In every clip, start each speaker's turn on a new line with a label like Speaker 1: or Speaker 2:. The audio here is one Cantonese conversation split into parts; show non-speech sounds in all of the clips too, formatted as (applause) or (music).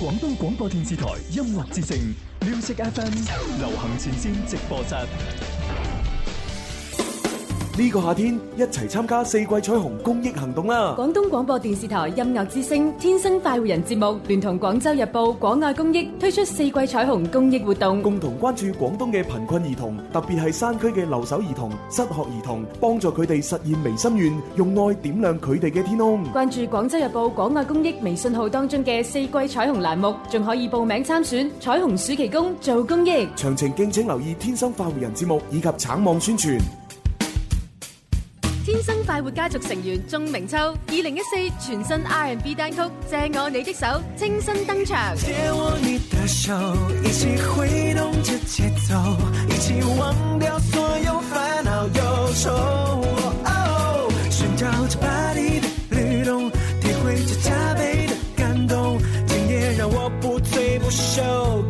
Speaker 1: 廣東廣播電視台音樂之聲 Music FM 流行前線直播室。
Speaker 2: 呢個夏天一齊參加四季彩虹公益行動啦！
Speaker 3: 廣東廣播電視台音樂之聲《天生快活人》節目聯同廣州日報廣愛公益推出四季彩虹公益活動，
Speaker 2: 共同關注廣東嘅貧困兒童，特別係山區嘅留守兒童、失學兒童，幫助佢哋實現微心願，用愛點亮佢哋嘅天空。
Speaker 3: 關注廣州日報廣愛公益微信號當中嘅四季彩虹欄目，仲可以報名參選彩虹暑期工做公益。
Speaker 2: 詳情敬請留意《天生快活人》節目以及橙網宣傳。
Speaker 4: 天生快活家族成員鍾明秋，二零一四全新 R&B 單曲《借我你的手》清新登場。
Speaker 5: 借我你的手，一起揮動着節奏，一起忘掉所有煩惱憂愁。哦，尋找着巴黎的律動，體會着加倍的感動。今夜讓我不醉不休，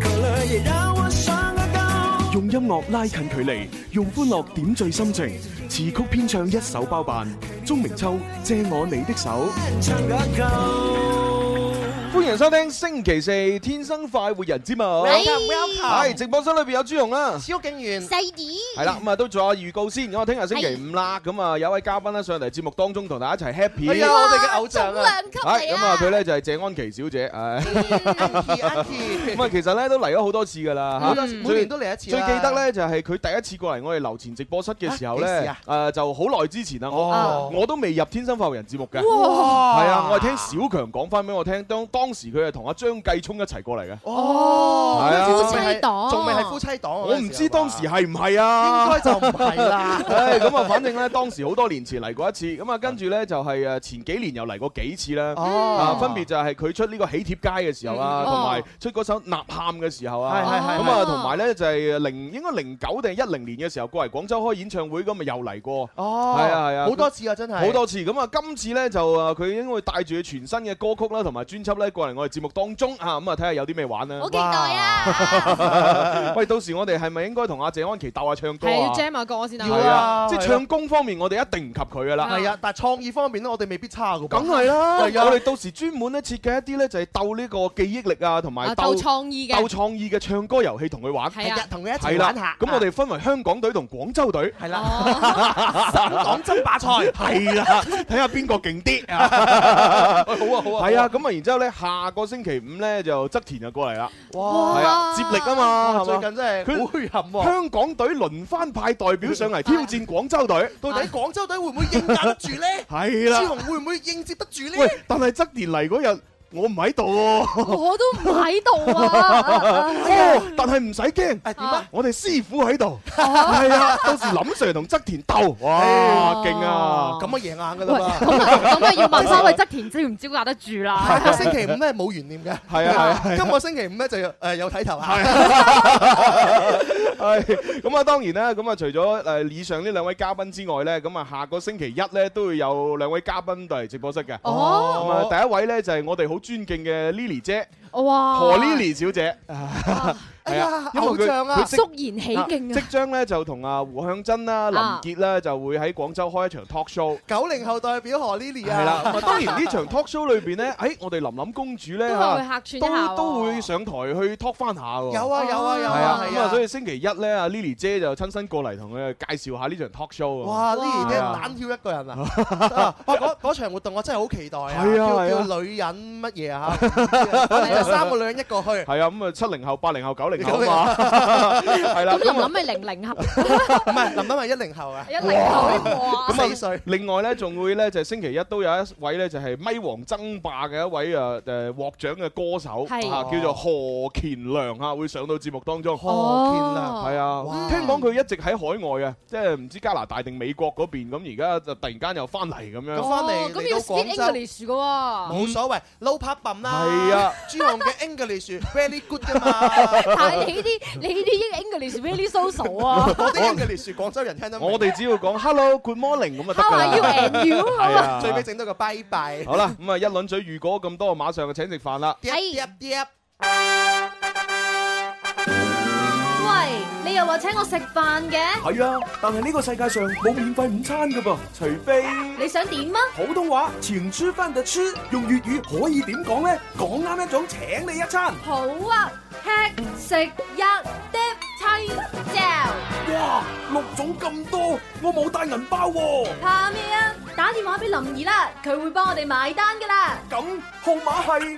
Speaker 5: 可樂也讓我上個高。
Speaker 2: 用音樂拉近距離，用歡樂點綴心情。詞曲編唱一手包辦，鍾明秋借我你的手。
Speaker 5: 唱個夠。
Speaker 6: 歡迎收聽星期四《天生快活人》節目。
Speaker 7: Welcome, welcome
Speaker 6: 係直播室裏邊有朱紅啦。
Speaker 7: 蕭敬元，
Speaker 8: 細啲，
Speaker 6: 係啦，咁啊都做下預告先。咁啊，聽日星期五啦，咁啊有位嘉賓咧上嚟節目當中同大家一齊 happy。
Speaker 7: 哎呀，我哋嘅偶像
Speaker 8: 重
Speaker 7: 啊
Speaker 8: 量級
Speaker 6: 係
Speaker 8: 嚟
Speaker 6: 咁啊，佢
Speaker 8: 啊！
Speaker 6: 咧就係謝安琪小姐。唉，
Speaker 7: ，Anki Anki，
Speaker 6: (laughs) 咁啊其實咧都嚟咗好多次㗎啦嚇。
Speaker 7: 每年都嚟一嗯次啊
Speaker 6: 最
Speaker 7: 啦。
Speaker 6: 記得咧就係佢第一次過嚟我哋樓前直播室嘅時候
Speaker 7: 啊幾時
Speaker 6: 咧
Speaker 7: 啊，
Speaker 6: 誒就好耐之前啦，我
Speaker 7: 哦
Speaker 6: 我都未入《天生快活人》節目嘅，
Speaker 7: 哇，
Speaker 6: 係啊，我係聽小強講翻俾我聽，當當時佢係同阿張繼聰一齊過嚟嘅，
Speaker 7: 哦，
Speaker 6: 係啊
Speaker 7: 仲未係
Speaker 8: 夫妻檔
Speaker 7: 仲未係夫妻檔啊，
Speaker 6: 我唔知當時
Speaker 7: 應
Speaker 6: 係唔係啊。。
Speaker 7: 該就唔係啦
Speaker 6: (laughs) 唉，咁啊，反正咧，當時好多年前嚟過一次，咁啊，跟住咧就係誒前幾年又嚟過幾次啦。啊
Speaker 7: 哦，，
Speaker 6: 分別就係佢出呢個《喜帖街》嘅時候啊，
Speaker 8: 嗯
Speaker 6: 同埋出嗰首《吶喊》嘅時候啊，
Speaker 7: 係係係
Speaker 6: 咁啊，
Speaker 8: 係
Speaker 6: 同埋咧就係零應該零九定一零年嘅時候過嚟廣州開演唱會，咁咪又嚟過
Speaker 7: 哦，
Speaker 6: 係啊係啊
Speaker 7: 好多次啊，真係
Speaker 6: 好多次。咁啊，今次咧就啊，佢應該會帶住佢全新嘅歌曲啦，同埋專輯咧過嚟我哋節目當中啊，咁啊睇下有啲咩玩
Speaker 8: 好
Speaker 6: 啦。
Speaker 8: 期待啊！
Speaker 6: (laughs) 喂，到時我哋係咪應該同阿謝安琪鬥下唱歌
Speaker 9: 係要
Speaker 6: 啊？
Speaker 9: jam 下歌先
Speaker 7: 要
Speaker 9: 啊！
Speaker 6: 係啊，
Speaker 7: 啊
Speaker 6: 即係
Speaker 7: 係啊
Speaker 6: 唱功方面，我哋一定唔及佢噶啦。
Speaker 7: 係啊，但係創意方面咧，我哋未必差噶。
Speaker 6: 梗係啦，
Speaker 7: 係啊
Speaker 6: 我哋到時專門咧設計一啲咧就係鬥呢個記憶力啊，同埋
Speaker 9: 啊，
Speaker 6: 鬥
Speaker 9: 鬥創意
Speaker 6: 鬥
Speaker 9: 嘅，
Speaker 6: 創意嘅唱歌遊戲同佢玩。
Speaker 9: 係啊
Speaker 7: 日同佢一
Speaker 6: 係
Speaker 7: 齊
Speaker 6: 啦
Speaker 7: 玩下。
Speaker 6: 咁我哋分為香港隊同廣州隊。
Speaker 7: 係啦，
Speaker 9: 哦
Speaker 7: 省港爭霸賽。
Speaker 6: 係啦，睇下邊個勁啲啊！好啊好啊，係啊，咁啊，然之後咧，下個星期五咧就側田就過嚟啦，
Speaker 7: 哇！
Speaker 6: 係啊，接力啊嘛，
Speaker 7: 最
Speaker 6: 係嘛？
Speaker 7: 近真係好虛撼喎。
Speaker 6: 香港隊輪番派代表上嚟挑戰廣
Speaker 7: (laughs)
Speaker 6: 州隊，？
Speaker 7: 到底廣州隊會唔會應架得住咧
Speaker 6: 係
Speaker 7: 朱
Speaker 6: 啦。
Speaker 7: 紅會唔會應接得住咧？
Speaker 6: 喂，但係側田嚟嗰日我唔喺度喎，
Speaker 9: 我都唔喺度啊！
Speaker 6: 哦，但係唔使
Speaker 7: 誒
Speaker 6: 驚。
Speaker 7: 點啊？
Speaker 6: 我哋師傅喺度，係啊，到時林 Sir 同側田鬥，哇，勁 (laughs) 啊！
Speaker 7: 咁啊贏硬㗎
Speaker 9: 喂，
Speaker 7: 啦嘛！
Speaker 9: 咁啊，咁啊，要問翻喂，側田招唔招架得住啦？
Speaker 7: 下個星期五咧冇懸念嘅，
Speaker 6: 係啊係啊
Speaker 7: 今個星期五咧就有誒有睇頭
Speaker 6: (laughs)
Speaker 7: 啊！
Speaker 6: 係咁啊，當然啦，咁啊，除咗誒以上呢兩位嘉賓之外咧，咁啊，下個星期一咧都會有兩位嘉賓到嚟直播室嘅。
Speaker 9: 哦，
Speaker 6: 咁啊，第一位咧就係我哋好尊敬嘅 Lily 姐，
Speaker 9: 哇！
Speaker 6: 何 Lily 小姐，
Speaker 7: 哎
Speaker 6: 係啊
Speaker 7: 呀，，
Speaker 6: 因為
Speaker 7: 偶像啊
Speaker 6: 佢！
Speaker 9: 肅然起敬
Speaker 6: 即
Speaker 9: 啊！
Speaker 6: 將咧就同阿胡向真啦、林
Speaker 9: 啊
Speaker 6: 傑啦就會喺廣州開一場 talk show。
Speaker 7: 九零後代表何 Lily 啊！
Speaker 6: 係啦，咁啊當然呢場 talk show 裏邊咧，
Speaker 7: (laughs)
Speaker 6: 誒我哋琳琳公主咧
Speaker 9: 都係會客串一下喎
Speaker 6: 都都會上台去 talk 翻下喎。
Speaker 7: 有啊有啊有
Speaker 6: 係啊，
Speaker 7: 啊！
Speaker 6: 咁
Speaker 7: 係
Speaker 6: 啊，所以星期一咧，阿 Lily 姐就親身過嚟同佢介紹下呢場 talk show
Speaker 7: 哇！
Speaker 6: 啊。
Speaker 7: 呢而
Speaker 6: 係
Speaker 7: 家
Speaker 6: 啊
Speaker 7: 單挑一個
Speaker 6: (laughs)
Speaker 7: 人啊！啊哇嗰嗰場活動我真係好期待啊！
Speaker 6: 係啊
Speaker 7: 叫
Speaker 6: 係啊
Speaker 7: 叫女人乜嘢啊？ (laughs) 嚇就三個女人一個去，
Speaker 6: 係啊，咁啊七零後、八零後、九零
Speaker 7: (laughs)
Speaker 6: 後啊嘛，係啦。
Speaker 9: 咁
Speaker 6: 咁
Speaker 9: 林
Speaker 6: 啊
Speaker 9: 林咪零零合
Speaker 7: 唔係林琳係一零後啊，
Speaker 9: 一零後呢個啊！
Speaker 6: 咁啊
Speaker 7: 四歲。
Speaker 6: 另外咧，仲會咧就係星期一都有一位咧就係咪王爭霸嘅一位誒誒獲獎嘅歌手
Speaker 9: 係
Speaker 6: 啊，叫做何乾良啊，會上到節目當中。
Speaker 7: 哦
Speaker 6: 係啊，
Speaker 7: 哇
Speaker 6: 聽講佢一直喺海外嘅，即係唔知加拿大定美國嗰邊，咁而家就突然間又翻嚟咁
Speaker 7: 咁
Speaker 6: 樣。
Speaker 7: 返嚟
Speaker 9: 哦咁
Speaker 7: 嚟
Speaker 9: 要
Speaker 7: 到
Speaker 9: speak
Speaker 7: 廣州
Speaker 9: English 嘅喎，
Speaker 7: 冇所謂，low p a b u m 啦，
Speaker 6: 係啊，
Speaker 7: 朱紅嘅 English very good 噶嘛，
Speaker 9: (laughs) 但係你呢啲你呢啲 English really social 啊
Speaker 7: 我啲 English 廣州人聽
Speaker 9: (laughs)
Speaker 7: 得明
Speaker 6: 我哋只要講 hello good morning 咁就得
Speaker 9: ，How
Speaker 6: 㗎
Speaker 9: are you
Speaker 6: 啦。
Speaker 9: and you
Speaker 6: 係
Speaker 9: 啊？
Speaker 7: (laughs)
Speaker 6: 啊，
Speaker 7: 最尾整到個拜拜，
Speaker 6: 好啦，咁啊一輪嘴預果咁多，馬上就請食飯啦。
Speaker 7: 嗒嗒嗒
Speaker 9: 喂，你又話請我食飯嘅，
Speaker 2: 系啊，但系呢个世界上冇免費午餐噶噃，除非
Speaker 9: 你想點啊？
Speaker 2: 普通話前吃飯就吃，用粵語可以點講呢？講啱一種請你一餐，
Speaker 9: 好啊，吃食一碟青椒，
Speaker 2: 哇，六種咁多，我冇帶銀包喎、
Speaker 9: 怕咩啊？打電話俾林兒啦，佢會幫我哋埋單噶啦。
Speaker 2: 咁號碼係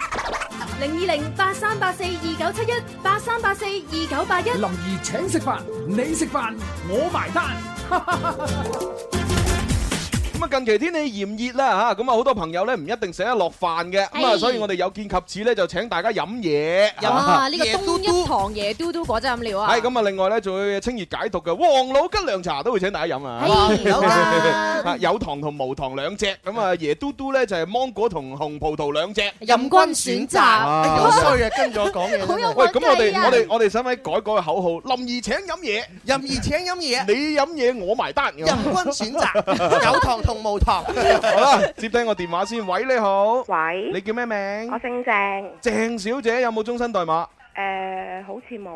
Speaker 9: 零二零八三八四二九七一八三八四二九八一。
Speaker 8: 林兒請食飯，你食飯，我埋
Speaker 7: (laughs)
Speaker 8: 單。
Speaker 6: 咁啊，近期天氣炎熱啦嚇，咁啊好多朋友咧唔一定食得落飯嘅，咁啊，
Speaker 9: 係
Speaker 6: 所以我哋有見及此咧，就請大家飲嘢。
Speaker 9: 哇！呢個
Speaker 7: 椰
Speaker 9: 冬
Speaker 7: 啊嘟嘟
Speaker 9: 一堂椰嘟嘟果汁飲料啊，
Speaker 6: 係咁啊，另外咧仲會清熱解毒嘅王老吉涼茶都會請大家飲啊。
Speaker 9: 係有㗎。
Speaker 6: (laughs) 啊有糖同無糖兩隻，咁啊椰嘟嘟咧就係芒果同紅葡萄兩隻。
Speaker 7: 任君選擇，哎
Speaker 6: (laughs)
Speaker 7: 呀好衰啊！跟住我講嘢
Speaker 9: 好有
Speaker 7: 真係，
Speaker 6: 喂，咁我哋
Speaker 9: 啊
Speaker 6: 我哋我哋使唔使改改個口號？ (laughs) 林兒請飲嘢，
Speaker 7: 任意請飲嘢，
Speaker 6: 你飲嘢我埋單。
Speaker 7: 任
Speaker 6: 咁
Speaker 7: 君選
Speaker 6: (laughs)
Speaker 7: 擇，有糖同無糖。
Speaker 6: 好啦，接聽個電話先。喂，你好，
Speaker 10: 喂，
Speaker 6: 你叫咩名
Speaker 10: 我？姓鄭，
Speaker 6: 鄭小姐有冇終身代碼？
Speaker 10: 诶、好似冇，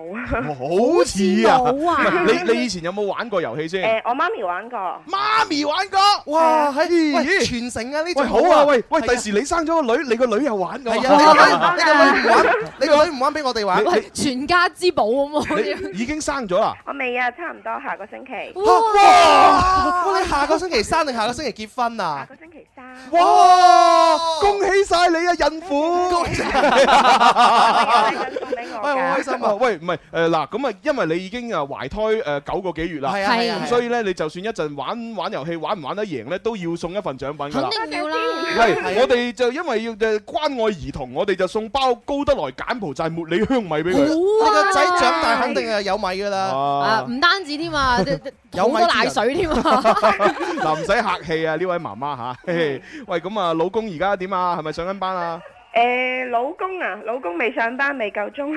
Speaker 6: 好似
Speaker 10: à?
Speaker 6: 啊，
Speaker 9: 冇啊
Speaker 6: 唔係你你以前有冇玩過遊戲先？
Speaker 10: 诶、我媽咪玩過，
Speaker 6: 媽咪玩過，
Speaker 7: 哇，喺
Speaker 6: 咦
Speaker 7: 喂傳承啊呢
Speaker 6: 喂
Speaker 7: 種
Speaker 6: 好啊，喂喂，
Speaker 7: 係
Speaker 6: 第
Speaker 7: 啊
Speaker 6: 時你生咗個女，你個女又玩㗎
Speaker 7: 係
Speaker 6: (laughs) 嘛。
Speaker 7: 啊，你個女你個女唔玩，你個女唔玩俾我哋玩。
Speaker 9: 喂，全家之寶咁啊喎好似
Speaker 6: 你
Speaker 7: (laughs)
Speaker 6: 已經生咗啦，
Speaker 10: 我未啊，差唔多下個星期，
Speaker 7: 哇！哇！你下個星期生定下個星期結婚
Speaker 10: 下
Speaker 7: 啊？
Speaker 10: 個星期三，
Speaker 6: 哇！恭喜晒你啊，孕婦！
Speaker 7: 恭喜！啊
Speaker 10: 我 (laughs) 有禮品送
Speaker 7: 喂，好開
Speaker 10: 俾我㗎，
Speaker 7: 心
Speaker 6: 啊
Speaker 7: 啊！
Speaker 6: 喂，唔係誒嗱，咁啊，因為你已經啊懷胎誒九個幾月啦，
Speaker 7: 係啊係啊，
Speaker 6: 咁
Speaker 7: 係啊
Speaker 6: 所以咧，你就算一陣玩玩遊戲玩唔玩得贏咧，都要送一份獎品㗎啦。
Speaker 9: 肯定要啦。
Speaker 7: 啊
Speaker 6: 係，我哋就因為要誒關愛兒童，我哋就送包高德來柬埔寨茉莉香米俾佢。
Speaker 7: 你個仔長大肯定係有米㗎啦。
Speaker 9: 啊，
Speaker 6: 啊！
Speaker 9: 唔單止添啊，即即
Speaker 7: 有
Speaker 9: 好
Speaker 7: 米之
Speaker 9: 多
Speaker 7: 人
Speaker 9: 奶水
Speaker 7: (laughs)
Speaker 9: 添
Speaker 6: (laughs)
Speaker 9: 啊，
Speaker 6: 嗱，唔使客氣啊，呢位媽媽嚇。嘿嘿喂，咁啊，老公而家點啊？係咪上緊班啊？
Speaker 10: 诶、老公啊，老公未上班，未夠鐘，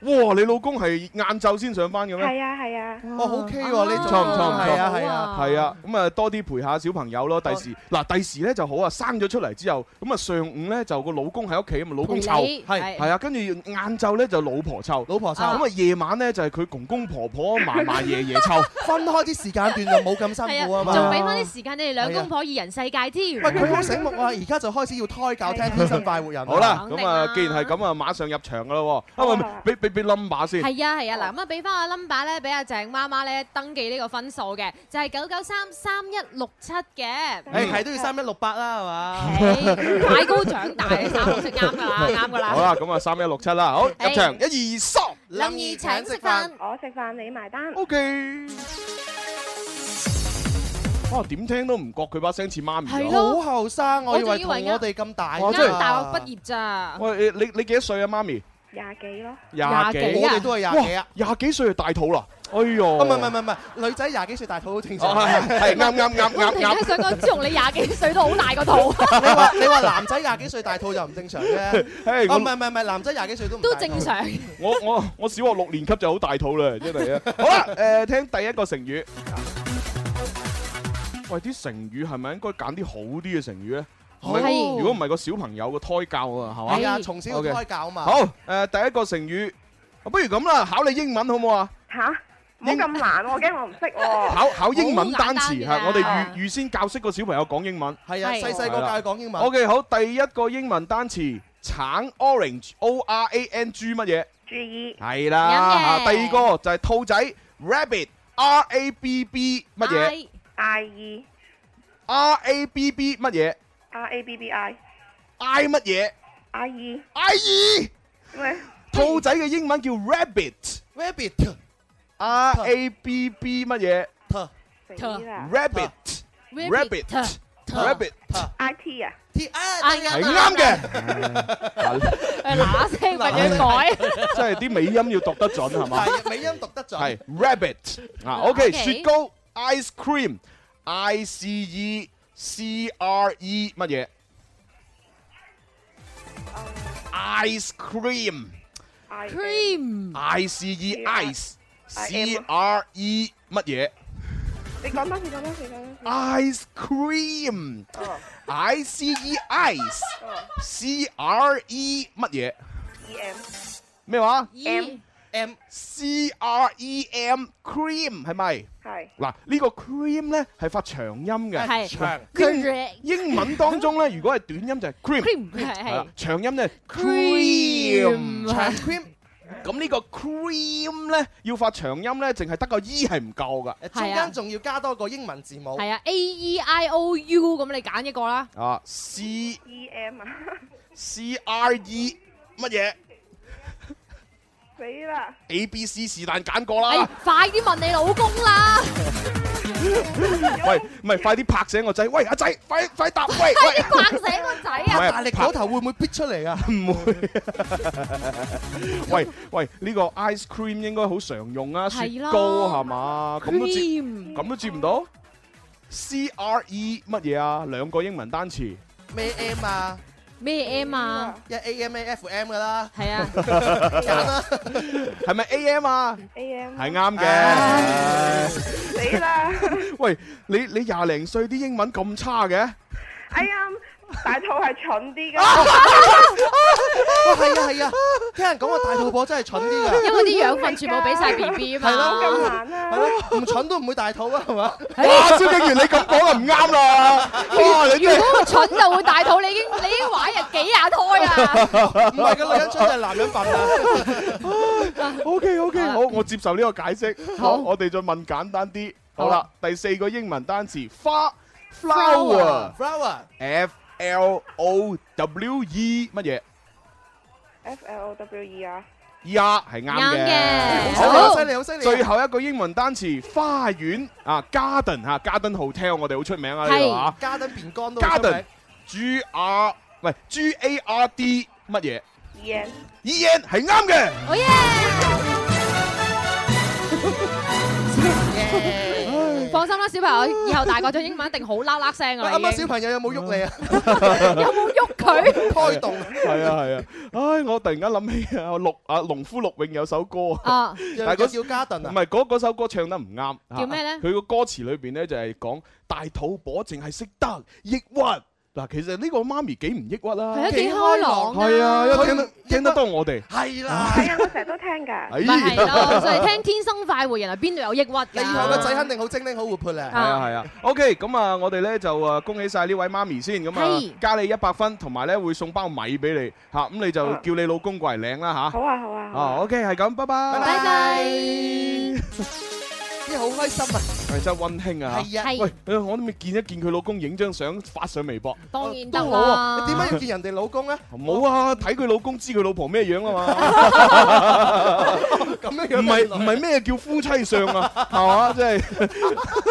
Speaker 6: 哇！你老公係晏晝先上班嘅咩？
Speaker 10: 係啊係啊，
Speaker 7: 哦，OK 喎，呢種
Speaker 6: 唔錯唔錯唔錯
Speaker 7: 係啊係啊。
Speaker 6: 係啊，咁啊多啲陪下小朋友咯。第時嗱，第時咧就好啊。生咗出嚟之後，咁啊上午咧就個老公喺屋企，咁啊老公湊。
Speaker 7: 係
Speaker 9: 係
Speaker 6: 係啊，跟住晏晝咧就老婆湊，
Speaker 7: 老婆
Speaker 6: 咁
Speaker 7: 生，
Speaker 6: 啊夜晚咧就係佢公公婆婆、嫲嫲、爺爺湊。
Speaker 7: 分開啲時間段就冇咁辛苦啊
Speaker 9: 啊，
Speaker 7: 嘛。
Speaker 9: 仲俾翻啲時間你哋兩公婆二人世界添。
Speaker 7: 喂，佢好醒目啊！而家就開始要胎教聽《天生快活人》。
Speaker 6: 好啦，
Speaker 9: 肯
Speaker 6: 咁
Speaker 9: 定
Speaker 6: 啊
Speaker 9: 啦，
Speaker 6: 既然係咁啊，馬上入場噶啦喎，啊
Speaker 10: 好啊
Speaker 6: 喂，俾俾俾 number 先，
Speaker 9: 係啊係啊，嗱咁啊，俾翻個 number 咧，俾阿鄭媽媽咧登記呢個分數嘅，就係九九三三一六七嘅。
Speaker 7: 誒係都要三一六八啦，係嘛？
Speaker 6: (laughs)
Speaker 9: 誒快高長大，你三號識啱噶啦，啱噶
Speaker 6: 好
Speaker 9: 啦。
Speaker 6: 啦，咁啊三一六七啦，好入場，一二三
Speaker 9: 林怡請食飯，
Speaker 10: 我食飯你埋單，
Speaker 6: ，OK。哇，點聽都唔覺佢把聲似媽咪
Speaker 9: 係
Speaker 6: 喎。
Speaker 7: 好
Speaker 9: 咯
Speaker 7: 後生，我以
Speaker 9: 我
Speaker 7: 為
Speaker 9: 仲以
Speaker 7: 同
Speaker 9: 為
Speaker 7: 我哋咁大，
Speaker 6: 哇真係
Speaker 9: 啱大學畢，業咋？
Speaker 6: 喂，你你你幾多歲啊，媽咪？
Speaker 10: 廿幾咯，
Speaker 6: 廿
Speaker 9: 廿幾
Speaker 6: 幾
Speaker 7: 我哋都係廿幾啊。
Speaker 6: 廿幾歲就大肚啦，哎呦！
Speaker 7: 啊唔係唔係唔係，女仔廿幾歲大肚好正
Speaker 6: 哦，
Speaker 7: 常。
Speaker 6: 係係係啱啱啱
Speaker 9: 我
Speaker 6: 啱
Speaker 9: 突
Speaker 6: 啱
Speaker 9: 然。間想講，朱紅你廿幾歲都好大個
Speaker 6: (laughs)
Speaker 9: 肚，
Speaker 7: 你話你話男仔廿幾歲大肚就唔正常啫。
Speaker 6: 唉
Speaker 7: 哦，
Speaker 6: 我
Speaker 7: 唔係唔係唔係，男仔廿幾歲都唔
Speaker 9: 都
Speaker 7: 大肚
Speaker 9: 正。常。
Speaker 6: 我我我小學六年級就好大肚啦，真係啊！好啦，誒、聽第一個成語。喂，啲成語係咪應該揀啲好啲嘅成語咧？
Speaker 7: 係
Speaker 6: 咪如果唔係個小朋友個胎教啊，係嘛？
Speaker 7: 係啊，從小要
Speaker 6: OK
Speaker 7: 胎教啊嘛。
Speaker 6: 好，誒、第一個成語，不如咁啦，考你英文好唔好啊？
Speaker 10: 吓，唔好咁難，我驚我唔識喎，
Speaker 6: 考考英文單
Speaker 9: 好簡
Speaker 6: 詞係
Speaker 9: 單㗎
Speaker 6: 我哋預預先教識個小朋友講英文。
Speaker 7: 係啊，
Speaker 9: 係
Speaker 7: 細細個教佢講英文。
Speaker 6: OK，好，第一個英文單詞橙 orange O R A N G 乜嘢？
Speaker 10: 注意，
Speaker 6: 係啦，
Speaker 9: 啱
Speaker 6: 啊
Speaker 9: 嘅
Speaker 6: 嚇第二個就係兔仔 rabbit R A B B 乜嘢？
Speaker 9: I
Speaker 10: 嗌意
Speaker 6: R A B B 乜嘢
Speaker 10: R E。R A B B I E。
Speaker 6: ？I 乜嘢
Speaker 10: 阿姨，
Speaker 6: ？I E。二
Speaker 10: 喂，
Speaker 6: 兔仔嘅英文叫 rabbit。
Speaker 7: Rabbit
Speaker 6: R A B B 乜嘢
Speaker 10: 死啦
Speaker 6: ？rabbit rabbit rabbit
Speaker 7: 啊
Speaker 10: I T 啊，
Speaker 7: T 啊，
Speaker 9: I
Speaker 6: 係啱嘅，
Speaker 9: (laughs) 誒嗱聲為
Speaker 6: (laughs)
Speaker 9: 咗改，
Speaker 6: 即係啲尾音要讀得準
Speaker 9: (laughs)
Speaker 6: 係
Speaker 2: (laughs)
Speaker 6: 嘛？
Speaker 7: 係美音讀得準。
Speaker 6: 係 rabbit 啊，OK，
Speaker 10: Ah,
Speaker 9: OK
Speaker 6: 雪糕 ice cream I C E C R E 乜嘢？ice cream
Speaker 10: Oh. I
Speaker 9: cream
Speaker 6: I C E ice C
Speaker 10: I am
Speaker 6: R E 乜嘢？
Speaker 10: 你講多次，講多次，講多次。
Speaker 6: ice cream。
Speaker 10: 哦
Speaker 6: I C E ice
Speaker 10: 哦
Speaker 6: C R E 乜嘢
Speaker 10: ，E M
Speaker 6: 咩話
Speaker 9: E
Speaker 7: M
Speaker 6: C R E M cream 係咪？
Speaker 10: 係
Speaker 6: 嗱，呢個 cream 咧係發長音嘅，
Speaker 10: 係長
Speaker 6: 英
Speaker 10: Correct
Speaker 6: 英文當中咧，如果係短音就係 cream，
Speaker 10: cream，係
Speaker 6: 係啦
Speaker 10: 係
Speaker 6: 長音咧
Speaker 10: cream，
Speaker 6: cream 長 cream。咁呢個 cream 咧要發長音咧，淨係得個 e 係唔夠噶。
Speaker 7: 中間仲要加多個英文字母。
Speaker 9: 係啊，A E I O U 咁你揀一個啦。
Speaker 6: 啊，C
Speaker 10: E M 啊， (laughs)
Speaker 6: C R E 乜嘢
Speaker 10: 死啦！
Speaker 6: A B C 是但揀過
Speaker 9: 哎
Speaker 6: 啦。，
Speaker 9: 快啲問你老公啦！
Speaker 6: (laughs) 喂，唔係快啲拍醒個仔，喂阿仔，快快答，喂喂。
Speaker 9: 你刮死個仔啊！
Speaker 7: 哎大力嗰頭會唔會逼出嚟啊？
Speaker 6: (laughs) 唔
Speaker 7: (laughs)
Speaker 6: 會。喂喂，呢個 ice cream 應該好常用啊，雪
Speaker 9: 係啦
Speaker 6: 糕係嘛？咁都接
Speaker 9: Cream
Speaker 6: 咁都接唔到？C R E 乜嘢啊？兩個英文單詞。
Speaker 7: 咩 M 啊？
Speaker 9: 咩 M 啊？
Speaker 7: 一 A M A F M 噶啦。
Speaker 9: 係
Speaker 6: (laughs)
Speaker 9: 啊，
Speaker 7: 揀啦。
Speaker 6: 係咪 A M 啊
Speaker 10: A M
Speaker 6: 係啱
Speaker 7: 啊
Speaker 6: 嘅。
Speaker 10: 死啦！
Speaker 6: (laughs) 喂，你你廿零歲啲英文咁差嘅？
Speaker 10: 哎呀，大肚係蠢啲
Speaker 6: (laughs)
Speaker 10: 噶，
Speaker 7: (laughs) 哇，係啊係啊，聽人講話大肚婆真係蠢啲㗎。
Speaker 9: 因為啲養分全部俾晒 B B 啊
Speaker 7: 係
Speaker 9: 嘛。
Speaker 10: 咁難
Speaker 7: 係
Speaker 10: 啊！
Speaker 7: 咯，唔蠢都唔會大肚啊，係嘛？(laughs)
Speaker 6: 哇，蕭敬元你咁講就唔啱啦！哇，你
Speaker 9: 如
Speaker 6: 真係
Speaker 9: 果我蠢
Speaker 6: (laughs)
Speaker 9: 就會大肚，你已經你已經玩人幾廿胎啊！
Speaker 7: 唔係個女人蠢就係男人笨啊。
Speaker 6: (laughs) O K O K，好，我接受呢個解釋。
Speaker 9: 好
Speaker 6: 好，我哋再問簡單啲。好
Speaker 9: 好
Speaker 6: 啦，第四個英文單詞花
Speaker 9: Flower
Speaker 6: flower
Speaker 7: Flower
Speaker 6: F L O W E 乜嘢
Speaker 10: F L O W E 啊，
Speaker 6: ？E R 係啱
Speaker 9: 啱嘅
Speaker 6: 嘅。
Speaker 7: 好
Speaker 9: 好
Speaker 7: 犀利，好犀利，好犀利
Speaker 6: 最
Speaker 7: 啊。
Speaker 6: 後一個英文單詞花園啊，garden 嚇，garden hotel 我哋好出名啊呢
Speaker 9: 係
Speaker 6: 度啊
Speaker 7: 嘉登變乾都好出名
Speaker 6: garden G R 唔係 G A R D 乜嘢
Speaker 10: E M
Speaker 6: ？E N 係啱嘅。
Speaker 9: 好耶！ (laughs) 放心啦，小朋友，以後大個咗英文一定好啦啦聲噶
Speaker 7: 喂
Speaker 9: 啦，
Speaker 7: 啱
Speaker 9: 已
Speaker 7: 啱
Speaker 9: 經
Speaker 7: 小朋友有冇喐你啊？ (laughs)
Speaker 9: 有冇喐佢？
Speaker 7: 胎動
Speaker 6: 係啊係啊，唉！我突然間諗起啊，陸啊農夫陸永有首歌啊。 (laughs)
Speaker 9: 啊，
Speaker 7: 但
Speaker 6: 係
Speaker 7: 個
Speaker 6: 嗰
Speaker 7: 叫嘉登
Speaker 6: 唔
Speaker 7: 啊，
Speaker 6: 係嗰嗰首歌唱得唔啱，
Speaker 9: 叫咩呢
Speaker 6: 啊佢個歌詞裏邊咧就係講大肚婆淨係識得抑鬱。嗱，其實呢個媽咪幾唔抑鬱啦
Speaker 9: 係，啊，幾開朗啊！
Speaker 6: 係啊，因為聽得
Speaker 7: 佢
Speaker 6: 聽得多我哋，
Speaker 7: 係啦。
Speaker 10: 哎呀，我成日都聽㗎。
Speaker 6: 哎
Speaker 9: 咪係
Speaker 6: 係
Speaker 9: 咯，所以聽天生快活人啊，邊度有抑鬱
Speaker 7: 你
Speaker 9: 㗎？
Speaker 7: 以後個仔肯定好精靈，好活潑咧。
Speaker 6: 啊係啊，OK，咁啊，我哋咧就啊恭喜晒呢位媽咪先，咁啊
Speaker 9: 係
Speaker 6: 加你一百分，同埋咧會送包米俾你嚇，咁你就
Speaker 10: 嗯
Speaker 6: 叫你老公過嚟領啦
Speaker 10: 好
Speaker 6: 嚇。
Speaker 10: 啊，好啊，好啊。
Speaker 6: 哦，OK，係咁，拜
Speaker 7: 拜
Speaker 6: 拜。
Speaker 7: 拜
Speaker 9: 拜拜。
Speaker 7: 啲好開心啊！
Speaker 6: 係真係溫馨啊！
Speaker 7: 係啊，
Speaker 9: 係
Speaker 6: 喂，呃我都未見一見佢老公影張相發上微博。
Speaker 9: 當然得
Speaker 7: 都好啊。
Speaker 9: 啦。
Speaker 7: 你點解要見人哋老公咧？
Speaker 6: 冇啊，睇佢老公知佢老婆咩樣
Speaker 7: (laughs)
Speaker 6: 啊
Speaker 7: 咁樣啊樣
Speaker 6: 嘛，唔係唔係咩叫夫妻相
Speaker 7: (laughs)
Speaker 6: 啊，係嘛，即係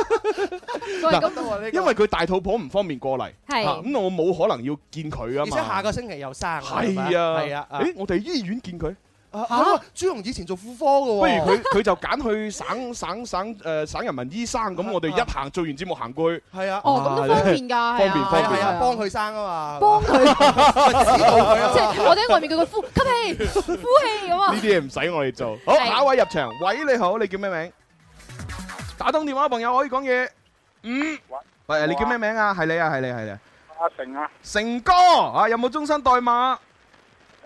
Speaker 9: 喂
Speaker 6: 嗱
Speaker 9: 咁
Speaker 7: 得喎呢個
Speaker 6: 因為佢大肚婆唔方便過嚟，
Speaker 9: 係
Speaker 6: 嚇咁我冇可能要見佢啊
Speaker 7: 而且下
Speaker 6: 嘛，
Speaker 7: 個星期又生啊。咪
Speaker 6: 係啊，
Speaker 7: 係啊。啊
Speaker 6: 誒我哋醫院見佢，
Speaker 7: 啊啊！朱紅以前做婦科嘅喎，
Speaker 6: 不如佢佢就揀去省省省誒省人民醫生，咁我哋一行做完節目行過去，
Speaker 7: 係啊，
Speaker 9: 哦，咁都方便㗎，係啊
Speaker 6: (laughs)
Speaker 7: 係
Speaker 6: 方便方
Speaker 7: 啊
Speaker 6: 便
Speaker 7: 係啊，幫
Speaker 9: 佢，
Speaker 7: 佢生啊嘛，
Speaker 9: 幫佢，
Speaker 7: 指導佢啊
Speaker 9: 即
Speaker 7: 嘛。
Speaker 9: 係我哋喺外面叫佢呼吸氣，呼氣咁
Speaker 6: 呢
Speaker 9: 啊。
Speaker 6: 啲嘢唔使我哋做。好，
Speaker 9: 係
Speaker 6: 下一位入場，喂你好，你叫咩名？打通電話嘅朋友可以講嘢。嗯，喂你叫咩名啊？係你啊，係你係你啊。
Speaker 11: 阿成啊，
Speaker 6: 成哥啊，有冇終身代碼？
Speaker 11: 誒、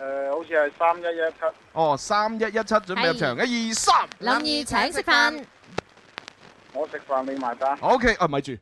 Speaker 12: 呃
Speaker 11: 好似係三一一七，
Speaker 6: 哦，三一一七準備入場，一二三
Speaker 9: 林怡請食飯，
Speaker 11: 我食飯你埋單。
Speaker 6: ，OK 啊，咪住，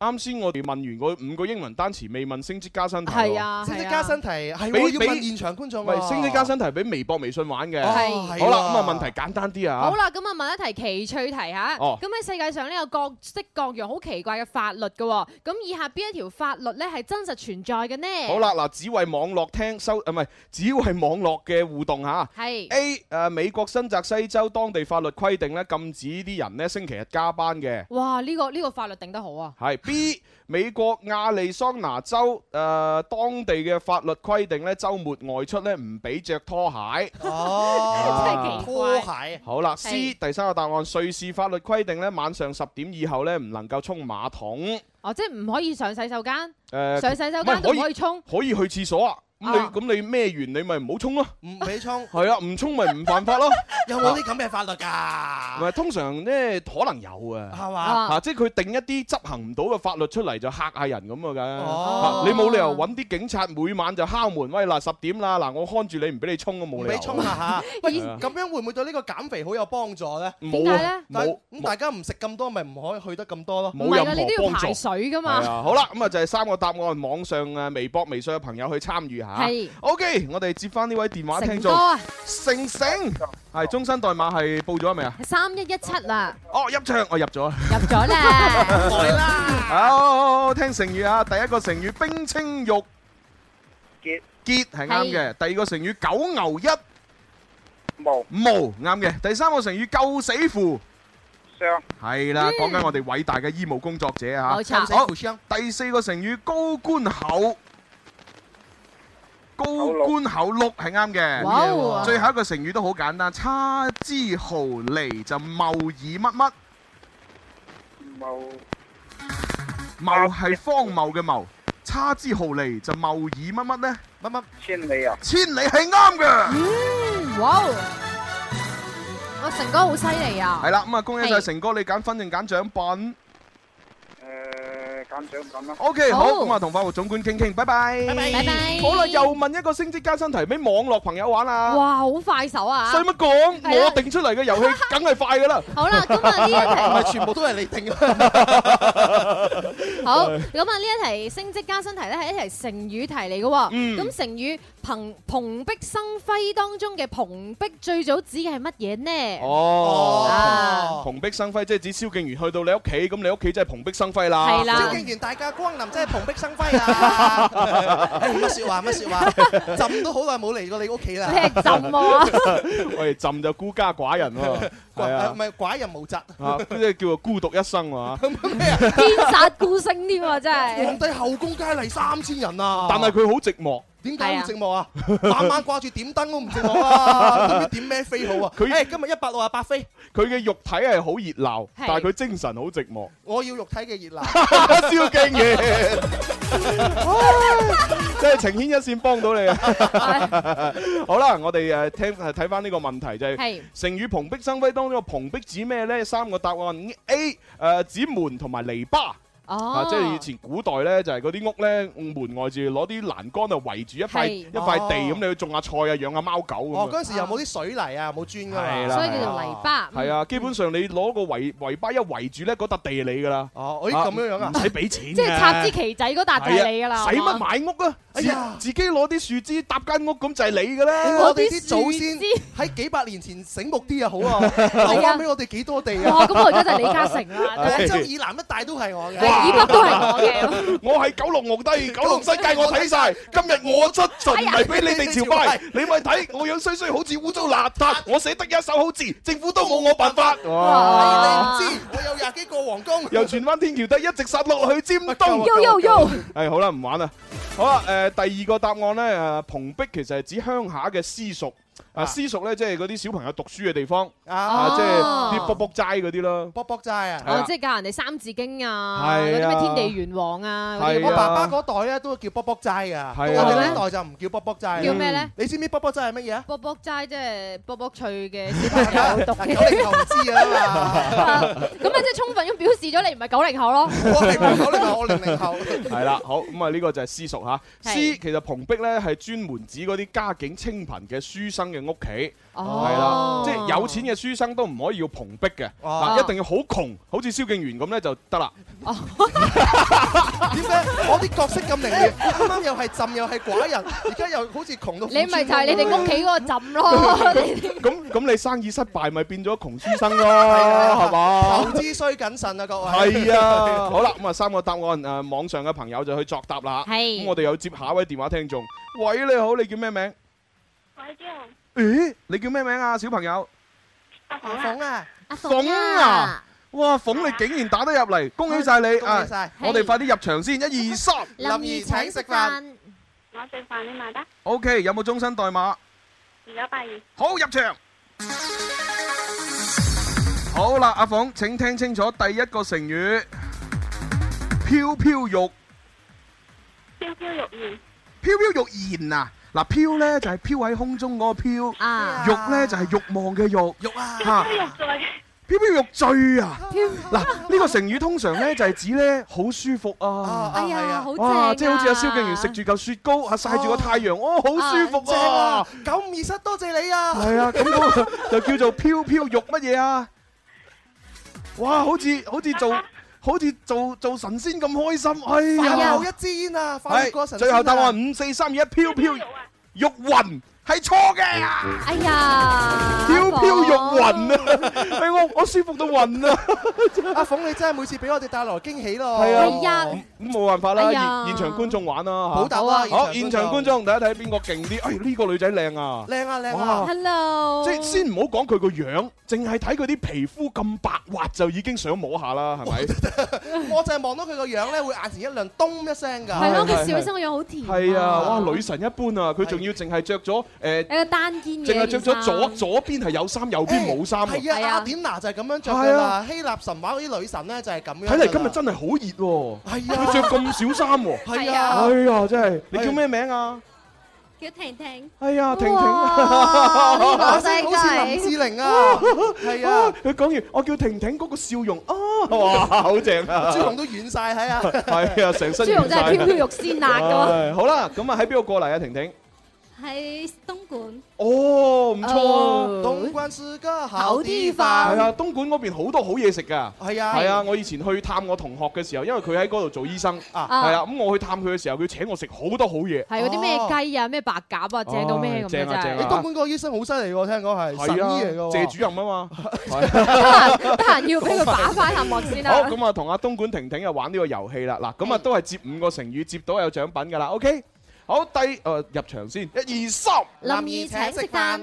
Speaker 6: 啱先我哋問完嗰五個英文單詞，未問升職加薪題喎。
Speaker 9: 係啊，
Speaker 7: 升
Speaker 9: 係
Speaker 7: 職
Speaker 9: 啊
Speaker 7: 加薪題係
Speaker 6: 俾
Speaker 7: 我要問
Speaker 6: 俾
Speaker 7: 現場觀眾啊
Speaker 6: 喂，
Speaker 7: 喎。
Speaker 6: 升職加薪題俾微博、微信玩嘅。
Speaker 7: 哦
Speaker 9: 係
Speaker 7: 係
Speaker 6: 好啦，
Speaker 7: 喎
Speaker 6: 咁啊問題簡單啲啊
Speaker 9: 好。啦，咁啊問一題奇趣題嚇。
Speaker 6: 哦
Speaker 9: 咁喺世界上呢，有各式各樣好奇怪嘅法律嘅喎。咁以下邊一條法律咧係真實存在嘅呢？
Speaker 6: 好，啦，嗱，只為網絡聽收，啊唔係，只為網絡嘅互動嚇。
Speaker 9: 係
Speaker 6: A 誒美國新澤西州當地法律規定咧，禁止啲人咧星期日加班嘅。
Speaker 9: 哇！呢個呢個法律定得好啊。
Speaker 6: 係 B 美國亞利桑那州誒、呃、當地嘅法律規定咧，週末外出咧唔俾着拖鞋。啊
Speaker 7: 哦，
Speaker 9: 真係奇怪
Speaker 7: 拖鞋
Speaker 6: 好啦，C 第三個答案，瑞士法律規定咧，晚上十點以後咧唔能夠沖馬桶。誒、
Speaker 9: 哦，即係唔可以上洗手間，
Speaker 6: 呃，
Speaker 9: 上洗手
Speaker 6: 唔係
Speaker 9: 間都
Speaker 6: 可
Speaker 9: 唔
Speaker 6: 以
Speaker 9: 可以沖。
Speaker 6: 可以去廁所啊，咁你咁你咩完你咪唔好衝咯，
Speaker 7: 唔俾衝，
Speaker 6: 係啊，唔衝咪唔犯法咯。
Speaker 7: (laughs) 有冇啲咁嘅法律㗎？
Speaker 6: 唔係通常咧，可能有啊，
Speaker 7: 係嘛
Speaker 6: 嚇，即係佢定一啲執行唔到嘅法律出嚟，就嚇下人咁啊
Speaker 7: 哦
Speaker 6: 㗎。嚇你冇理由揾啲警察每晚就敲門，喂嗱十點啦，嗱我看住你唔俾你衝啊，冇理由。
Speaker 7: 俾衝下
Speaker 9: (laughs)
Speaker 7: 嚇，喂，
Speaker 6: 係啊
Speaker 7: 咁樣會唔會對呢個減肥好有幫助咧？
Speaker 6: 冇啊點解咧
Speaker 7: 但
Speaker 6: 冇
Speaker 7: 咁大家唔食咁多，咪唔可以去得咁多咯。
Speaker 6: 冇任何幫助。
Speaker 9: 㗎嘛
Speaker 6: 係啊，好啦，咁啊就係三個答案，網上啊、微博、微信嘅朋友去參與下。
Speaker 9: 係
Speaker 6: OK，我哋接翻呢位電話聽眾
Speaker 9: 成哥啊，
Speaker 6: 成成係終身代碼係報咗未啊？
Speaker 9: 三一一七啦，
Speaker 6: 哦，入場，我入咗。
Speaker 9: 入咗啦，
Speaker 6: 來啦！好好，好聽成語啊！第一個成語冰清玉
Speaker 11: 潔
Speaker 6: 潔係啱嘅，第二個成語九牛一
Speaker 11: 毛
Speaker 6: 毛啱嘅，第三個成語救死扶。
Speaker 11: 傷
Speaker 6: 係啦，講緊我哋偉大嘅醫務工作者啊！
Speaker 11: 冇錯
Speaker 6: 好，第四個成語高官厚，高官厚祿係啱
Speaker 5: 哇
Speaker 6: 嘅。
Speaker 5: 哦
Speaker 6: 最後一個成語都好簡單，差之毫釐就謬以乜乜，
Speaker 11: 冇
Speaker 6: 謬係荒謬嘅謬，差之毫釐就謬以乜乜呢？
Speaker 7: 乜乜
Speaker 11: 千里啊！
Speaker 6: 千里係啱嘅。
Speaker 9: 嗯，哇哦！我哦成哥好犀利啊！
Speaker 6: 係啦，咁啊，恭喜晒
Speaker 9: 係
Speaker 6: 成哥，你揀分定揀獎品
Speaker 11: 誒減獎品啦。
Speaker 6: ？OK，好，咁啊，同法務總管傾傾，拜拜。拜
Speaker 9: 拜拜
Speaker 6: 好啦，又問一個升職加薪題俾網絡朋友玩啊！
Speaker 9: 哇，好快手啊！
Speaker 6: 使乜講？
Speaker 9: 係啊
Speaker 6: 我定出嚟嘅遊
Speaker 9: (laughs)
Speaker 6: 戲梗係快噶啦。
Speaker 9: 好啦咁啊呢一題
Speaker 6: (laughs)
Speaker 9: 唔係全部
Speaker 7: 都係你
Speaker 9: (laughs)
Speaker 7: 定
Speaker 9: 好，咁啊呢一題升職加薪題咧係一題成語題嚟嘅喎。
Speaker 7: 嗯
Speaker 9: 咁成語蓬蓬荜生輝當中嘅蓬荜最早指嘅係乜嘢呢？
Speaker 6: 哦
Speaker 9: 啊，
Speaker 6: 蓬荜生輝，即係指蕭敬元去到你屋企，咁你屋企真係蓬荜生輝啦。
Speaker 7: 係蕭敬元大駕光臨，真係蓬荜生輝啊！
Speaker 6: (laughs)
Speaker 7: 唉乜説話乜説話，朕都好耐冇嚟過你屋企啦。
Speaker 9: 你係朕
Speaker 7: (laughs)
Speaker 9: 喎，
Speaker 6: (laughs) 喂，朕就孤家寡人喎，係
Speaker 7: 誒唔
Speaker 6: 啊，
Speaker 7: 係啊寡人無責，
Speaker 6: 啊，即係叫做孤獨一生
Speaker 7: (laughs)
Speaker 6: 啊喎。
Speaker 9: 天煞孤星添啊！真係
Speaker 7: 皇帝後宮佳麗三千人啊！
Speaker 6: 但係佢好寂寞，
Speaker 7: 點解咁寂寞啊？晚晚掛住點燈都唔寂
Speaker 6: (laughs)
Speaker 7: 寞啊！都唔知點咩飛好啊！
Speaker 6: 佢
Speaker 7: 誒今日一百六啊八飛，
Speaker 6: 佢嘅肉體係好熱鬧，但係佢精神好寂寞。 (laughs)
Speaker 7: 我要肉體嘅熱鬧。
Speaker 6: 蕭敬元，即係情牽一線幫到你
Speaker 9: (laughs)
Speaker 6: 啊！好啦，我哋誒聽睇翻呢個問題就係
Speaker 5: 係
Speaker 6: 成語蓬荜生輝當中個蓬荜指咩呢？三個答案 A 誒指門同埋籬笆。啊！即係以前古代咧，就係嗰啲屋咧，門外住攞啲欄杆啊圍住一塊
Speaker 7: 係
Speaker 6: 一塊地，
Speaker 7: 哦
Speaker 6: 咁你去種下菜啊，養下貓狗咁啊。
Speaker 7: 哦，嗰陣時又冇啲水泥啊，冇磚㗎
Speaker 6: 係
Speaker 7: 嘛，
Speaker 6: 啦所以叫做
Speaker 9: 泥巴
Speaker 6: 係啊，基本上你攞個圍圍巴一圍住咧，嗰笪地係你㗎啦。
Speaker 7: 哦，咦咁樣樣啊
Speaker 6: 唔使俾錢㗎。
Speaker 9: 即係插支旗仔嗰笪就係你㗎啦，
Speaker 6: 係啊使乜
Speaker 9: 係嘛
Speaker 6: 買屋啊？
Speaker 7: 哎呀
Speaker 6: 自自己攞啲樹枝搭間屋咁就係你㗎啦。
Speaker 7: 哎我哋啲祖先喺幾百年前醒目啲啊，好啊，留翻俾我哋幾多地啊！
Speaker 6: 哇咁我而家就係李嘉誠
Speaker 7: (laughs)
Speaker 6: 啦
Speaker 7: 廣州以南一帶都係我嘅，
Speaker 6: 哇
Speaker 7: 以
Speaker 6: 以北都係我嘅。我係九龍皇帝，九龍世界我睇晒。今日我出巡嚟俾你哋朝
Speaker 7: 哎
Speaker 6: 拜
Speaker 7: 呀，
Speaker 6: 你咪睇我樣衰衰，好似污糟邋遢，我寫得一手好字，政府都冇我辦法。
Speaker 7: 哇你唔知我有廿幾個皇宮。
Speaker 6: 由荃灣天橋底一直殺落去尖東。
Speaker 7: 夠啊夠啊夠啊
Speaker 6: 係好啦，唔玩啦。好啦，誒、呃第二個答案咧，誒蓬荜其實係指鄉下嘅私塾。啊，私塾咧，即係嗰啲小朋友讀書嘅地方，啊，即係啲卜卜齋嗰啲咯。
Speaker 7: 卜卜齋啊
Speaker 6: 係啊
Speaker 9: 哦，即係教人哋三字經啊，嗰
Speaker 6: 係啊
Speaker 9: 啲咩天地元王啊，嗰啲
Speaker 6: 係啊
Speaker 7: 我爸爸嗰代咧都叫卜卜齋啊，我
Speaker 6: 係啊
Speaker 7: 哋呢代就唔叫卜卜齋啊。
Speaker 9: 叫咩咧？
Speaker 7: 你知唔知卜卜齋係乜嘢啊？
Speaker 9: 卜卜齋即係卜卜脆嘅小
Speaker 7: (laughs)
Speaker 9: 朋友讀嘅，
Speaker 7: 九零後唔知啊嘛，
Speaker 9: 咁啊即係充分咁表示咗你唔係九零後
Speaker 7: (laughs)
Speaker 9: 咯。
Speaker 7: 九零後我零零後。
Speaker 6: 係啦，好咁啊，呢個就係私塾嚇。私其實蓬荜咧係專門指嗰啲家境清貧嘅書生嘅屋企，係啦
Speaker 5: 哦，
Speaker 6: 即係有錢嘅書生都唔可以要蓬荜嘅，
Speaker 5: 哦
Speaker 6: 嗱一定要好窮，好似蕭敬元咁咧就得啦。
Speaker 7: 點解我啲角色咁靈活？啱啱又係朕又係寡人，而家又好似窮到
Speaker 9: 你咪就係你哋屋企嗰個浸
Speaker 7: (laughs)
Speaker 9: 咯。
Speaker 6: 咁咁你生意失敗咪變咗窮書
Speaker 7: (laughs)
Speaker 6: 生咯，
Speaker 7: 啊
Speaker 6: 係嘛？
Speaker 7: 投資需謹慎啊，各位。
Speaker 6: 係啊，好啦，咁啊三個答案，誒網上嘅朋友就去作答啦。
Speaker 7: 係
Speaker 6: 咁我哋又接下一位電話聽眾。喂，你好，你叫咩名？
Speaker 13: 喂，朱紅，
Speaker 6: 咦，你叫咩名啊，小朋友？
Speaker 13: 阿
Speaker 7: 阿鳳啊，
Speaker 13: 阿
Speaker 6: 鳳啊！哇，鳳你竟然打得入嚟，恭喜晒你！
Speaker 7: 恭喜
Speaker 6: 啊
Speaker 7: 晒
Speaker 6: 我哋快啲入場先，一二三，
Speaker 13: 兒請食飯，我食飯你埋單，
Speaker 6: O K，有冇終身代碼？
Speaker 13: 二九八二，
Speaker 6: 好，入場。好啦，阿鳳，請聽清楚第一個成語：飄飄欲
Speaker 13: 飄飄欲
Speaker 6: 飄飄欲言啊！嗱，飄咧就係飄喺空中嗰個飄，
Speaker 9: 啊
Speaker 6: 欲咧就係欲望嘅欲，欲啊嚇。
Speaker 13: 醉，
Speaker 6: 飄飄欲醉啊！嗱，呢個成語通常咧就係指咧好舒服啊，
Speaker 9: 哎呀，好正
Speaker 6: 哇！
Speaker 9: 啊！
Speaker 6: 即係好似阿蕭敬元食住嚿雪糕，啊曬住個太陽，哦，好舒服啊！
Speaker 7: 九五二室多謝你啊！
Speaker 6: 係
Speaker 7: (laughs)
Speaker 6: 啊，咁嗰個就叫做飄飄欲乜嘢啊？哇！好似好似
Speaker 11: (laughs)
Speaker 6: 做好似做做神仙咁開心，哎
Speaker 7: 最
Speaker 2: à.
Speaker 6: 呀！
Speaker 7: 後一支煙啊，快越過
Speaker 6: 係
Speaker 7: 神仙
Speaker 6: 最
Speaker 7: 啊
Speaker 6: 後答案五四三二一，飄飄
Speaker 11: 哎
Speaker 6: 欲
Speaker 11: 啊
Speaker 6: 雲係錯嘅，
Speaker 9: 哎呀，
Speaker 6: 飄飄欲雲啊！哎我我舒服到暈啊！
Speaker 7: 阿鳳你真係每次俾我哋帶來驚喜咯。
Speaker 6: 係啊係啊咁咁冇辦法
Speaker 7: 哎
Speaker 6: 啦，
Speaker 7: 呀
Speaker 6: 現現場觀眾玩啦嚇
Speaker 7: 好鬥啊
Speaker 6: 好，
Speaker 7: 現
Speaker 6: 現
Speaker 7: 場
Speaker 6: 場
Speaker 7: 觀
Speaker 6: 觀眾睇一睇邊個勁啲。哎，呢個女仔靚啊！
Speaker 7: 靚啊靚
Speaker 6: 哇
Speaker 7: 啊
Speaker 9: ，Hello，
Speaker 6: 即係先唔好講佢個樣，淨係睇佢啲皮膚咁白滑就已經想摸下啦，係咪？
Speaker 7: 我就係望到佢個樣咧，會眼前一亮，咚一聲㗎。
Speaker 6: 係咯佢笑起身
Speaker 9: 個樣好甜
Speaker 6: 係啊，哇！女神一般啊，佢仲要淨係着咗誒，
Speaker 9: 有個單肩嘅
Speaker 6: 淨係着咗左
Speaker 9: 件衫
Speaker 6: 左邊係有衫，右邊冇衫喎。
Speaker 7: 係啊，阿典娜就係咁樣着
Speaker 6: 係
Speaker 7: 㗎啦
Speaker 6: 啊。
Speaker 7: 希臘神話嗰啲女神咧就係咁樣㗎啦。
Speaker 6: 睇嚟今日真係好熱喎，
Speaker 7: 係啊
Speaker 6: 佢着咁少衫
Speaker 9: (laughs)
Speaker 6: 喎，
Speaker 7: 係啊
Speaker 6: 哎呀真係，你叫咩名啊？
Speaker 13: 叫婷婷，
Speaker 6: 哎
Speaker 2: à,
Speaker 6: 呀，
Speaker 2: (laughs)
Speaker 6: 婷婷，
Speaker 13: 哇呢個真係
Speaker 7: 好似林志玲啊，
Speaker 2: à?
Speaker 7: 係啊，
Speaker 6: 佢講完我叫婷婷嗰個笑容啊， (laughs) 哇，好正啊！
Speaker 7: 朱紅都軟晒睇啊。
Speaker 6: 係啊，成身
Speaker 9: 朱紅真係
Speaker 6: 軟晒
Speaker 9: 飄飄欲仙啊辣㗎喎
Speaker 6: 唉好啦，咁啊喺邊度過嚟啊，婷婷？
Speaker 13: 喺東莞，
Speaker 6: 哦，唔錯啊，
Speaker 7: 東莞是個好
Speaker 13: 好
Speaker 7: 地
Speaker 13: 地
Speaker 7: 方。
Speaker 13: 方
Speaker 6: 係啊，東莞嗰邊好多好嘢食㗎。
Speaker 7: 係啊
Speaker 6: 係啊，我以前去探我同學嘅時候，因為佢喺嗰度做醫生，係
Speaker 7: 啊
Speaker 6: 啊，咁我去探佢嘅時候，佢請我食好多好嘢。
Speaker 9: 係嗰啲咩雞啊、咩白鴿啊，正到咩咁嘅
Speaker 6: 正啊
Speaker 9: 真
Speaker 6: 正
Speaker 7: 你
Speaker 6: 啊
Speaker 9: 係。
Speaker 7: 東莞個醫哦生好犀利喎，聽講係神
Speaker 6: 係
Speaker 7: 醫嚟㗎
Speaker 6: 啊，
Speaker 7: 喎。
Speaker 6: 謝主任啊
Speaker 9: (laughs)
Speaker 6: 嘛。
Speaker 9: 得閒得閒要俾佢打翻下幕先
Speaker 6: 好，
Speaker 9: 啦。
Speaker 6: 咁啊，同阿東莞婷婷啊玩呢個遊戲啦。嗱，咁啊都係接五個成語，接到有獎品㗎啦。OK，好，第誒入場先，一二三。
Speaker 13: 林怡請食飯，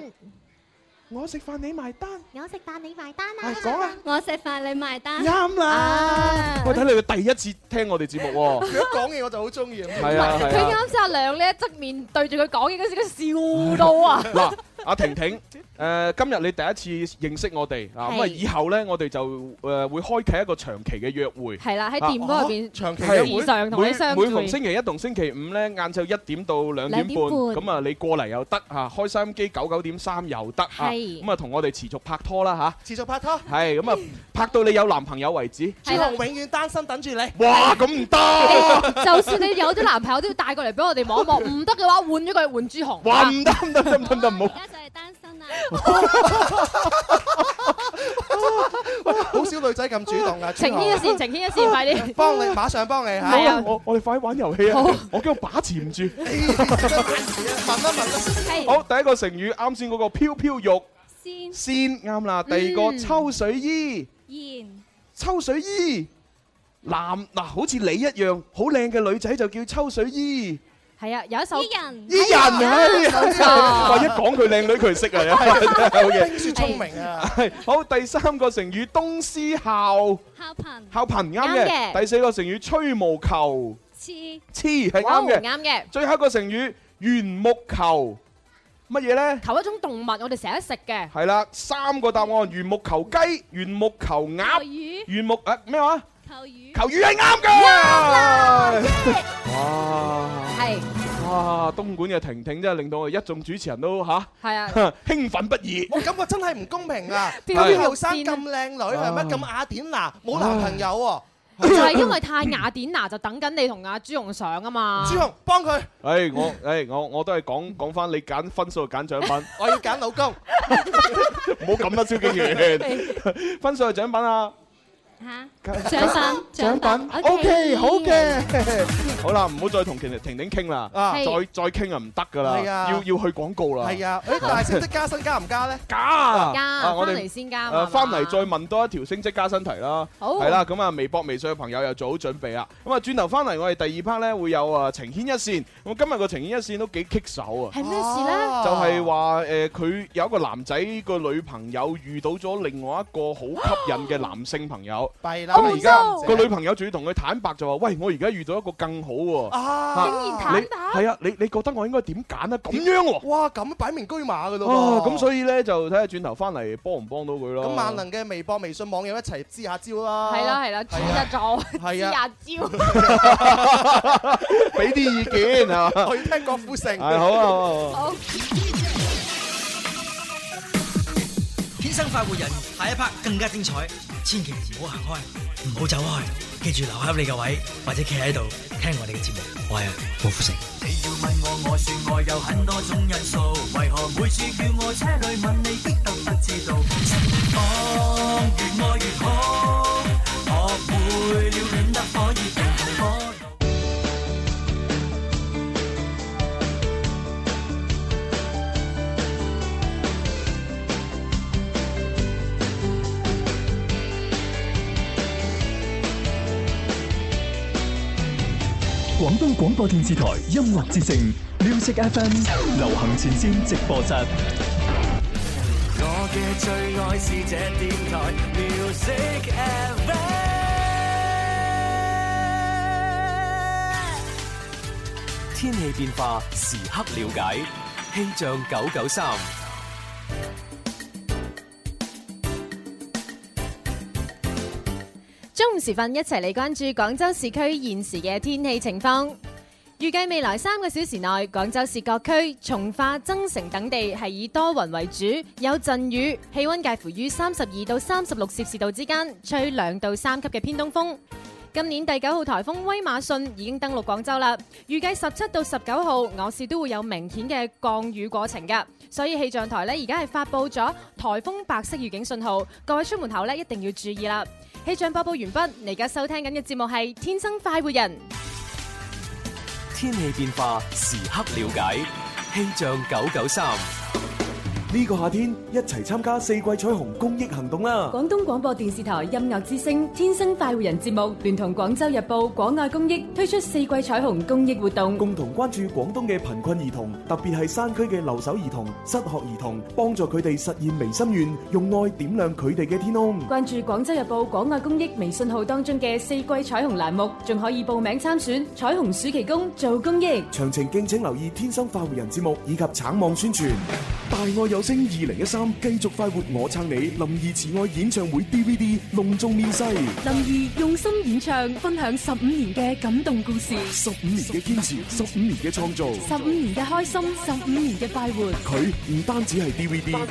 Speaker 6: 我食飯你埋單，
Speaker 13: 我食飯你埋單啦，
Speaker 6: 係講啊，
Speaker 13: 我食飯你埋單，
Speaker 6: 啱啦
Speaker 13: 啊
Speaker 6: 喂，睇你佢第一次聽我哋節目喎。
Speaker 7: 佢一講嘢我就好中意。
Speaker 6: 係啊
Speaker 9: 佢
Speaker 6: 係啊。
Speaker 9: 啱先阿亮咧側面對住佢講嘢嗰時，佢笑到
Speaker 7: (laughs)
Speaker 9: 啊！
Speaker 6: (laughs) 嗱，阿婷婷，誒今日你第一次認識我哋，嗱咁啊
Speaker 9: 係
Speaker 6: 以後咧我哋就誒會開啟一個長期嘅約會。
Speaker 9: 係啦喺店嗰入邊
Speaker 6: 啊長期
Speaker 9: 係
Speaker 6: 約會
Speaker 9: 時常同你
Speaker 6: 每
Speaker 9: 相
Speaker 6: 每
Speaker 9: 聚
Speaker 6: 逢星期一同星期五咧，晏晝一點到兩
Speaker 9: 兩
Speaker 6: 點半，
Speaker 9: 點半
Speaker 6: 咁啊你過嚟又得嚇，開收音機九九點三又得嚇，
Speaker 9: 係
Speaker 6: 咁啊同我哋持續拍拖啦
Speaker 7: 持續拍拖，
Speaker 6: 吓，係咁啊拍到你有男朋友為止。
Speaker 7: 朱紅永遠單身等住你。
Speaker 9: (laughs)
Speaker 6: 哇，咁唔得！
Speaker 9: 就算你有咗男朋友，都要帶過嚟俾我哋望一望。唔得嘅話，換咗佢換朱紅。
Speaker 6: 哇，唔得唔得唔得唔得唔得唔好。
Speaker 7: 好少女仔咁主動噶。
Speaker 9: (laughs) 情牽一線情牽一線快
Speaker 7: (laughs)
Speaker 9: 啲
Speaker 7: 幫
Speaker 9: (laughs)
Speaker 7: 你，馬上幫你嚇。
Speaker 6: 好啦，我我哋快啲玩遊戲啊！我驚我把持唔住。
Speaker 7: 問一問
Speaker 6: 好，第一個成語啱先嗰個飄飄欲
Speaker 13: 先
Speaker 6: 先啱啦，第二個
Speaker 13: 嗯
Speaker 6: 抽水衣，
Speaker 13: 言
Speaker 6: 抽水衣。男嗱，好似你一樣，好靚嘅女仔就叫抽水衣。
Speaker 9: 係啊，有一首《
Speaker 13: 人
Speaker 6: 伊人
Speaker 9: 冇錯
Speaker 6: 啊！ (laughs) 哇，一講佢靚女，佢就識啊！好 (laughs) 嘢，
Speaker 7: 冰雪聰明啊！
Speaker 6: 係好，第三個成語東施效
Speaker 13: 孝貧
Speaker 6: 效貧啱
Speaker 13: 啱
Speaker 6: 嘅。
Speaker 13: 嘅
Speaker 6: 第四個成語吹毛求
Speaker 13: 痴
Speaker 6: 疵係
Speaker 9: 哇
Speaker 6: 啱嘅。
Speaker 9: 啱嘅。
Speaker 6: 最後一個成語緣木求乜嘢呢？
Speaker 9: 求一種動物，我哋成日食嘅。
Speaker 6: 係啦，三個答案：緣木求雞、緣木求
Speaker 13: 求
Speaker 6: 鴨、
Speaker 13: 魚
Speaker 6: 緣木啊咩話？
Speaker 13: 求魚
Speaker 6: 求魚係啱嘅。哇！
Speaker 9: 係
Speaker 6: 哇！東莞嘅婷婷真係令到我哋一眾主持人都嚇
Speaker 9: 係啊，
Speaker 6: (laughs) 興奮不已。
Speaker 7: 我感覺真係唔公平啊！
Speaker 9: 飄
Speaker 7: 咁
Speaker 9: 飄
Speaker 7: 後生
Speaker 9: 欲仙
Speaker 7: 咁靚女係咪
Speaker 6: 啊
Speaker 7: 咁雅典娜冇男朋友喎？
Speaker 9: 就係因為太雅典娜就等緊你同阿朱紅上啊嘛。
Speaker 7: 朱紅幫佢，
Speaker 6: 誒我誒我我都係講講翻你揀分數揀獎品， (laughs)
Speaker 7: 我要揀老公。
Speaker 6: 唔好咁啦，蕭敬元。分數係獎品啊！
Speaker 13: 嚇
Speaker 6: 獎
Speaker 13: 獎
Speaker 6: 品獎
Speaker 13: 品
Speaker 6: 品
Speaker 13: 品
Speaker 6: OK 好嘅，好啦，唔好再同婷婷婷傾啦，
Speaker 7: 啊
Speaker 6: 再
Speaker 7: 係
Speaker 6: 再傾啊唔得噶啦，
Speaker 7: 係啊
Speaker 6: 要要去廣告啦，
Speaker 7: 係啊，誒，但係 (laughs) 識得加薪加唔加咧？
Speaker 6: 假啊
Speaker 9: 加
Speaker 6: 啊我哋
Speaker 9: 返嚟先加
Speaker 6: 誒
Speaker 9: 嘛係嘛
Speaker 6: 翻嚟再問多一條升職加薪題啦，
Speaker 9: 好
Speaker 6: 係啦，咁啊微博微信嘅朋友又做好準備啦，咁啊轉頭翻嚟我哋第二 part 咧會有啊情牽一線，咁今日個情牽一線都幾棘手啊。
Speaker 9: 係咩事咧？
Speaker 6: 就係話呃誒，佢、有一個男仔個女朋友遇到咗另外一個好吸引嘅男性朋友，友。
Speaker 7: 弊啦
Speaker 6: 咁而
Speaker 7: 好
Speaker 6: 家
Speaker 7: 心
Speaker 6: 個
Speaker 7: 姐
Speaker 6: 女朋友仲要同佢坦白就話：，喂，我而家遇到一個更好喎。
Speaker 7: 啊竟然坦白
Speaker 6: 白。係啊，你你覺得我應該點揀啊？咁樣喎。
Speaker 7: 哇，咁擺明居馬噶
Speaker 6: 哦
Speaker 7: 咯，
Speaker 6: 咁所以咧就睇下轉頭翻嚟幫唔幫到佢咯。
Speaker 7: 咁萬
Speaker 6: (laughs)
Speaker 7: 能嘅微博、微信網友一齊支下招啦。
Speaker 9: 係啦係啦，
Speaker 7: 係
Speaker 9: 煮
Speaker 7: 啊
Speaker 9: 一做，
Speaker 7: 係
Speaker 9: (laughs) 支
Speaker 7: 啊
Speaker 9: 下招。
Speaker 6: 俾啲意見係嘛？
Speaker 7: 我要 (laughs) 聽郭富城。
Speaker 6: 係好啊好啊好啊
Speaker 9: 好。
Speaker 14: 天生快活人，下一 part 更加精彩，千祈唔好行開，唔好走開，記住留喺你嘅位，或者企喺度聽我哋嘅節目。我係郭富城。
Speaker 5: 你要問我，我說我有很多種因素，為何每次叫我車裏問你，必得不知道？真我越愛越好，學會了戀得可以更好。
Speaker 1: 廣東廣播電視台音樂之聲 Music FM 流行前線直播室。
Speaker 5: 我嘅最愛是這電台 Music FM。
Speaker 15: 天氣變化時刻了解，氣象九九三。
Speaker 9: 中午時分，一齊嚟關注廣州市區現時嘅天氣情況。預計未來三個小時內，廣州市各區、從化、增城等地係以多雲為主，有陣雨，氣温介乎於三十二到三十六攝氏度之間，吹兩到三級嘅偏東風。今年第九號颱風威馬遜已經登陸廣州啦，預計十七到十九號我市都會有明顯嘅降雨過程㗎，所以氣象台呢，而家係發布咗颱風白色預警信號，各位出門口呢，一定要注意啦。氣象播報完畢，你而家收聽緊嘅節目係《天生快活人》。
Speaker 15: 天氣變化時刻了解，氣象九九三。
Speaker 2: 呢個夏天一齊參加四季彩虹公益行動啦！
Speaker 3: 廣東廣播電視台音樂之聲《天生快活人》節目聯同廣州日報廣愛公益推出四季彩虹公益活動，
Speaker 2: 共同關注廣東嘅貧困兒童，特別係山區嘅留守兒童、失學兒童，幫助佢哋實現微心願，用愛點亮佢哋嘅天空。
Speaker 3: 關注廣州日報廣愛公益微信號當中嘅四季彩虹欄目，仲可以報名參選彩虹暑期工做公益。
Speaker 2: 詳情敬請留意《天生快活人》節目以及橙網宣傳。大愛有聲二零一三繼續快活我撐你林怡慈愛演唱會 DVD 隆重面世，
Speaker 16: 林兒用心演唱，分享十五年嘅感動故事，
Speaker 2: 十五年嘅堅持，十五年嘅創造。
Speaker 16: 十五年嘅開心，十五年嘅快活。
Speaker 2: 佢唔單止係 DVD，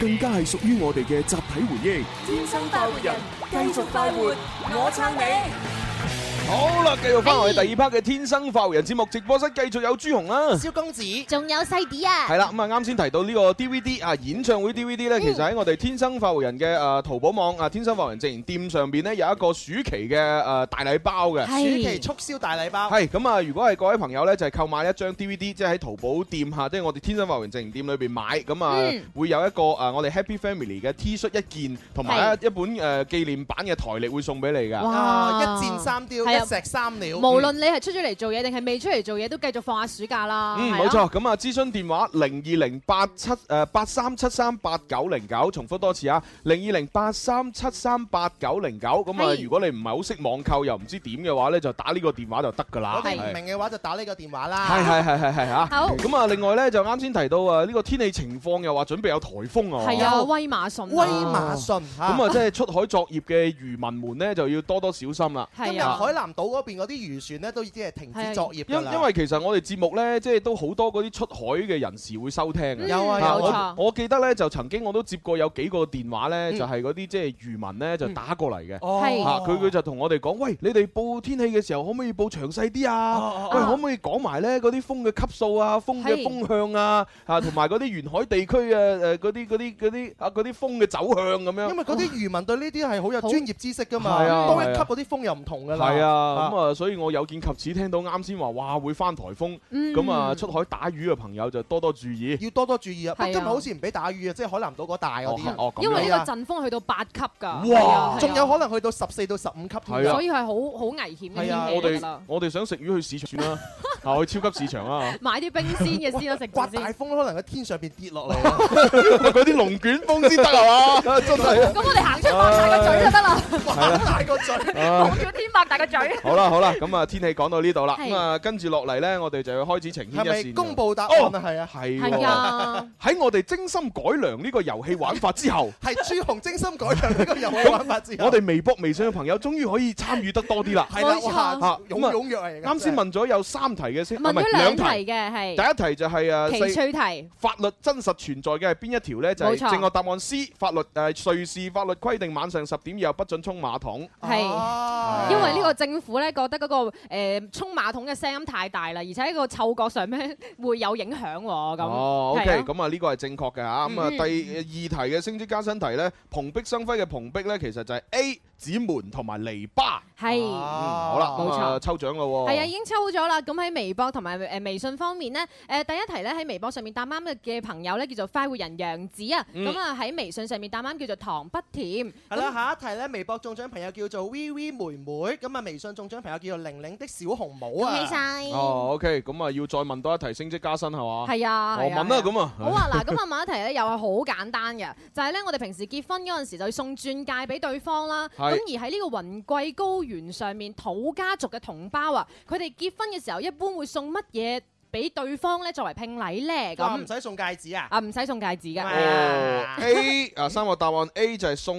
Speaker 2: 更加係屬於我哋嘅集體回憶。
Speaker 16: 天生快活人，繼續快活，我撐你。
Speaker 6: 好啦，繼續翻我哋第二 part 嘅《天生快活人》節目直播室，繼續有朱紅啦。
Speaker 7: 蕭公子，
Speaker 9: 仲有細啲啊！
Speaker 6: 嗯係啦，咁啊啱先提到呢個 DVD 啊，演唱會
Speaker 7: 嗯
Speaker 6: DVD 咧，其實喺我哋天生快活人嘅誒淘寶網啊，天生快活人直營店上邊咧有一個暑期嘅誒大禮包嘅。
Speaker 7: 暑期促銷大禮包。
Speaker 6: 係咁啊！如果係各位朋友咧，就係購買一張 DVD，即係喺淘寶店嚇，即係我哋天生發榮直營店裏邊買，咁啊
Speaker 7: 嗯
Speaker 6: 會有一個誒我哋 Happy Family 嘅 T 恤一件，同埋一一本誒紀念版嘅台歷會送俾你㗎。
Speaker 7: 啊一箭三雕，
Speaker 9: 係啊
Speaker 7: 一石三鳥。
Speaker 9: 無論你係出咗嚟做嘢定係未出嚟做嘢，都繼續放下暑假啦。
Speaker 6: 嗯，
Speaker 9: 係
Speaker 6: 冇
Speaker 9: 啊
Speaker 6: 錯。。咁啊，諮詢電話零二零八七誒八三七三八九零九，重複多次啊，零二零八三七三八九零九。咁啊，
Speaker 7: 係
Speaker 6: 如果你唔係好識網購又唔知點嘅話咧，就打呢個電話就得㗎啦。
Speaker 7: 我哋
Speaker 6: 係
Speaker 7: 唔明嘅話就打呢個電話啦。
Speaker 6: 係係係係係嚇。
Speaker 9: 好
Speaker 6: 咁啊，另外咧就啱先提到啊，呢個天氣情況又話準備有颱風啊。
Speaker 9: 係啊，。威馬遜啊。
Speaker 7: 威馬遜嚇
Speaker 6: 咁啊，即係出海作業嘅漁民們咧，就要多多小心啦。
Speaker 9: 啊
Speaker 7: 今日海南島嗰邊嗰啲漁船咧都已經係停止作業
Speaker 6: 因
Speaker 7: 㗎
Speaker 9: 啊
Speaker 7: 啦。
Speaker 6: 因為其實我哋節目呢，即係都好多嗰啲出海嘅人士會收聽嘅。
Speaker 7: 嗯有啊有
Speaker 6: 我
Speaker 7: 錯
Speaker 6: 我記得呢，就曾經我都接過有幾個電話呢，
Speaker 7: 嗯
Speaker 6: 就係嗰啲即係漁民呢，就打過嚟嘅。
Speaker 7: 哦係
Speaker 6: 啊佢佢就同我哋講：喂，你哋報天氣嘅時候可唔可以報詳細啲
Speaker 7: 哦
Speaker 6: 啊？喂，可唔可以講埋呢嗰啲風嘅級數啊、風嘅
Speaker 7: 係
Speaker 6: 風向啊、啊同埋嗰啲沿海地區啊、誒嗰啲嗰啲嗰啲啊嗰啲風嘅走向咁樣。
Speaker 7: 因為嗰啲漁民對呢啲係好有專業知識㗎嘛，
Speaker 6: 呃係啊
Speaker 7: 多一
Speaker 6: 係啊
Speaker 7: 級嗰啲風又唔同㗎啦。
Speaker 6: 係啊，咁啊，所以我有見及此，聽到啱先話，哇，會翻颱風，
Speaker 7: 嗯
Speaker 6: 咁啊，出海打魚嘅朋友就多多注意，
Speaker 7: 要多多注意啊！不過
Speaker 9: 係啊
Speaker 7: 今日好似唔俾打魚啊，即係海南島嗰帶嗰啲人
Speaker 6: 哦哦咁樣
Speaker 9: 因為呢個陣風去到八級㗎。
Speaker 6: 哇
Speaker 9: 係啊
Speaker 7: 仲有可能去到十四到十五級添
Speaker 6: 係啊
Speaker 9: 所以係好好危險嘅天
Speaker 6: 係啊，
Speaker 9: 氣
Speaker 6: 我
Speaker 9: 嚟㗎
Speaker 6: 哋
Speaker 9: 啦。
Speaker 6: 我哋想食魚去市場啦，啊，去超級市場啊，
Speaker 9: 買啲冰鮮嘅先啦，食
Speaker 7: 刮
Speaker 9: 住
Speaker 7: 大
Speaker 9: 先。
Speaker 7: 風
Speaker 9: (laughs)
Speaker 7: 可能喺天上邊跌落嚟。啊
Speaker 6: 嗰啲龍捲風先得係嘛，真係。
Speaker 9: 咁我哋行出
Speaker 17: 擘大個嘴就得啦。
Speaker 6: 係啦。
Speaker 17: 望住個天擘大個嘴。
Speaker 6: 好啦好啦，咁啊天氣講到呢度啦，
Speaker 17: 係
Speaker 6: 咁啊跟住落嚟咧，我哋就要開始呈現一線
Speaker 7: 係咪
Speaker 6: 㗎。
Speaker 7: 公佈答案啊？係啊，
Speaker 6: 係
Speaker 9: 啊
Speaker 6: 喎喺我哋精心改良呢個遊戲玩法之後，
Speaker 7: 係朱紅精心改良呢個遊戲玩法之後
Speaker 6: 我，哋微博、微信嘅朋友終於可以參與得多啲 (laughs) 啦。
Speaker 7: 係啦冇錯哇
Speaker 6: 嚇
Speaker 7: 踴
Speaker 6: 咁啊
Speaker 7: 踴躍啊而家
Speaker 6: 啱先問咗有三題嘅先，
Speaker 9: 問
Speaker 6: 啊唔係
Speaker 9: 咗兩題嘅係
Speaker 6: 第一題就係啊，
Speaker 9: 奇趣
Speaker 6: 四
Speaker 9: 題。
Speaker 6: 法律真實存在嘅係邊一條呢？就係
Speaker 9: 冇錯
Speaker 6: 正確答案 C。法律誒，瑞士法律規定晚上十點以後不准沖馬桶。啊
Speaker 9: 係，啊
Speaker 7: 啊
Speaker 9: 因為呢個政府咧覺得嗰、個誒沖馬桶嘅聲音太大啦，而且喺個嗅覺上面會有影響喎。咁
Speaker 6: 哦
Speaker 9: 係
Speaker 6: ，OK，
Speaker 9: 啊
Speaker 6: 咁啊呢個係正確嘅嚇。咁啊
Speaker 9: 嗯
Speaker 6: 第二題嘅升職加薪題呢，蓬蓽生輝嘅蓬蓽呢，其實就係 A 指門同埋篱笆。
Speaker 9: 係
Speaker 6: 嗯好啦，咁啊抽獎咯喎。
Speaker 9: 係啊，已經抽咗啦。咁喺微博同埋誒微信方面呢，誒、呃第一題咧喺微博上面答啱嘅朋友咧叫做快活人楊子啊，
Speaker 7: 嗯
Speaker 9: 咁啊喺微信上面答啱叫做糖不甜。
Speaker 7: 係啦，下一題咧，微博中獎朋友叫做 V V 妹妹，咁啊微信中獎朋友叫做玲玲的小紅帽啊，
Speaker 9: 恭喜晒
Speaker 6: 哦，OK，咁啊要再問多一題升職加薪係嘛？
Speaker 9: 係啊
Speaker 6: 我
Speaker 9: 係啊
Speaker 6: 問啦咁啊。
Speaker 9: 好啊，嗱，咁啊問一題咧，又係好簡單嘅，就係咧，我哋平時結婚嗰陣時就要送鑽戒俾對方啦。咁
Speaker 6: 係
Speaker 9: 而喺呢個雲貴高原上面，土家族嘅同胞啊，佢哋結婚嘅時候一般會送乜嘢俾對方咧作為聘禮咧？
Speaker 7: 哇唔
Speaker 9: 咁
Speaker 7: 使送戒指啊，
Speaker 9: 啊，唔使送戒指㗎。
Speaker 6: 哦 A 啊，三個答案 A 就係送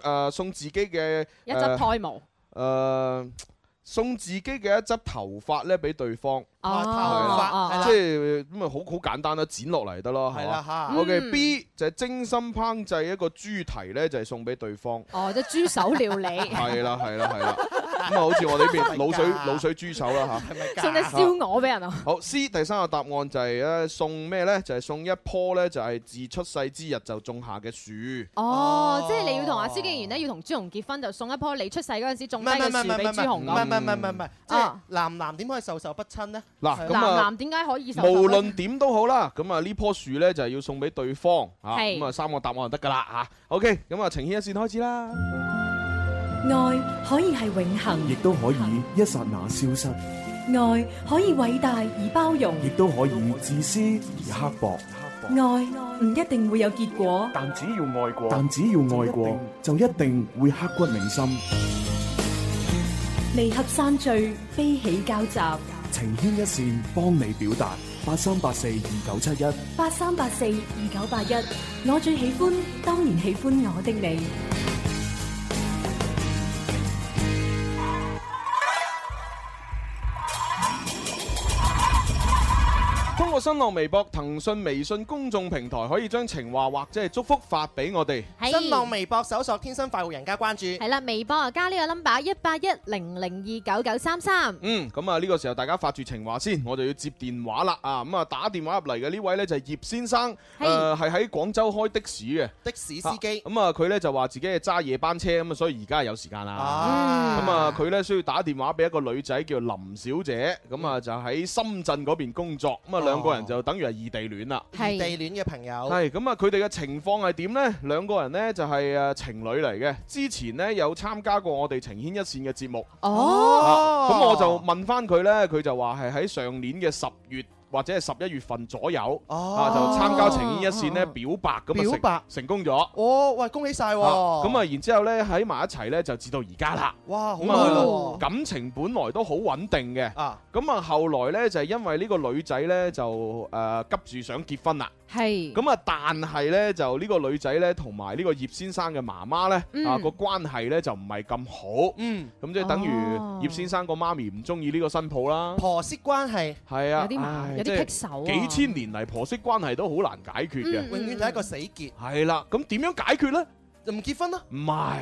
Speaker 6: 誒送自己嘅
Speaker 9: 一執胎毛。
Speaker 6: 誒送自己嘅一執頭髮咧俾對方。
Speaker 9: 哦頭
Speaker 7: 啊髮
Speaker 6: 係
Speaker 7: 係
Speaker 6: 啦
Speaker 7: 啦
Speaker 6: 即係咁啊，好好簡單啦，剪落嚟得咯，係
Speaker 7: 係啦
Speaker 6: 嘛
Speaker 7: 嚇
Speaker 6: ？OK
Speaker 7: 嗯
Speaker 6: B 就係精心烹製一個豬蹄咧，就係送俾
Speaker 9: (laughs)
Speaker 6: 對方。
Speaker 9: 哦，即係豬手料
Speaker 7: (laughs)
Speaker 9: 理，
Speaker 6: 係啦，係啦，係啦。咁啊，好似我呢邊滷水滷水豬手啦嚇。
Speaker 9: (laughs) 送隻燒鵝俾人啊！
Speaker 6: 好，C 第三個答案就係咧送咩咧？就係送一棵咧，就係自出世之日就種下嘅樹。
Speaker 9: 哦，即係你要同阿蕭敬元咧，要同朱紅結婚，就送一棵你出世嗰陣時
Speaker 7: 唔係唔係唔係唔係唔係唔係唔係
Speaker 9: 種低嘅樹俾朱紅咁。
Speaker 7: 唔係唔係，即係男男點可以授受不親呢？
Speaker 6: 嗱
Speaker 7: 係
Speaker 6: 咁
Speaker 9: 男
Speaker 6: 啊
Speaker 9: 男點解可以受受
Speaker 6: 無
Speaker 9: 咧
Speaker 6: 論點都好啦，咁啊呢棵樹咧就係要送俾對方啊，
Speaker 9: 係
Speaker 6: 咁啊三個答案就得㗎啦嚇。OK，咁啊呈牽一線開始啦。
Speaker 16: 愛可以係永恒，
Speaker 2: 亦都可以一剎那消失，
Speaker 16: 愛可以偉大而包容，
Speaker 2: 亦都可以自私而刻薄。
Speaker 16: 愛唔一定會有結果。
Speaker 2: 但只要愛過，但只要愛過，就一定會刻骨銘心。
Speaker 16: 離合山聚，悲喜交集。
Speaker 2: 情牽一線，幫你表達。八三八四二九七一。
Speaker 16: 八三八四二九八一，我最喜歡，當然喜歡我的你。
Speaker 6: 通過新浪微博、騰訊微信公眾平台，可以將情話或者係祝福發俾我哋。
Speaker 7: 新浪微博搜索天生快活人家關注
Speaker 9: 係。啦，微博啊加呢個 number 一八一零零二九九三三。
Speaker 6: 嗯，咁啊呢個時候大家發住情話先，我就要接電話啦啊！咁啊打電話入嚟嘅呢位呢，就係葉先生，
Speaker 7: 係
Speaker 6: 誒係喺廣州開的士嘅。
Speaker 7: 的士司機
Speaker 6: 啊咁啊，佢咧就話自己係揸夜班車，咁啊，所以而家係有時間啦。
Speaker 7: 啊
Speaker 6: 咁啊，佢咧需要打電話俾一個女仔叫林小姐，咁啊就喺深圳嗰邊工作，咁啊
Speaker 7: 嗯哦
Speaker 6: 兩個人就等於係異地戀啦。
Speaker 7: 異地戀嘅朋友，
Speaker 6: 係咁啊，佢哋嘅情況係點呢？兩個人呢就係誒情侶嚟嘅，之前呢有參加過我哋情牽一線嘅節目。
Speaker 9: 哦
Speaker 6: 啊咁我就問翻佢呢，佢就話係喺上年嘅十月。或者係十一月份左右，啊就參加情牽一線呢表白咁啊成
Speaker 7: 哦表白
Speaker 6: 成功咗。
Speaker 7: 哦，喂，恭喜晒喎！
Speaker 6: 啊咁啊，然之後咧喺埋一齊咧就至到而家啦。
Speaker 7: 哇，好
Speaker 6: 咁
Speaker 7: 耐
Speaker 6: 啊，
Speaker 7: 咯，
Speaker 6: 感情本來都好穩定嘅。
Speaker 7: 啊，
Speaker 6: 咁啊，後來咧就係因為呢個女仔咧就誒急住想結婚啦。
Speaker 9: 係
Speaker 6: 咁啊，但係咧就呢個女仔咧同埋呢個葉先生嘅媽媽咧
Speaker 9: 嗯
Speaker 6: 啊個關係咧就唔係咁好。
Speaker 7: 嗯，
Speaker 6: 咁即係等於
Speaker 7: 哦
Speaker 6: 葉先生個媽咪唔中意呢個新抱啦。
Speaker 7: 婆媳關係
Speaker 6: 係啊，
Speaker 7: 有啲麻
Speaker 6: 唉
Speaker 7: 有啲
Speaker 6: 即係
Speaker 7: 棘手啊嗯
Speaker 6: 幾千年嚟婆媳關係都好難解決嘅。
Speaker 7: 永遠就係一個死結，
Speaker 6: 係啦，咁點樣解決呢？
Speaker 7: 唔結婚啦。
Speaker 6: 唔係，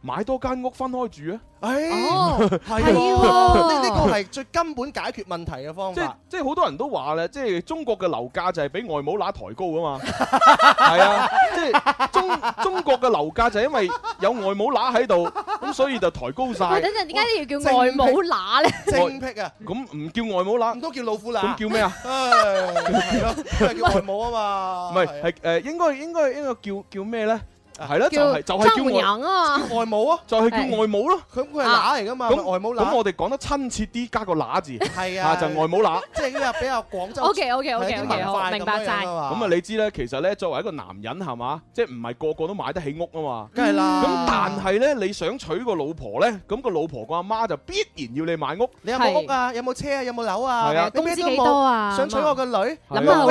Speaker 6: 買多間屋分開住啊！
Speaker 7: 唉
Speaker 6: 哦
Speaker 7: 係
Speaker 6: 係喎
Speaker 7: 呢呢個係最根本解決問題嘅方
Speaker 6: 即係
Speaker 7: 法。
Speaker 6: 即係好多人都話咧，即係中國嘅樓價就係俾外母乸抬
Speaker 7: (laughs)
Speaker 6: 高啊嘛，係啊，即係中中國嘅樓價就係因為有外母乸喺度，咁所以就抬高晒
Speaker 9: 喂，。等陣點解你要叫外母乸咧？
Speaker 7: 精辟啊！
Speaker 6: 咁唔叫外母乸，
Speaker 7: 咁都叫老虎乸，
Speaker 6: 咁叫咩
Speaker 7: (laughs)
Speaker 6: 啊？
Speaker 7: 唉係咯，都係叫外母啊嘛。
Speaker 6: 唔係係誒，應該應該應該叫叫咩咧？
Speaker 7: 啊
Speaker 6: 係啦，就係就係叫
Speaker 9: 丈母娘啊嘛
Speaker 6: 外
Speaker 7: (laughs)
Speaker 6: 母啊，就係叫外母咯。
Speaker 7: 佢佢係乸嚟㗎嘛，咪
Speaker 6: 咁
Speaker 7: 外母乸。
Speaker 6: 咁我哋講得親切啲，加個乸字，
Speaker 7: 係啊
Speaker 6: 啊就外母乸。
Speaker 7: 即係呢個比較廣州。
Speaker 9: (laughs) OK，OK，OK，OK，
Speaker 7: 係啲文化
Speaker 9: 好，明白晒
Speaker 7: 咁樣啊嘛
Speaker 6: 咁啊，你知咧，其實咧，作為一個男人係嘛，即係唔係個個都買得起屋啊嘛。
Speaker 7: 梗係啦
Speaker 6: 咁但係咧，你想娶個老婆咧，咁個老婆個阿媽就必然要你買屋。
Speaker 7: 你有冇屋啊？有冇車啊？有冇樓啊？
Speaker 6: 係啊
Speaker 7: 你咩都
Speaker 9: 工資幾多啊
Speaker 7: 冇想娶我個女，
Speaker 6: 係啊
Speaker 7: 咁啊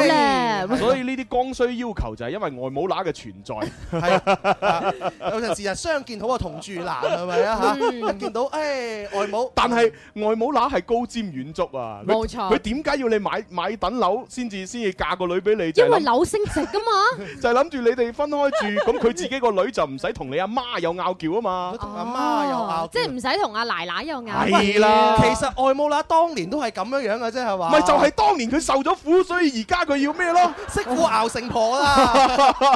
Speaker 7: 喂
Speaker 6: (laughs) 所以呢啲剛需要求就係因為外母乸嘅存在。
Speaker 7: (laughs) 有陣時係相見好過啊同住難，係咪啊
Speaker 9: 嗯
Speaker 7: 嚇？一見到誒外母，
Speaker 6: 但係外母乸係高瞻遠矚啊！佢
Speaker 9: 冇錯
Speaker 6: 佢點解要你買買等樓先至先至嫁個女俾你？就係
Speaker 9: 因為
Speaker 6: 諗
Speaker 9: 樓升值
Speaker 7: (laughs)
Speaker 9: 噶嘛。
Speaker 6: 就係諗住你哋分開
Speaker 9: (laughs)
Speaker 6: 住，咁佢自己個女就唔使同你阿媽有拗撬啊嘛。
Speaker 7: 阿媽又拗，
Speaker 9: 即係唔使同阿奶奶又拗。
Speaker 6: 係啦
Speaker 7: 其實外母乸當年都係咁樣樣嘅啫，係嘛？
Speaker 6: 咪就係當年佢受咗苦，所以而家佢要咩咯？
Speaker 7: 媳婦熬成婆
Speaker 6: (laughs)
Speaker 7: 啦！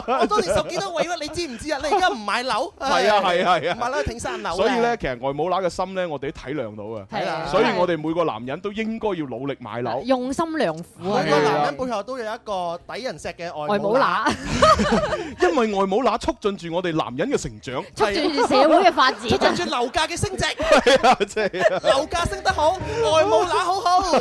Speaker 7: 我當年受幾多委屈，你知唔知啊？你而家唔買樓，
Speaker 6: 係啊係啊係啊
Speaker 7: 唔買樓挺山樓。
Speaker 6: 所以咧，，其實外母乸嘅心咧，我哋都體諒到
Speaker 7: 係啊
Speaker 6: 嘅。所以我哋每個男人都應該要努力買樓。
Speaker 9: 用心良苦啊！
Speaker 7: 每個男人背後都有一個抵人錫嘅外
Speaker 9: 外母乸，
Speaker 6: 因為外母乸促進住我哋男人嘅成長，
Speaker 9: 促進住社會嘅發展
Speaker 7: 促進住樓價嘅升值，
Speaker 6: 係啊，真係
Speaker 7: 樓價升得好，外母乸好好。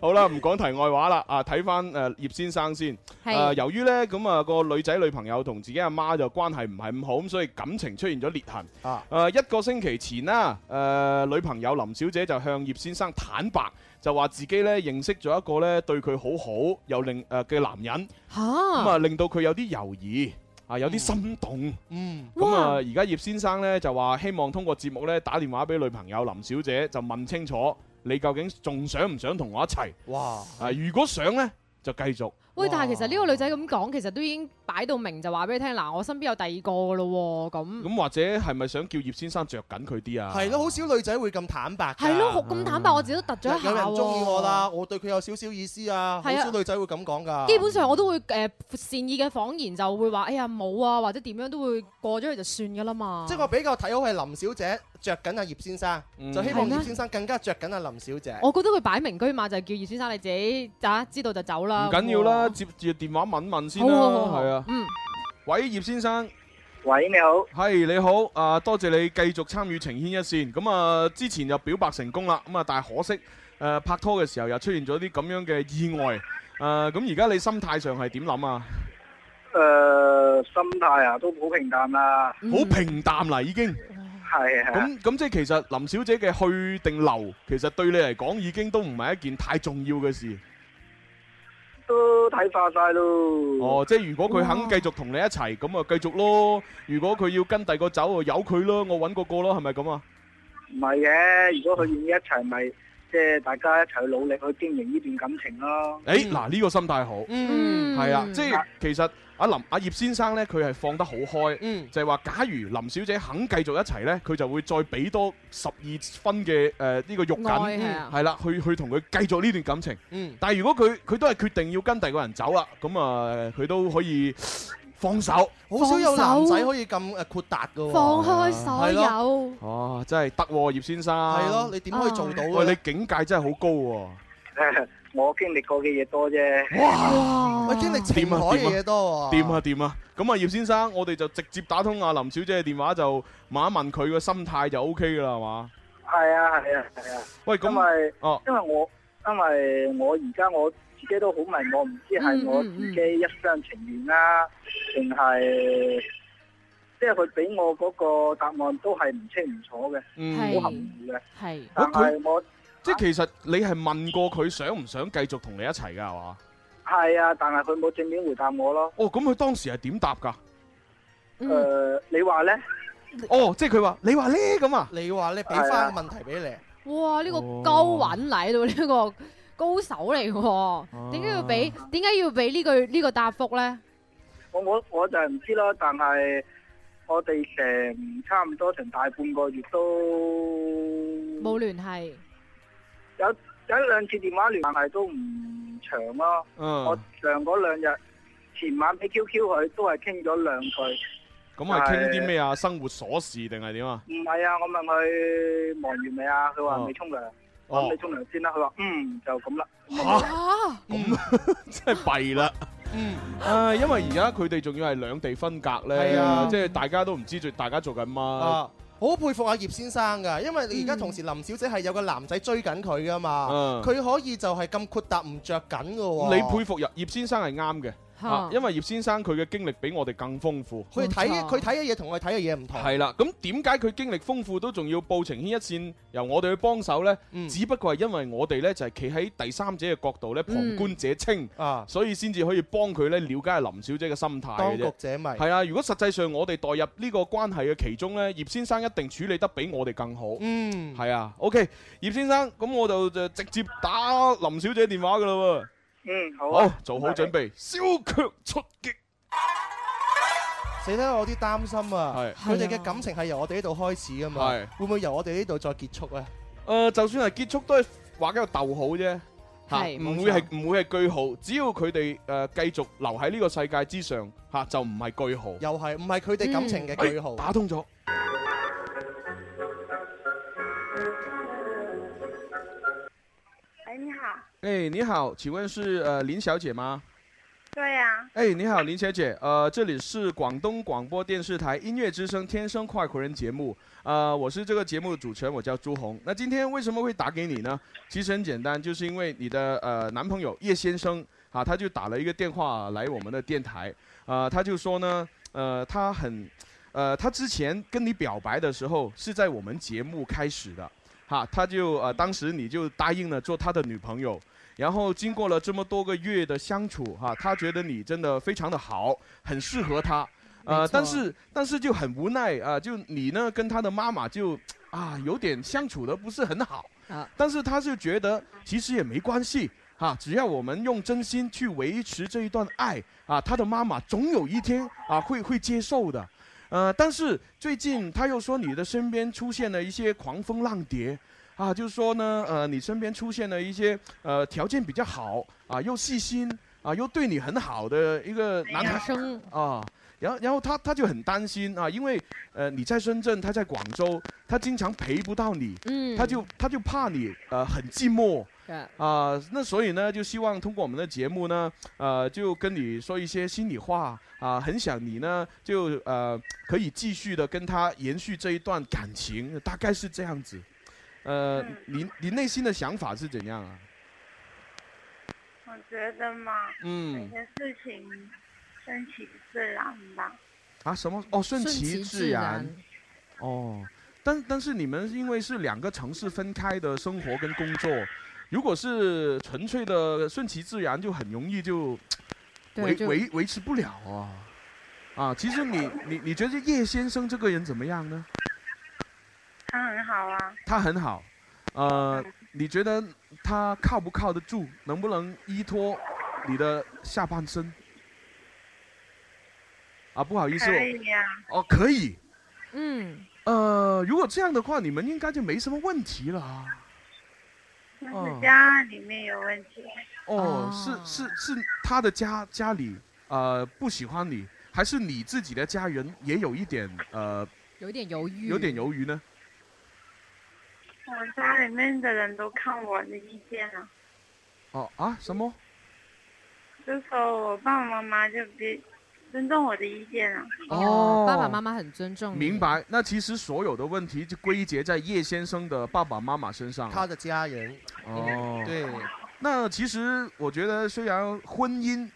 Speaker 6: 好啦，唔講題外話啦，啊，睇翻誒葉先生先。
Speaker 7: 係
Speaker 6: 誒，由於咧咁啊個女仔女朋友同自己阿媽就關係唔係咁好，咁所以感情出現咗裂痕。
Speaker 7: 啊
Speaker 6: 誒一個星期前啦，誒女朋友林小姐就向葉先生坦白，就話自己咧認識咗一個咧對佢好好又令誒嘅男人，
Speaker 9: 嚇
Speaker 6: 咁啊令到佢有啲猶豫。啊，有啲心動，
Speaker 7: 嗯，
Speaker 6: 咁啊，而家葉先生呢，就話希望通過節目呢，打電話俾女朋友林小姐，就問清楚你究竟仲想唔想同我一齊？
Speaker 7: 哇！
Speaker 6: 啊，如果想呢，就繼續。
Speaker 9: 喂，但係其實呢個女仔咁講，其實都已經擺到明就話俾你聽，嗱，我身邊有第二個噶咯喎，咁
Speaker 6: 咁或者係咪想叫葉先生着緊佢啲啊？
Speaker 7: 係咯，好少女仔會咁坦白㗎。
Speaker 9: 係咯，好咁坦白，我自己都突咗一下
Speaker 7: 有人中意我啦，
Speaker 9: 喎。
Speaker 7: 我對佢有少少意思啊，好
Speaker 9: 係啊
Speaker 7: 少女仔會咁講㗎。
Speaker 9: 基本上我都會誒善意嘅謊言就會話，哎呀冇啊，或者點樣都會過咗去就算噶啦嘛。
Speaker 7: 即係我比較睇好係林小姐着緊阿葉先生，就希
Speaker 9: 係
Speaker 7: 望
Speaker 9: 咩
Speaker 7: 葉先生更加着緊阿林小姐。
Speaker 9: 我覺得佢擺明居馬就係叫葉先生你自己啊知道就走啦。
Speaker 6: 唔緊要啦，接住電話問問先
Speaker 9: 好，
Speaker 6: 啦，
Speaker 9: 好好好
Speaker 6: 係啊。
Speaker 9: 嗯，
Speaker 6: 喂，葉先生。
Speaker 11: 喂，你好。
Speaker 6: 係你好，啊、多謝你繼續參與情牽一線。咁啊，之前就表白成功啦，咁啊，但係可惜，誒、拍拖嘅時候又出現咗啲咁樣嘅意外。誒、咁而家你心態上係點諗啊？
Speaker 11: 诶，心態啊都好平淡啦。
Speaker 6: 好平淡啦，已經。
Speaker 11: 係啊。
Speaker 6: 咁咁即係其實林小姐嘅去定留，其實對你嚟講已經都唔係一件太重要嘅事。
Speaker 11: 都睇化晒咯。
Speaker 6: 哦，即係如果佢肯繼續同你一齊，咁啊繼續咯；如果佢要跟第個走，就由佢咯，我揾個個咯，係咪咁啊？
Speaker 11: 唔係嘅，如果佢願意一齊，咪即係大家一齊努力去經營呢段感情咯。
Speaker 6: 誒哎嗱，呢個心態好，
Speaker 11: 嗯
Speaker 6: 係啊，即係其實阿林阿葉先生呢，佢係放得好開，就係話假如林小姐肯繼續一齊呢，佢就會再俾多十二分嘅誒呢個肉
Speaker 9: 愛係啊
Speaker 6: 緊，係啦，去去同佢繼續呢段感情
Speaker 7: 嗯。
Speaker 6: 但係如果佢佢都係決定要跟第二個人走啦，咁啊佢都可以放手。
Speaker 7: 好少有男
Speaker 9: 放
Speaker 7: 仔
Speaker 9: 手
Speaker 7: 可以咁誒豁達㗎喎。
Speaker 9: 放開所
Speaker 7: 係咯
Speaker 9: 有。
Speaker 6: 哦，真係得喎，葉先生。
Speaker 7: 係咯你點可以做到啊嘅
Speaker 11: 啊
Speaker 6: 喂，你境界真係好高喎。
Speaker 11: (laughs) 我經歷過嘅嘢多啫。啊
Speaker 7: 哇！喂，
Speaker 6: 啊
Speaker 7: 經歷情海嘅啊嘢多喎。
Speaker 6: 掂啊掂啊！咁啊，葉先生，我哋就直接打通阿林小姐嘅電話，就問一問佢個心態就 O K 噶啦，係嘛？
Speaker 11: 係啊係啊係啊。
Speaker 6: 喂，咁
Speaker 11: 因為
Speaker 6: 哦
Speaker 11: 因為我因為我而家我自己都好迷，我唔知
Speaker 6: 嗯
Speaker 11: 係我自己一廂情願啦，定係即係佢俾我嗰個答案都係唔清唔楚嘅，
Speaker 6: 嗯
Speaker 11: 好含糊嘅。
Speaker 9: 係
Speaker 11: 但啊係我
Speaker 6: 即係其實你係問過佢想唔想繼續同你一齊㗎，係嘛？
Speaker 11: 係啊，但係佢冇正面回答我咯。
Speaker 6: 哦，咁佢當時係點答㗎？
Speaker 11: 誒，你話咧？
Speaker 6: 哦，即係佢話你話呢咁啊？
Speaker 7: 你話你俾翻個問題俾你，
Speaker 9: 哇！呢、個
Speaker 6: 哦
Speaker 9: 高穩嚟到呢個 (laughs) 高手嚟喎，點解要俾
Speaker 6: 啊
Speaker 9: 點解要俾呢句呢個答覆咧？
Speaker 11: 我我我就係唔知咯，但係我哋成差唔多成大半個月都
Speaker 9: 冇聯繫，
Speaker 11: 有有一兩次電話聯，但係都唔長咯。
Speaker 6: 嗯
Speaker 11: 我上嗰兩日前晚俾 QQ 佢，都係傾咗兩句。
Speaker 6: 咁係傾啲咩啊？生活瑣事定係
Speaker 7: (laughs)
Speaker 6: 點啊？
Speaker 11: 唔係啊，我問佢忙完未啊？佢話未沖涼。我
Speaker 6: 哦
Speaker 11: à, Ừ, Ờ. 話未沖涼先啦。佢話嗯就咁啦。
Speaker 6: 真係弊啦！嗯，啊，因為而家佢哋仲要係兩地分隔咧
Speaker 7: 係啊，
Speaker 6: 即係大家都唔知住大家做緊乜
Speaker 7: 啊。好佩服阿葉先生㗎，因為你而家同時林小姐係有個男仔追緊佢㗎嘛
Speaker 6: 嗯，
Speaker 7: 佢可以就係咁闊達唔着緊㗎喎。
Speaker 6: 你佩服葉葉先生係啱嘅，
Speaker 7: 嚇
Speaker 6: 啊因為葉先生佢嘅經歷比我哋更豐富。
Speaker 7: 佢睇佢睇嘅嘢同我哋睇嘅嘢唔同。
Speaker 6: 係啦，咁點解佢經歷豐富都仲要報情牽一線，由我哋去幫手呢？
Speaker 7: 嗯
Speaker 6: 只不過係因為我哋呢，就係企喺第三者嘅角度呢，旁
Speaker 7: 嗯
Speaker 6: 觀者清，
Speaker 7: 啊
Speaker 6: 所以先至可以幫佢呢了解林小姐嘅心態嘅
Speaker 7: 當局
Speaker 6: 啫。
Speaker 7: 者迷。
Speaker 6: 係啊，如果實際上我哋代入呢個關係嘅其中呢，葉先生一定處理得比我哋更好。
Speaker 7: 嗯，
Speaker 6: 係啊，OK，葉先生，咁我就就直接打林小姐電話噶啦喎。
Speaker 11: 嗯，好
Speaker 6: 好
Speaker 11: 啊，，
Speaker 6: 做好準備。消強出擊。
Speaker 7: 死得我有啲擔心啊！
Speaker 6: 係
Speaker 7: 佢哋嘅感情係由我哋呢度開始㗎嘛
Speaker 6: 係，
Speaker 7: 會唔會由我哋呢度再結束啊？
Speaker 6: 誒、呃就算係結束都係畫一個逗號啫，嚇
Speaker 7: 係
Speaker 6: 唔、
Speaker 7: 冇
Speaker 6: 會
Speaker 7: 錯
Speaker 6: 係唔會係句號。只要佢哋誒繼續留喺呢個世界之上，嚇、就唔係句號。
Speaker 7: 又係唔係佢
Speaker 12: 嗯
Speaker 7: 哋感情嘅句號？
Speaker 6: 哎打通咗。
Speaker 10: 哎，你好，
Speaker 6: 哎，你好，请问是呃林小姐吗？
Speaker 10: 对呀、
Speaker 6: 哎，你好，林小姐，呃，这里是广东广播电视台音乐之声《天生快活人》节目，呃，我是这个节目的主持人，我叫朱红。那今天为什么会打给你呢？其实很简单，就是因为你的呃男朋友叶先生啊，他就打了一个电话来我们的电台，呃，他就说呢，呃，他很，呃，他之前跟你表白的时候是在我们节目开始的，哈，他就呃当时你就答应了做他的女朋友，然后经过了这么多个月的相处哈，他觉得你真的非常的好，很适合他，
Speaker 7: 没
Speaker 6: 呃，
Speaker 7: 错
Speaker 6: 但是但是就很无奈啊、就你呢跟他的妈妈就啊有点相处的不是很好，
Speaker 12: 啊
Speaker 6: 但是他就觉得其实也没关系。啊，只要我们用真心去维持这一段爱啊，他的妈妈总有一天啊会会接受的。呃，但是最近他又说你的身边出现了一些狂风浪蝶，啊，就是说呢，呃，你身边出现了一些呃条件比较好啊，又细心啊，又对你很好的一个男孩
Speaker 9: 生
Speaker 6: 啊。然后，然后他他就很担心啊，因为呃你在深圳，他在广州，他经常陪不到你，
Speaker 9: 嗯
Speaker 6: 他就他就怕你呃很寂寞，啊、那所以呢，就希望通过我们的节目呢，呃，就跟你说一些心里话啊、很想你呢，就呃可以继续的跟他延续这一段感情，大概是这样子。呃，你你内心的想法是怎样啊？
Speaker 10: 我觉得嘛，
Speaker 6: 嗯
Speaker 10: 有些事情顺其自然吧。
Speaker 6: 啊，什么？哦，顺
Speaker 10: 顺
Speaker 6: 其
Speaker 10: 其
Speaker 6: 自
Speaker 10: 自
Speaker 6: 然。
Speaker 10: 然
Speaker 6: 哦，但但是你们因为是两个城市分开的生活跟工作，如果是纯粹的顺其自然，就很容易就
Speaker 12: 对
Speaker 6: 维
Speaker 12: 就
Speaker 6: 维维持不了啊。啊，其实你你你觉得叶先生这个人怎么样呢？
Speaker 10: 他很好啊，
Speaker 6: 他很好，呃，你觉得他靠不靠得住？能不能依托你的下半身？啊，不好意思，
Speaker 10: 可以
Speaker 6: 我
Speaker 10: 呀、
Speaker 6: 哦，可以，
Speaker 9: 嗯，
Speaker 6: 呃，如果这样的话，你们应该就没什么问题了啊。
Speaker 10: 那
Speaker 6: 哦
Speaker 10: 是家里面有问题。
Speaker 6: 哦，是是是，他的家家里呃不喜欢你，还是你自己的家人也有一点呃
Speaker 12: 有点犹豫，
Speaker 6: 有点犹豫呢？
Speaker 10: 我家里面的人都看我的意见啊了，
Speaker 6: 哦啊什么？
Speaker 10: 就说我爸爸妈妈就比尊重我的意见啊了。
Speaker 6: 哦
Speaker 12: 爸爸妈妈很尊
Speaker 7: 嗯
Speaker 12: 重你，
Speaker 6: 明白。那其实所有的问题就归结在叶先生的爸爸妈妈身上了。
Speaker 7: 他的家人。
Speaker 6: 哦，
Speaker 7: 对。
Speaker 6: 那其实我觉得，虽然婚姻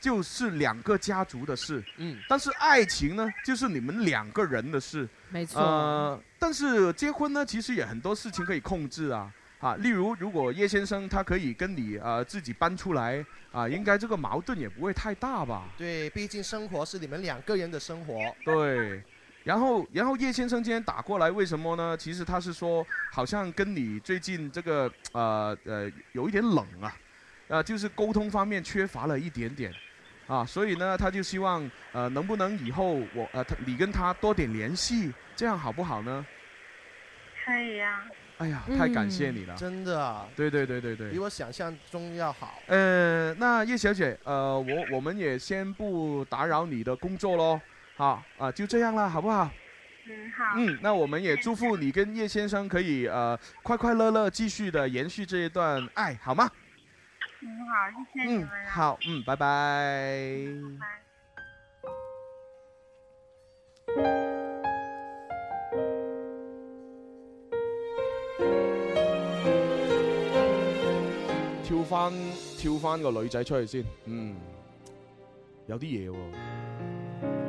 Speaker 6: 就是两个家族的事，
Speaker 7: 嗯，
Speaker 6: 但是爱情呢，就是你们两个人的事，
Speaker 12: 没错
Speaker 6: 呃，但是结婚呢，其实也很多事情可以控制啊。啊，例如，如果叶先生他可以跟你呃自己搬出来啊、应该这个矛盾也不会太大吧？
Speaker 7: 对，毕竟生活是你们两个人的生活。
Speaker 6: 对，然后然后叶先生今天打过来，为什么呢？其实他是说，好像跟你最近这个呃呃有一点冷啊，呃，就是沟通方面缺乏了一点点。啊，所以呢，他就希望，呃，能不能以后我，呃，他你跟他多点联系，这样好不好呢？
Speaker 10: 可以呀、
Speaker 6: 哎呀，太感谢你了，
Speaker 7: 真的啊，
Speaker 6: 对对对对对，
Speaker 7: 比我想象中要好。
Speaker 6: 呃，那叶小姐，呃，我我们也先不打扰你的工作喽，好啊，就这样啦，好不好？
Speaker 10: 嗯，好。
Speaker 6: 嗯，那我们也祝福你跟叶先生可以呃快快乐乐继续的延续这一段爱，好吗？
Speaker 18: 嗯，好，谢谢你
Speaker 7: 嗯
Speaker 18: 们了。，
Speaker 7: 好，嗯，拜拜。
Speaker 6: 跳翻跳翻個女仔出去先，嗯，有啲嘢喎。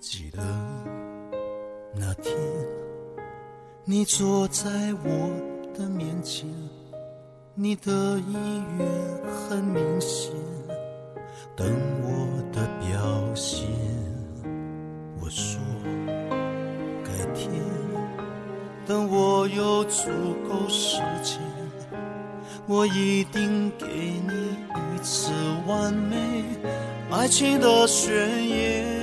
Speaker 13: 记得那天，你坐在我的面前，你的意愿很明显，等我的表现。我说，改天，等我有足够时间，我一定给你一次完美爱情的宣言。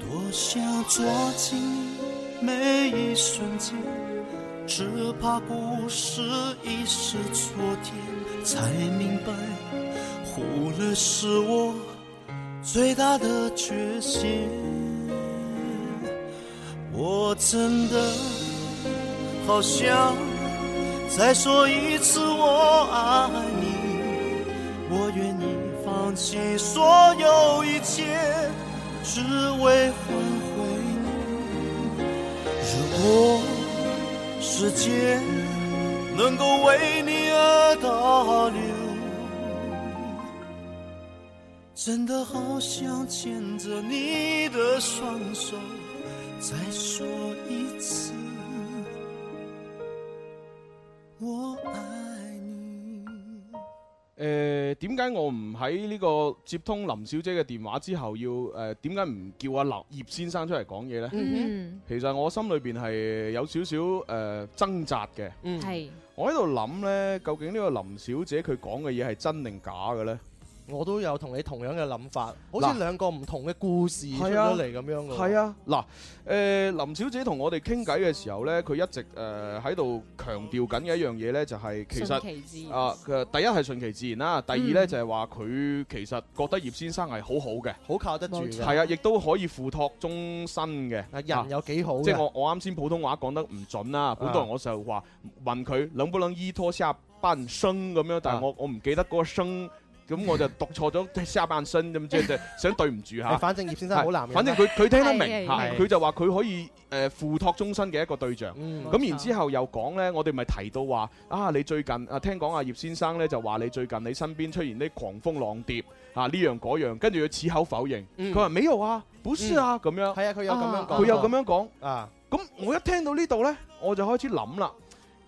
Speaker 13: 多想捉紧每一瞬间，只怕故事已是昨天，才明白忽略是我最大的缺陷。我真的好想再说一次我爱你，我愿意放弃所有一切。只为换回你。如果时间能够为你而倒流，真的好想牵着你的双手，再说一次，我爱你。
Speaker 6: 誒點解我唔喺呢個接通林小姐嘅電話之後要誒點解唔叫阿林葉先生出嚟講嘢呢？
Speaker 13: 嗯
Speaker 6: 其實我心裏邊係有少少誒掙扎嘅。
Speaker 2: 係
Speaker 6: 我喺度諗呢，究竟呢個林小姐佢講嘅嘢係真定假嘅呢？
Speaker 7: 我都有同你同樣嘅諗法，好
Speaker 6: 嗱
Speaker 7: 似兩個唔同嘅故事出
Speaker 6: 係啊
Speaker 7: 咗嚟咁樣嘅。
Speaker 6: 係啊，嗱，誒、林小姐同我哋傾偈嘅時候呢，佢一直誒喺度強調緊嘅一樣嘢呢，就係、其實
Speaker 2: 順其自然
Speaker 6: 啊，佢第一係順其自然啦，第二呢，
Speaker 2: 嗯
Speaker 6: 就係話佢其實覺得葉先生係好好嘅，
Speaker 7: 好靠得住嘅冇錯
Speaker 6: 係啊，亦都可以付託終身嘅。啊
Speaker 7: 人有幾好嘅
Speaker 6: 即係我我啱先普通話講得唔準啦，本來
Speaker 7: 啊
Speaker 6: 我就話問佢能不能依拖下半生咁樣，
Speaker 7: 啊
Speaker 6: 但係我我唔記得嗰個生。咁我就讀錯咗下半身咁，即係就想對唔住嚇。
Speaker 7: 係反正葉先生好男人
Speaker 6: 反正佢佢聽得
Speaker 7: 係係
Speaker 6: 明嚇，
Speaker 7: 係
Speaker 6: 佢就話佢可以誒付託終身嘅一個對象。
Speaker 7: 嗯
Speaker 6: 咁然之後又講呢，我哋咪提到話啊，你最近啊聽講阿葉先生呢，就話你最近你身邊出現啲狂風浪蝶啊呢樣嗰樣，跟住佢矢口否認，佢話沒有啊，不是啊咁樣。
Speaker 7: 嗯係啊，佢有咁樣講，
Speaker 6: 佢有咁樣講。
Speaker 7: 啊。
Speaker 6: 咁我一聽到呢度呢，我就開始諗啦。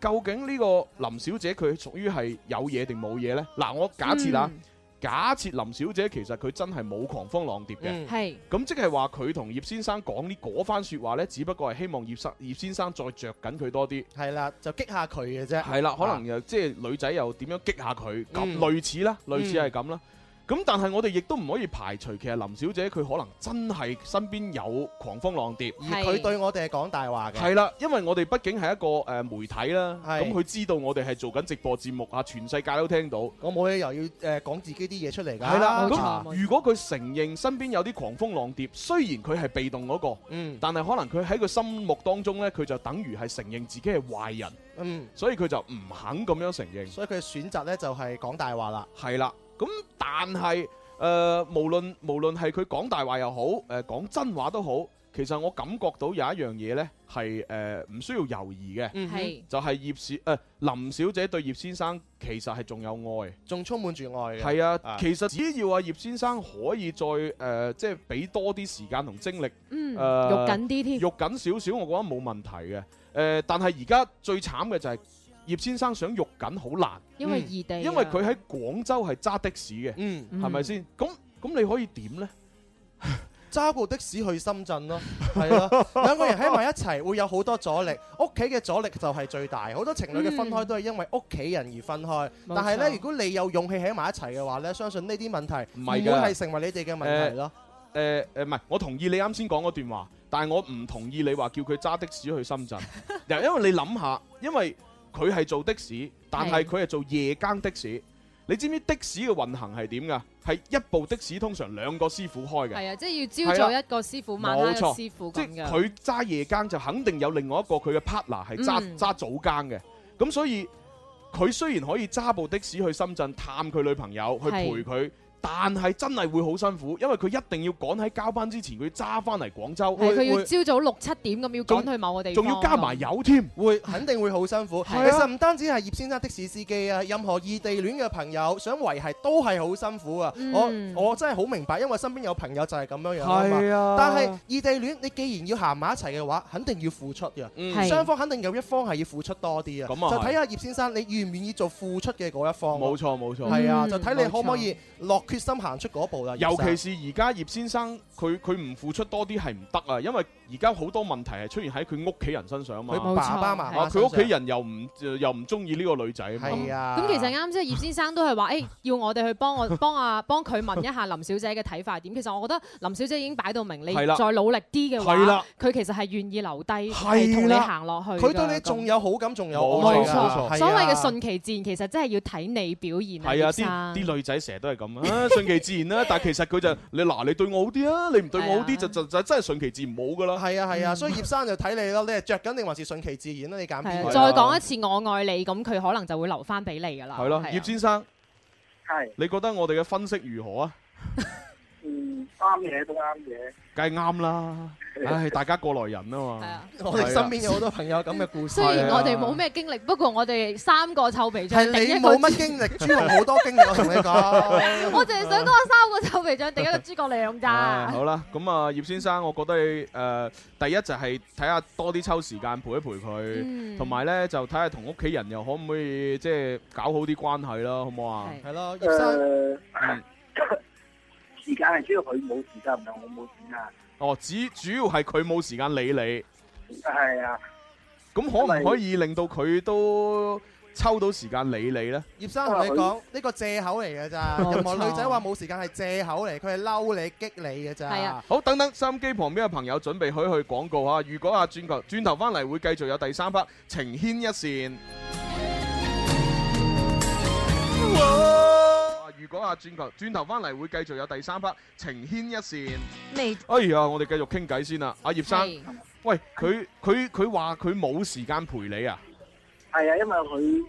Speaker 6: 究竟呢個林小姐佢屬於係有嘢定冇嘢呢？嗱，我假設啦，
Speaker 2: 嗯
Speaker 6: 假設林小姐其實佢真係冇狂風浪蝶嘅，
Speaker 2: 嗯係
Speaker 6: 咁即係話佢同葉先生講呢嗰番説話呢，只不過係希望葉生葉先生再着緊佢多啲。
Speaker 7: 係啦，就激下佢嘅啫。啊
Speaker 6: 係啦，可能又即係女仔又點樣激下佢咁
Speaker 7: 嗯
Speaker 6: 類似啦，類似
Speaker 7: 嗯
Speaker 6: 係咁啦。咁但係我哋亦都唔可以排除，其實林小姐佢可能真係身邊有狂風浪蝶，
Speaker 7: 而佢對我哋係講大話嘅。
Speaker 6: 係啦，因為我哋畢竟係一個誒、呃媒體啦，
Speaker 7: 係
Speaker 6: 咁佢知道我哋係做緊直播節目啊，全世界都聽到。
Speaker 7: 我冇理由要誒呃講自己啲嘢出嚟㗎。
Speaker 6: 係啦，
Speaker 7: 啊
Speaker 6: 咁如果佢承認身邊有啲狂風浪蝶，雖然佢係被動嗰、個，
Speaker 7: 嗯，
Speaker 6: 但係可能佢喺佢心目當中呢，佢就等於係承認自己係壞人，
Speaker 7: 嗯，
Speaker 6: 所以佢就唔肯咁樣承認。
Speaker 7: 所以佢嘅選擇咧就係講大話啦。
Speaker 6: 係啦，咁但係誒、呃，無論無論係佢講大話又好，誒、講真話都好，其實我感覺到有一樣嘢呢係誒唔需要猶豫嘅，
Speaker 7: 嗯哼係
Speaker 6: 就係葉小誒、呃林小姐對葉先生其實係仲有愛。
Speaker 7: 仲充滿住愛嘅。
Speaker 6: 係啊，其實只要阿葉先生可以再誒、呃即係俾多啲時間同精力，
Speaker 2: 嗯
Speaker 6: 呃
Speaker 2: 肉緊啲添
Speaker 6: 肉緊少少，我覺得冇問題嘅。誒、呃但係而家最慘嘅就係葉先生想肉緊好難，
Speaker 2: 因為異地啊
Speaker 6: 因為佢喺廣州係揸的士嘅，
Speaker 7: 嗯
Speaker 6: 係咪先？咁咁你可以點呢？
Speaker 7: 揸部的士去深圳
Speaker 6: (laughs)
Speaker 7: 咯，係咯，兩個人喺埋一齊會有好多阻力，屋企嘅阻力就係最大，好多情侶嘅分開都係因為屋企人而分開。
Speaker 6: 冇錯
Speaker 7: 但係呢，如果你有勇氣喺埋一齊嘅話呢，相信呢啲問題
Speaker 6: 唔
Speaker 7: 唔
Speaker 6: 係
Speaker 7: 會
Speaker 6: 㗎
Speaker 7: 係成為你哋嘅問題咯。
Speaker 6: 誒誒唔係，我同意你啱先講嗰段話，但係我唔同意你話叫佢揸的士去深
Speaker 7: (laughs)
Speaker 6: 圳，因為你諗下，因為佢係做的士，但係佢係做夜更的士。你知唔知的士嘅運行係點㗎？係一部的士通常兩個師傅開嘅。
Speaker 9: 係啊，即係要朝早一個師傅，晚黑
Speaker 6: 嗯冇
Speaker 9: 一個
Speaker 6: 錯
Speaker 9: 師傅
Speaker 6: 即
Speaker 9: 咁
Speaker 6: 係
Speaker 9: 嘅。
Speaker 6: 佢揸夜更就肯定有另外一個佢嘅 partner 係揸
Speaker 9: 嗯
Speaker 6: 揸早更嘅，咁所以佢雖然可以揸部的士去深圳探佢女朋友去陪
Speaker 9: 係
Speaker 6: 佢。但係真係會好辛苦，因為佢一定要趕喺交班之前，佢要揸翻嚟廣州。
Speaker 9: 係佢要
Speaker 6: 會
Speaker 9: 朝早六七點咁要趕去某個地方
Speaker 6: 仲
Speaker 9: 咁。
Speaker 6: 要加埋油添，
Speaker 7: 會肯定會好辛苦。其
Speaker 9: 係啊
Speaker 7: 實唔單止係葉先生的士司機啊，任何異地戀嘅朋友想維係都係好辛苦啊！
Speaker 9: 嗯
Speaker 7: 我我真係好明白，因為身邊有朋友就係咁樣樣啊
Speaker 6: 係
Speaker 7: 嘛。
Speaker 6: 啊
Speaker 7: 但係異地戀，你既然要行埋一齊嘅話，肯定要付出
Speaker 6: 嗯
Speaker 7: 嘅，
Speaker 6: 係
Speaker 7: 雙方肯定有一方係要付出多啲啊。
Speaker 6: 咁啊係
Speaker 7: 就睇下葉先生你願唔願意做付出嘅嗰一方啊。
Speaker 6: 冇錯冇錯，
Speaker 7: 係啊，
Speaker 9: 嗯
Speaker 7: 就睇你可唔可以落決心行出嗰一步啦。葉
Speaker 6: 尤
Speaker 7: 生
Speaker 6: 其是而家葉先生，佢佢唔付出多啲係唔得啊，因為而家好多問題係出現喺佢屋企人身上啊嘛。
Speaker 7: 佢爸爸媽媽
Speaker 6: 啊佢
Speaker 7: 身上
Speaker 6: 屋企人又唔又唔中意呢個女仔啊嘛。
Speaker 7: 係啊
Speaker 9: 咁其實啱先葉先生都係
Speaker 7: (laughs)
Speaker 9: 話，誒要我哋去幫我幫啊幫佢問一下林小姐嘅睇法係點。其實我覺得林小姐已經擺到明，你
Speaker 7: 係啦
Speaker 9: 再努力啲嘅
Speaker 7: 係啦
Speaker 9: 話，佢其實係願意留低，
Speaker 7: 係
Speaker 9: 係同你
Speaker 7: 啦
Speaker 9: 行落去㗎。
Speaker 7: 佢對你
Speaker 9: 咁
Speaker 7: 仲有好感，仲有
Speaker 6: 冇
Speaker 7: 愛㗎
Speaker 6: 錯冇錯
Speaker 7: 係啊
Speaker 9: 所謂嘅順其自然，其實真係要睇你表現啊，
Speaker 6: 係
Speaker 9: 葉
Speaker 6: 啊，啲
Speaker 9: 生。
Speaker 6: 啲女仔成日都係咁啊， (laughs) 順其自然啦。但係其實佢就你嗱，你對我好啲啊，你唔對我好啲就就就真係順其自然冇噶啦。
Speaker 7: 係啊係
Speaker 9: 嗯
Speaker 7: 啊，所以葉生就睇你咯，你係着緊定還是順其自然啦？你揀邊
Speaker 9: 係
Speaker 7: 個
Speaker 9: 啊再講一次我愛你，咁佢可能就會留翻俾你㗎啦。
Speaker 6: 係咯，
Speaker 9: 啊
Speaker 6: 葉先生，你覺得我哋嘅分析如何啊？
Speaker 11: 嗯，啱嘢都啱嘢。
Speaker 6: 梗係啱啦，唉，大家過來人啊嘛。
Speaker 7: 我哋身邊有
Speaker 6: (laughs)
Speaker 7: 好多朋友咁嘅故事。
Speaker 9: (laughs) 雖然我哋冇咩經歷，不過我哋三個臭皮
Speaker 7: 啊係
Speaker 9: 匠頂
Speaker 7: 你
Speaker 9: 一個
Speaker 7: 冇乜
Speaker 9: (laughs)
Speaker 7: 經歷，朱紅好多經歷，我同你講。
Speaker 9: 我淨係想講三個臭皮匠頂一個諸葛亮
Speaker 6: 唉
Speaker 7: (laughs)
Speaker 9: 咋。
Speaker 6: 好啦，咁啊，葉先生，我覺得你誒、呃第一就係睇下多啲抽時間陪一陪佢，
Speaker 7: 嗯
Speaker 6: 同埋咧就睇下同屋企人又可唔可以即係搞好啲關係啦，好唔好啊？
Speaker 7: 係咯，
Speaker 11: 誒、 (coughs)
Speaker 7: 葉生。
Speaker 11: 時間係主要佢冇時間，唔係我冇時間。
Speaker 6: 哦，只主要係佢冇時間理你。
Speaker 11: 係啊，
Speaker 6: 咁可唔可以令到佢都抽到時間理你呢？
Speaker 7: 葉生同你講，呢個藉口嚟嘅咋，
Speaker 6: 冇錯
Speaker 7: 任何女仔話冇時間係藉口嚟，佢係嬲你激你嘅咋。
Speaker 9: 係啊，
Speaker 6: 好，等等，收音機旁邊嘅朋友準備去去廣告啊！如果啊轉頭轉頭翻嚟會繼續有第三 part 情牽一線。啊如果啊轉頭轉頭翻嚟會繼續有第三 part 情牽一線。
Speaker 2: 未
Speaker 6: 哎呀，我哋繼續傾偈先啦，阿葉生
Speaker 2: 係，
Speaker 6: 喂，佢佢佢話佢冇時間陪你啊？
Speaker 11: 係啊，因為佢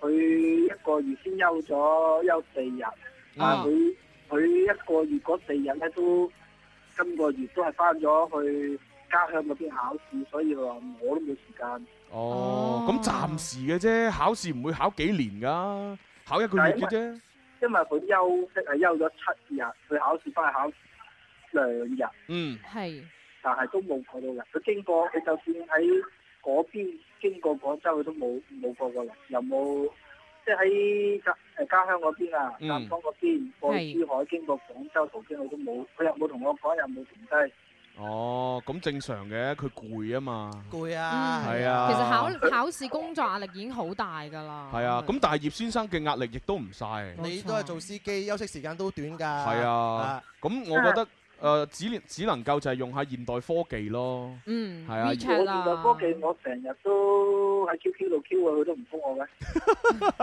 Speaker 11: 佢一個月先休咗休四日，
Speaker 6: 啊
Speaker 11: 但係佢佢一個月嗰四日咧都今個月都係翻咗去家鄉嗰邊考試，所以佢話我都冇時間。
Speaker 6: 哦，咁暫時嘅啫，考試唔會考幾年噶，考一個月嘅
Speaker 11: 啊
Speaker 6: 啫。
Speaker 11: 因為佢休息係休咗七日，佢考試翻去考兩日，
Speaker 6: 嗯，
Speaker 9: 係
Speaker 11: 但係都冇過到嚟。佢經過，佢就算喺嗰邊經過廣州，佢都冇冇過過嚟，又冇即係喺家誒家鄉嗰邊啊，
Speaker 6: 嗯
Speaker 11: 湛江嗰邊過珠海經過廣州途經，佢都冇，佢又冇同我講，又冇停低。
Speaker 6: 哦，咁正常嘅，佢攰啊嘛。
Speaker 7: 攰啊
Speaker 6: 係
Speaker 9: 嗯
Speaker 6: 啊
Speaker 9: 其實考考試工作壓力已經好大㗎啦。
Speaker 6: 係啊，咁但係葉先生嘅壓力亦都唔晒。
Speaker 7: 你都係做司機，休息時間都短㗎。
Speaker 6: 係啊，咁我覺得誒只只能夠就係用下現代科技咯。
Speaker 9: 嗯
Speaker 6: 係啊
Speaker 11: 我現代科技我成日都喺 QQ 度 Q 佢，佢都唔覆我嘅。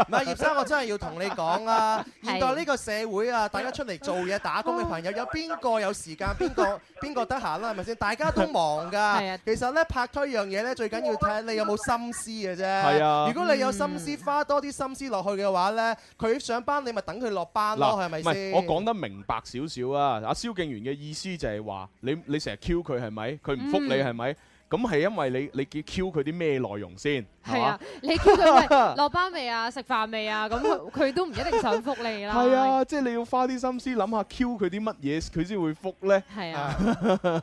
Speaker 7: 唔係葉生，我真係要同你講啦，
Speaker 11: 係
Speaker 7: 現代呢個社會啊，大家出嚟做嘢打工嘅朋友，有邊個有時間，邊個邊個得閒啦？係咪先？大家都忙
Speaker 9: 係
Speaker 7: 㗎。其實咧拍拖呢樣嘢咧，最緊要睇下你有冇心思嘅啫。
Speaker 6: 係啊
Speaker 7: 如果你有心思，花多啲心思落去嘅話咧，佢上班你咪等佢落班咯，係咪
Speaker 6: 唔
Speaker 7: 先？
Speaker 6: 係我講得明白少少啊！阿蕭敬元嘅意思就係話，你你成日 Q 佢係咪？佢唔覆你
Speaker 9: 嗯
Speaker 6: 係咪？咁係因為你你叫 Q 佢啲咩內容先？
Speaker 9: 係
Speaker 6: 嘛
Speaker 9: 啊，你叫
Speaker 6: (laughs)
Speaker 9: 佢喂落班未啊，食飯未啊，咁佢佢都唔一定想覆你啦。
Speaker 6: 係啊，即係你要花啲心思諗下 Q 佢啲乜嘢，佢先會覆呢。
Speaker 9: 係啊，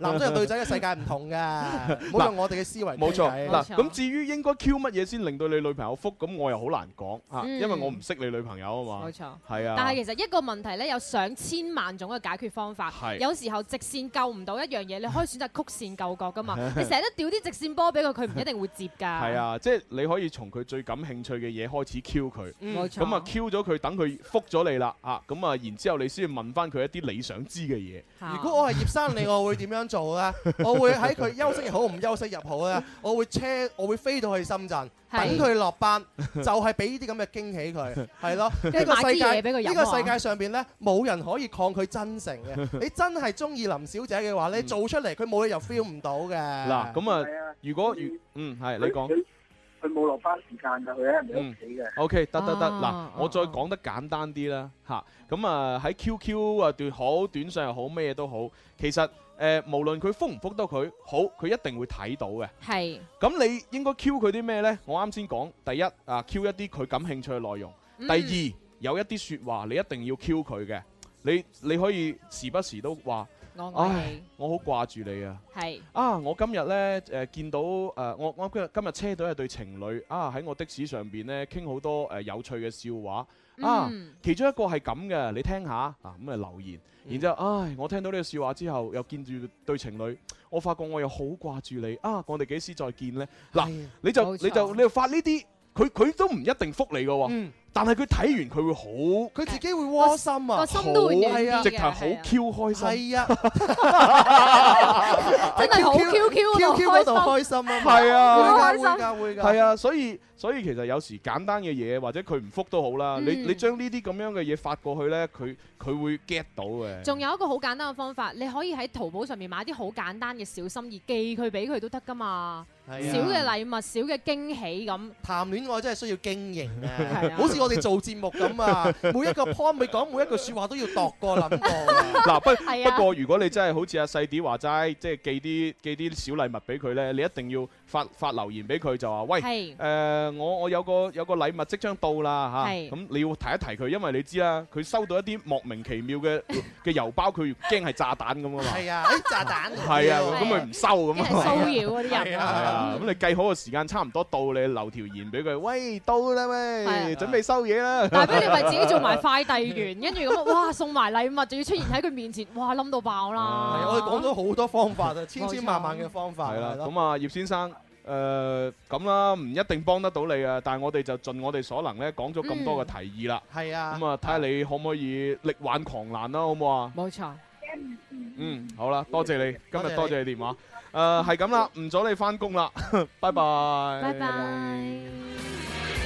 Speaker 7: 男仔同女仔嘅世
Speaker 6: (laughs)
Speaker 7: 界唔同㗎，唔好用我哋嘅思維。啊
Speaker 6: 冇錯嗱。咁至於應該 Q 乜嘢先令到你女朋友覆，咁我又好難講啊，
Speaker 9: 嗯
Speaker 6: 因為我唔識你女朋友啊嘛。
Speaker 9: 冇錯
Speaker 6: 係啊。
Speaker 9: 但係其實一個問題咧，有上千萬種嘅解決方法
Speaker 6: 係。
Speaker 9: 有時候直線救唔到一
Speaker 6: (laughs)
Speaker 9: 樣嘢，你可以選擇曲線救國噶嘛。你成日都掉啲直線波俾佢，佢唔一定會接㗎。
Speaker 6: 係，啊，即係你可以從佢最感興趣嘅嘢開始 Q 佢，
Speaker 19: 嗯冇錯
Speaker 6: 咁啊 Q 咗佢，等佢覆咗你啦，啊，咁啊，然之後你先問翻佢一啲你想知嘅嘢。
Speaker 7: 如果我係葉生你，我會點樣做
Speaker 12: (laughs)
Speaker 7: 咧？我會喺佢休息好唔休息入好咧，我會車，我會飛到去深圳，
Speaker 12: 係
Speaker 7: 等佢落班，就係俾呢啲咁嘅驚喜佢，係
Speaker 12: (laughs)
Speaker 7: 咯。
Speaker 12: 跟
Speaker 7: 呢
Speaker 12: 住
Speaker 7: 個
Speaker 12: 買支
Speaker 7: 世界
Speaker 12: 嘢俾佢飲
Speaker 7: 呢個
Speaker 12: 啊
Speaker 7: 世界上邊咧，冇人可以抗拒真誠
Speaker 12: (laughs)
Speaker 7: 嘅。你真係中意林小姐嘅話，你
Speaker 12: 嗯
Speaker 7: 做出嚟佢冇理由 feel 唔到嘅。
Speaker 6: 嗱，咁啊，如果如嗯係你講。
Speaker 11: 佢冇落班時間㗎，佢喺人哋屋企嘅。
Speaker 6: O 嗯 K，得得得，嗱
Speaker 11: 啊，
Speaker 6: 我再講得簡單啲啦，嚇，咁啊喺 Q Q 啊段好，短信又好，咩嘢都好，其實誒無論佢覆唔覆到佢，好，佢一定會睇到嘅。
Speaker 12: 係
Speaker 6: 咁你應該 Q 佢啲咩呢？我啱先講，第一啊 Q 一啲佢感興趣嘅內容，
Speaker 12: 嗯
Speaker 6: 第二有一啲説話你一定要 Q 佢嘅，你你可以時不時都話，
Speaker 12: 我愛
Speaker 6: 唉
Speaker 12: 你，
Speaker 6: 我好掛住你啊！
Speaker 12: 係
Speaker 6: 啊！我今日呢，誒、見到誒、我我今日今日車隊一對情侶啊，喺我的士上邊呢，傾好多誒、呃有趣嘅笑話啊！
Speaker 12: 嗯
Speaker 6: 其中一個係咁嘅，你聽下啊咁啊留言，然之後唉，我聽到呢個笑話之後，又見住對情侶，我發覺我又好掛住你啊！我哋幾時再見呢？嗱，你就
Speaker 7: 冇錯
Speaker 6: 你就你就發呢啲，佢佢都唔一定覆你嘅喎，但係佢睇完佢會好。
Speaker 7: 佢自己會窩心啊，
Speaker 6: 個心都會暖啲嘅好直頭好 Q 開心
Speaker 7: 係啊，
Speaker 12: 真係好
Speaker 7: Q
Speaker 12: QQ 嗰
Speaker 7: QQ
Speaker 12: 度
Speaker 7: 嗰度
Speaker 12: 開
Speaker 7: 開
Speaker 12: 心
Speaker 7: 心啊，
Speaker 6: 係啊
Speaker 7: 會㗎會㗎會㗎，
Speaker 6: 係啊，所以所以其實有時簡單嘅嘢或者佢唔覆都好啦，你
Speaker 12: 嗯
Speaker 6: 你將呢啲咁樣嘅嘢發過去呢，佢佢會 get 到嘅。
Speaker 12: 仲有一個好簡單嘅方法，你可以喺淘寶上面買啲好簡單嘅小心意寄佢俾佢都得噶嘛，小
Speaker 7: 係啊
Speaker 12: 嘅禮物、小嘅驚喜咁。
Speaker 7: 談戀愛真係需要經營
Speaker 12: 係啊
Speaker 7: 啊，好似我哋做節目
Speaker 12: (laughs)
Speaker 7: 咁啊，每一個 point 每講每一句説話都要度過諗過。
Speaker 6: 嗱不
Speaker 7: 係啊
Speaker 6: 不過如果你真係好似阿細啲話齋，即係寄啲寄啲小禮物俾佢呢，你一定要發發留言俾佢就話喂
Speaker 12: 係
Speaker 6: 誒、我我有個有個禮物即將到啦嚇，
Speaker 12: 係
Speaker 6: 咁、你要提一提佢，因為你知啦，佢收到一啲莫名其妙嘅嘅郵包，佢驚係炸彈咁啊嘛。
Speaker 7: 係啊，啲炸彈
Speaker 6: (laughs) 係啊，咁咪唔收咁啊，
Speaker 7: 驚係騷擾嗰啲人
Speaker 6: 係啊，咁你計好個時間差唔多到，你留條言俾佢，喂，到啦喂，準備收嘢
Speaker 12: (laughs)
Speaker 6: 啦。
Speaker 12: 大不你咪自己做埋快遞員，跟住咁
Speaker 7: (laughs)
Speaker 12: 啊，哇送埋禮物，仲要出現喺佢面前，哇冧到爆啦！
Speaker 7: 啊我哋講咗好多方法啊，千千萬萬嘅方法。
Speaker 6: (laughs) 係啦，
Speaker 7: 咯
Speaker 6: 咁啊，葉先生。誒咁啦，唔一定幫得到你啊，但係我哋就盡我哋所能咧，講咗咁多嘅提議啦。
Speaker 7: 係啊
Speaker 6: 咁啊，睇下你可唔可以力挽狂瀾啦，好唔好啊？
Speaker 12: 冇錯。
Speaker 6: 嗯，好啦，多謝你，今
Speaker 7: 多謝
Speaker 6: 日
Speaker 7: 你
Speaker 6: 多謝你電話。誒係咁啦，唔阻你翻工啦， (laughs) 拜拜。拜
Speaker 12: 拜。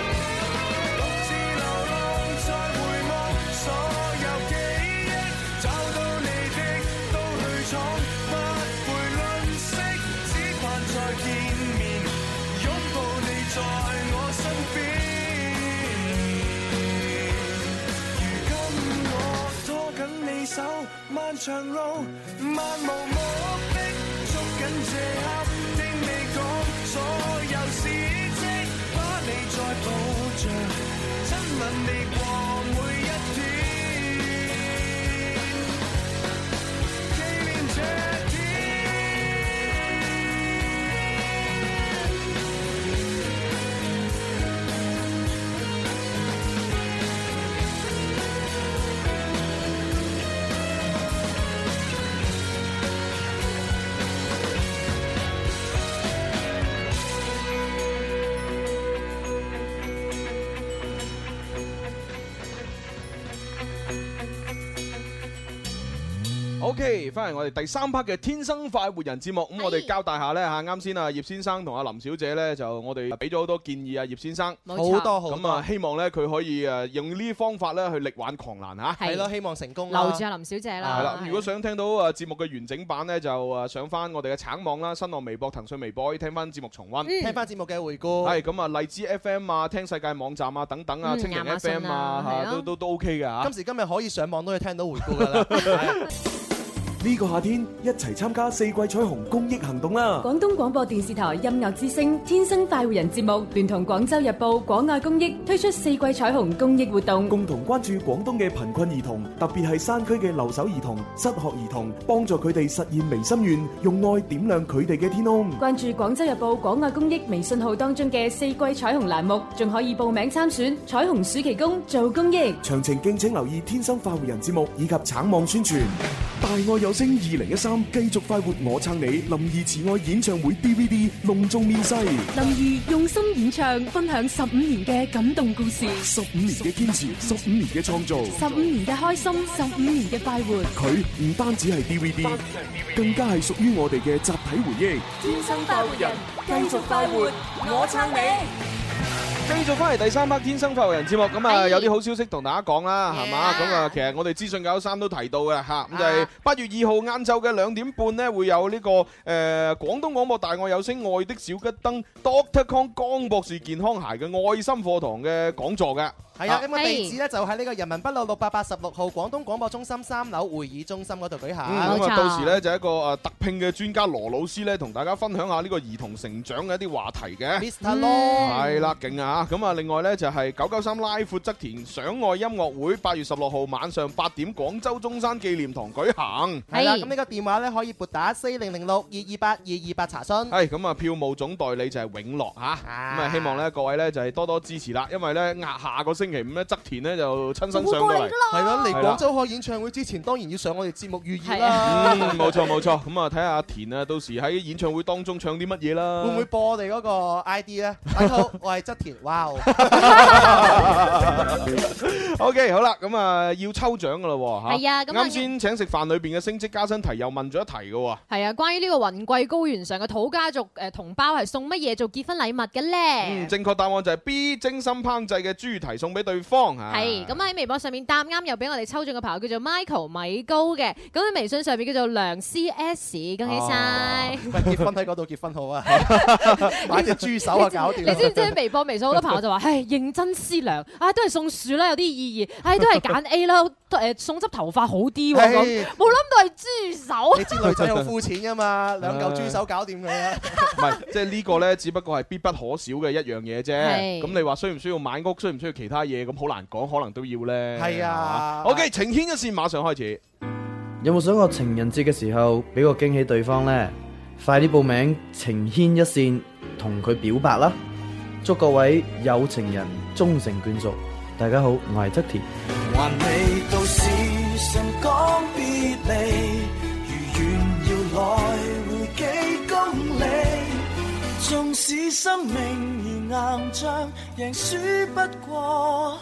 Speaker 5: 似流浪再回望所有記憶，找到你的都去闖，不會吝惜，只盼再見面，擁抱你在我身邊。如今我拖緊你手，漫長路，漫無目的，捉緊這刻聽你講所有事蹟，把你再抱着，親吻你過每一天，紀念這
Speaker 6: OK，翻嚟我哋第三 part 嘅《天生快活人》節目，咁我哋交代下呢。嚇，啱先啊葉先生同阿林小姐呢，就我哋俾咗好多建議啊葉先生，
Speaker 7: 冇錯好多好多
Speaker 6: 咁啊，希望呢，佢可以誒用呢啲方法呢去力挽狂瀾嚇，
Speaker 7: 係咯，希望成功啦
Speaker 12: 留住阿林小姐
Speaker 6: 係啦
Speaker 12: 啦，，
Speaker 6: 如果想聽到啊節目嘅完整版呢，就誒上翻我哋嘅橙網啦、新浪微博、騰訊微博可以聽翻節目重温，
Speaker 7: 聽翻節目嘅回顧。
Speaker 6: 係咁啊，荔枝 FM 啊、聽世界網站啊等等啊、
Speaker 7: 嗯
Speaker 6: 蜻
Speaker 7: 亞馬
Speaker 6: 蜓
Speaker 7: 遜
Speaker 6: FM
Speaker 7: 啊係
Speaker 6: 啊，嚇
Speaker 7: 啊
Speaker 6: 都都都 OK 嘅嚇。
Speaker 7: 今時今日可以上網都可以聽到回顧
Speaker 12: (laughs)
Speaker 7: 㗎啦。
Speaker 2: 呢個夏天一齊參加四季彩虹公益行動啦！
Speaker 3: 廣東廣播電視台音樂之聲《天生快活人》節目聯同廣州日報廣愛公益推出四季彩虹公益活動，
Speaker 2: 共同關注廣東嘅貧困兒童，特別係山區嘅留守兒童、失學兒童，幫助佢哋實現微心願，用愛點亮佢哋嘅天空。
Speaker 3: 關注廣州日報廣愛公益微信號當中嘅四季彩虹欄目，仲可以報名參選彩虹暑期工做公益。
Speaker 2: 詳情敬請留意《天生快活人》節目以及橙網宣傳。大大愛有聲二零一三繼續快活我撐你林怡慈愛演唱會 DVD 隆重面世，
Speaker 16: 林兒用心演唱，分享十五年嘅感動故事，
Speaker 2: 十五年嘅堅持，十五年嘅創造，
Speaker 16: 十五年嘅開心，十五年嘅快活。
Speaker 2: 佢唔單止係 DVD，更加係屬於我哋嘅集體回憶。
Speaker 19: 天生快活人，繼續快活，我撐你。
Speaker 6: 繼續翻嚟第三 part《天生快活人》節目，咁啊有啲好消息同大家講啦，係嘛？咁啊，其實我哋資訊九三都提到嘅嚇，咁就係八月二號晏晝嘅兩點半呢，會有呢個誒廣東廣播大愛有聲愛的小吉燈 Doctor Kong 江博士健康鞋嘅愛心課堂嘅講座嘅。
Speaker 7: 係啊，咁個地址咧就喺呢個人民北路六百八十六號廣東廣播中心三樓會議中心嗰度舉行。
Speaker 6: 嗯咁啊，到時咧就一個誒特聘嘅專家羅老師咧，同大家分享下呢個兒童成長嘅一啲話題嘅。
Speaker 7: Mr. Law
Speaker 6: 係啦，勁啊！咁啊，另外咧就係九九三拉闊側田想愛音樂會，八月十六號晚上八點，廣州中山紀念堂舉行。
Speaker 7: 係啦，咁呢個電話咧可以撥打四零零六二二八二二八查詢。
Speaker 6: 係咁啊，票務總代理就係永樂嚇，咁啊希望咧各位咧就係多多支持啦，因為咧壓下個星期五咧側田咧就親身上到嚟，
Speaker 7: 係咯，嚟
Speaker 6: 係啦
Speaker 7: 廣州開啊演唱會之前，當然要上我哋節目預熱啦。
Speaker 6: 嗯，冇錯冇錯，咁啊睇下阿田啊，到時喺演唱會當中唱啲乜嘢啦。
Speaker 7: (laughs) 會唔會播我哋嗰個 ID
Speaker 6: (laughs)
Speaker 7: 咧？大家好，我係側田，哇哦！
Speaker 6: O K，好啦，咁啊要抽獎噶啦喎吓。
Speaker 12: 係啊咁啊
Speaker 6: 啱先請食飯裏邊嘅升職加薪題又問咗一題嘅喎。
Speaker 12: 係啊，關於呢個雲貴高原上嘅土家族誒同胞係送乜嘢做結婚禮物嘅咧？
Speaker 6: 嗯，正確答案就係 B 精心烹製嘅豬蹄送俾對方啊嚇。
Speaker 7: 啊
Speaker 12: 係咁喺微博上面答啱又俾我哋抽中嘅朋友叫做 Michael 米高嘅，咁喺微信上面叫做梁 C S，恭喜晒！
Speaker 7: 喂，結婚喺嗰度結婚好啊，買隻豬手啊，搞掂。
Speaker 12: 你知唔知喺微博、微信好多朋友就話：，唉，認真思量，啊，都係送樹啦，有啲意義，唉，都係揀 A 啦，誒，送執頭髮好啲
Speaker 7: (laughs)
Speaker 12: 喎，咁
Speaker 7: 係
Speaker 12: 冇諗到係豬手。
Speaker 7: 你知女仔好膚淺噶嘛，兩嚿豬手搞掂佢啦。
Speaker 6: 唔係，即係呢個呢，只不過係必不可少嘅一樣嘢啫。
Speaker 7: 係
Speaker 6: 咁你話需唔需要買屋，需唔需要其他嘢，咁好難講，可能都要呢。
Speaker 7: 係啊
Speaker 6: O K，晴天一線馬上開始。
Speaker 20: 有冇想過情人節嘅時候俾個驚喜對方呢？快啲報名情牽一線，同佢表白啦！祝各位有情人終成眷屬。大家好，我係側田。
Speaker 5: 還未到時常講別離，如願要來回幾公里。縱使生命如硬仗，贏輸不過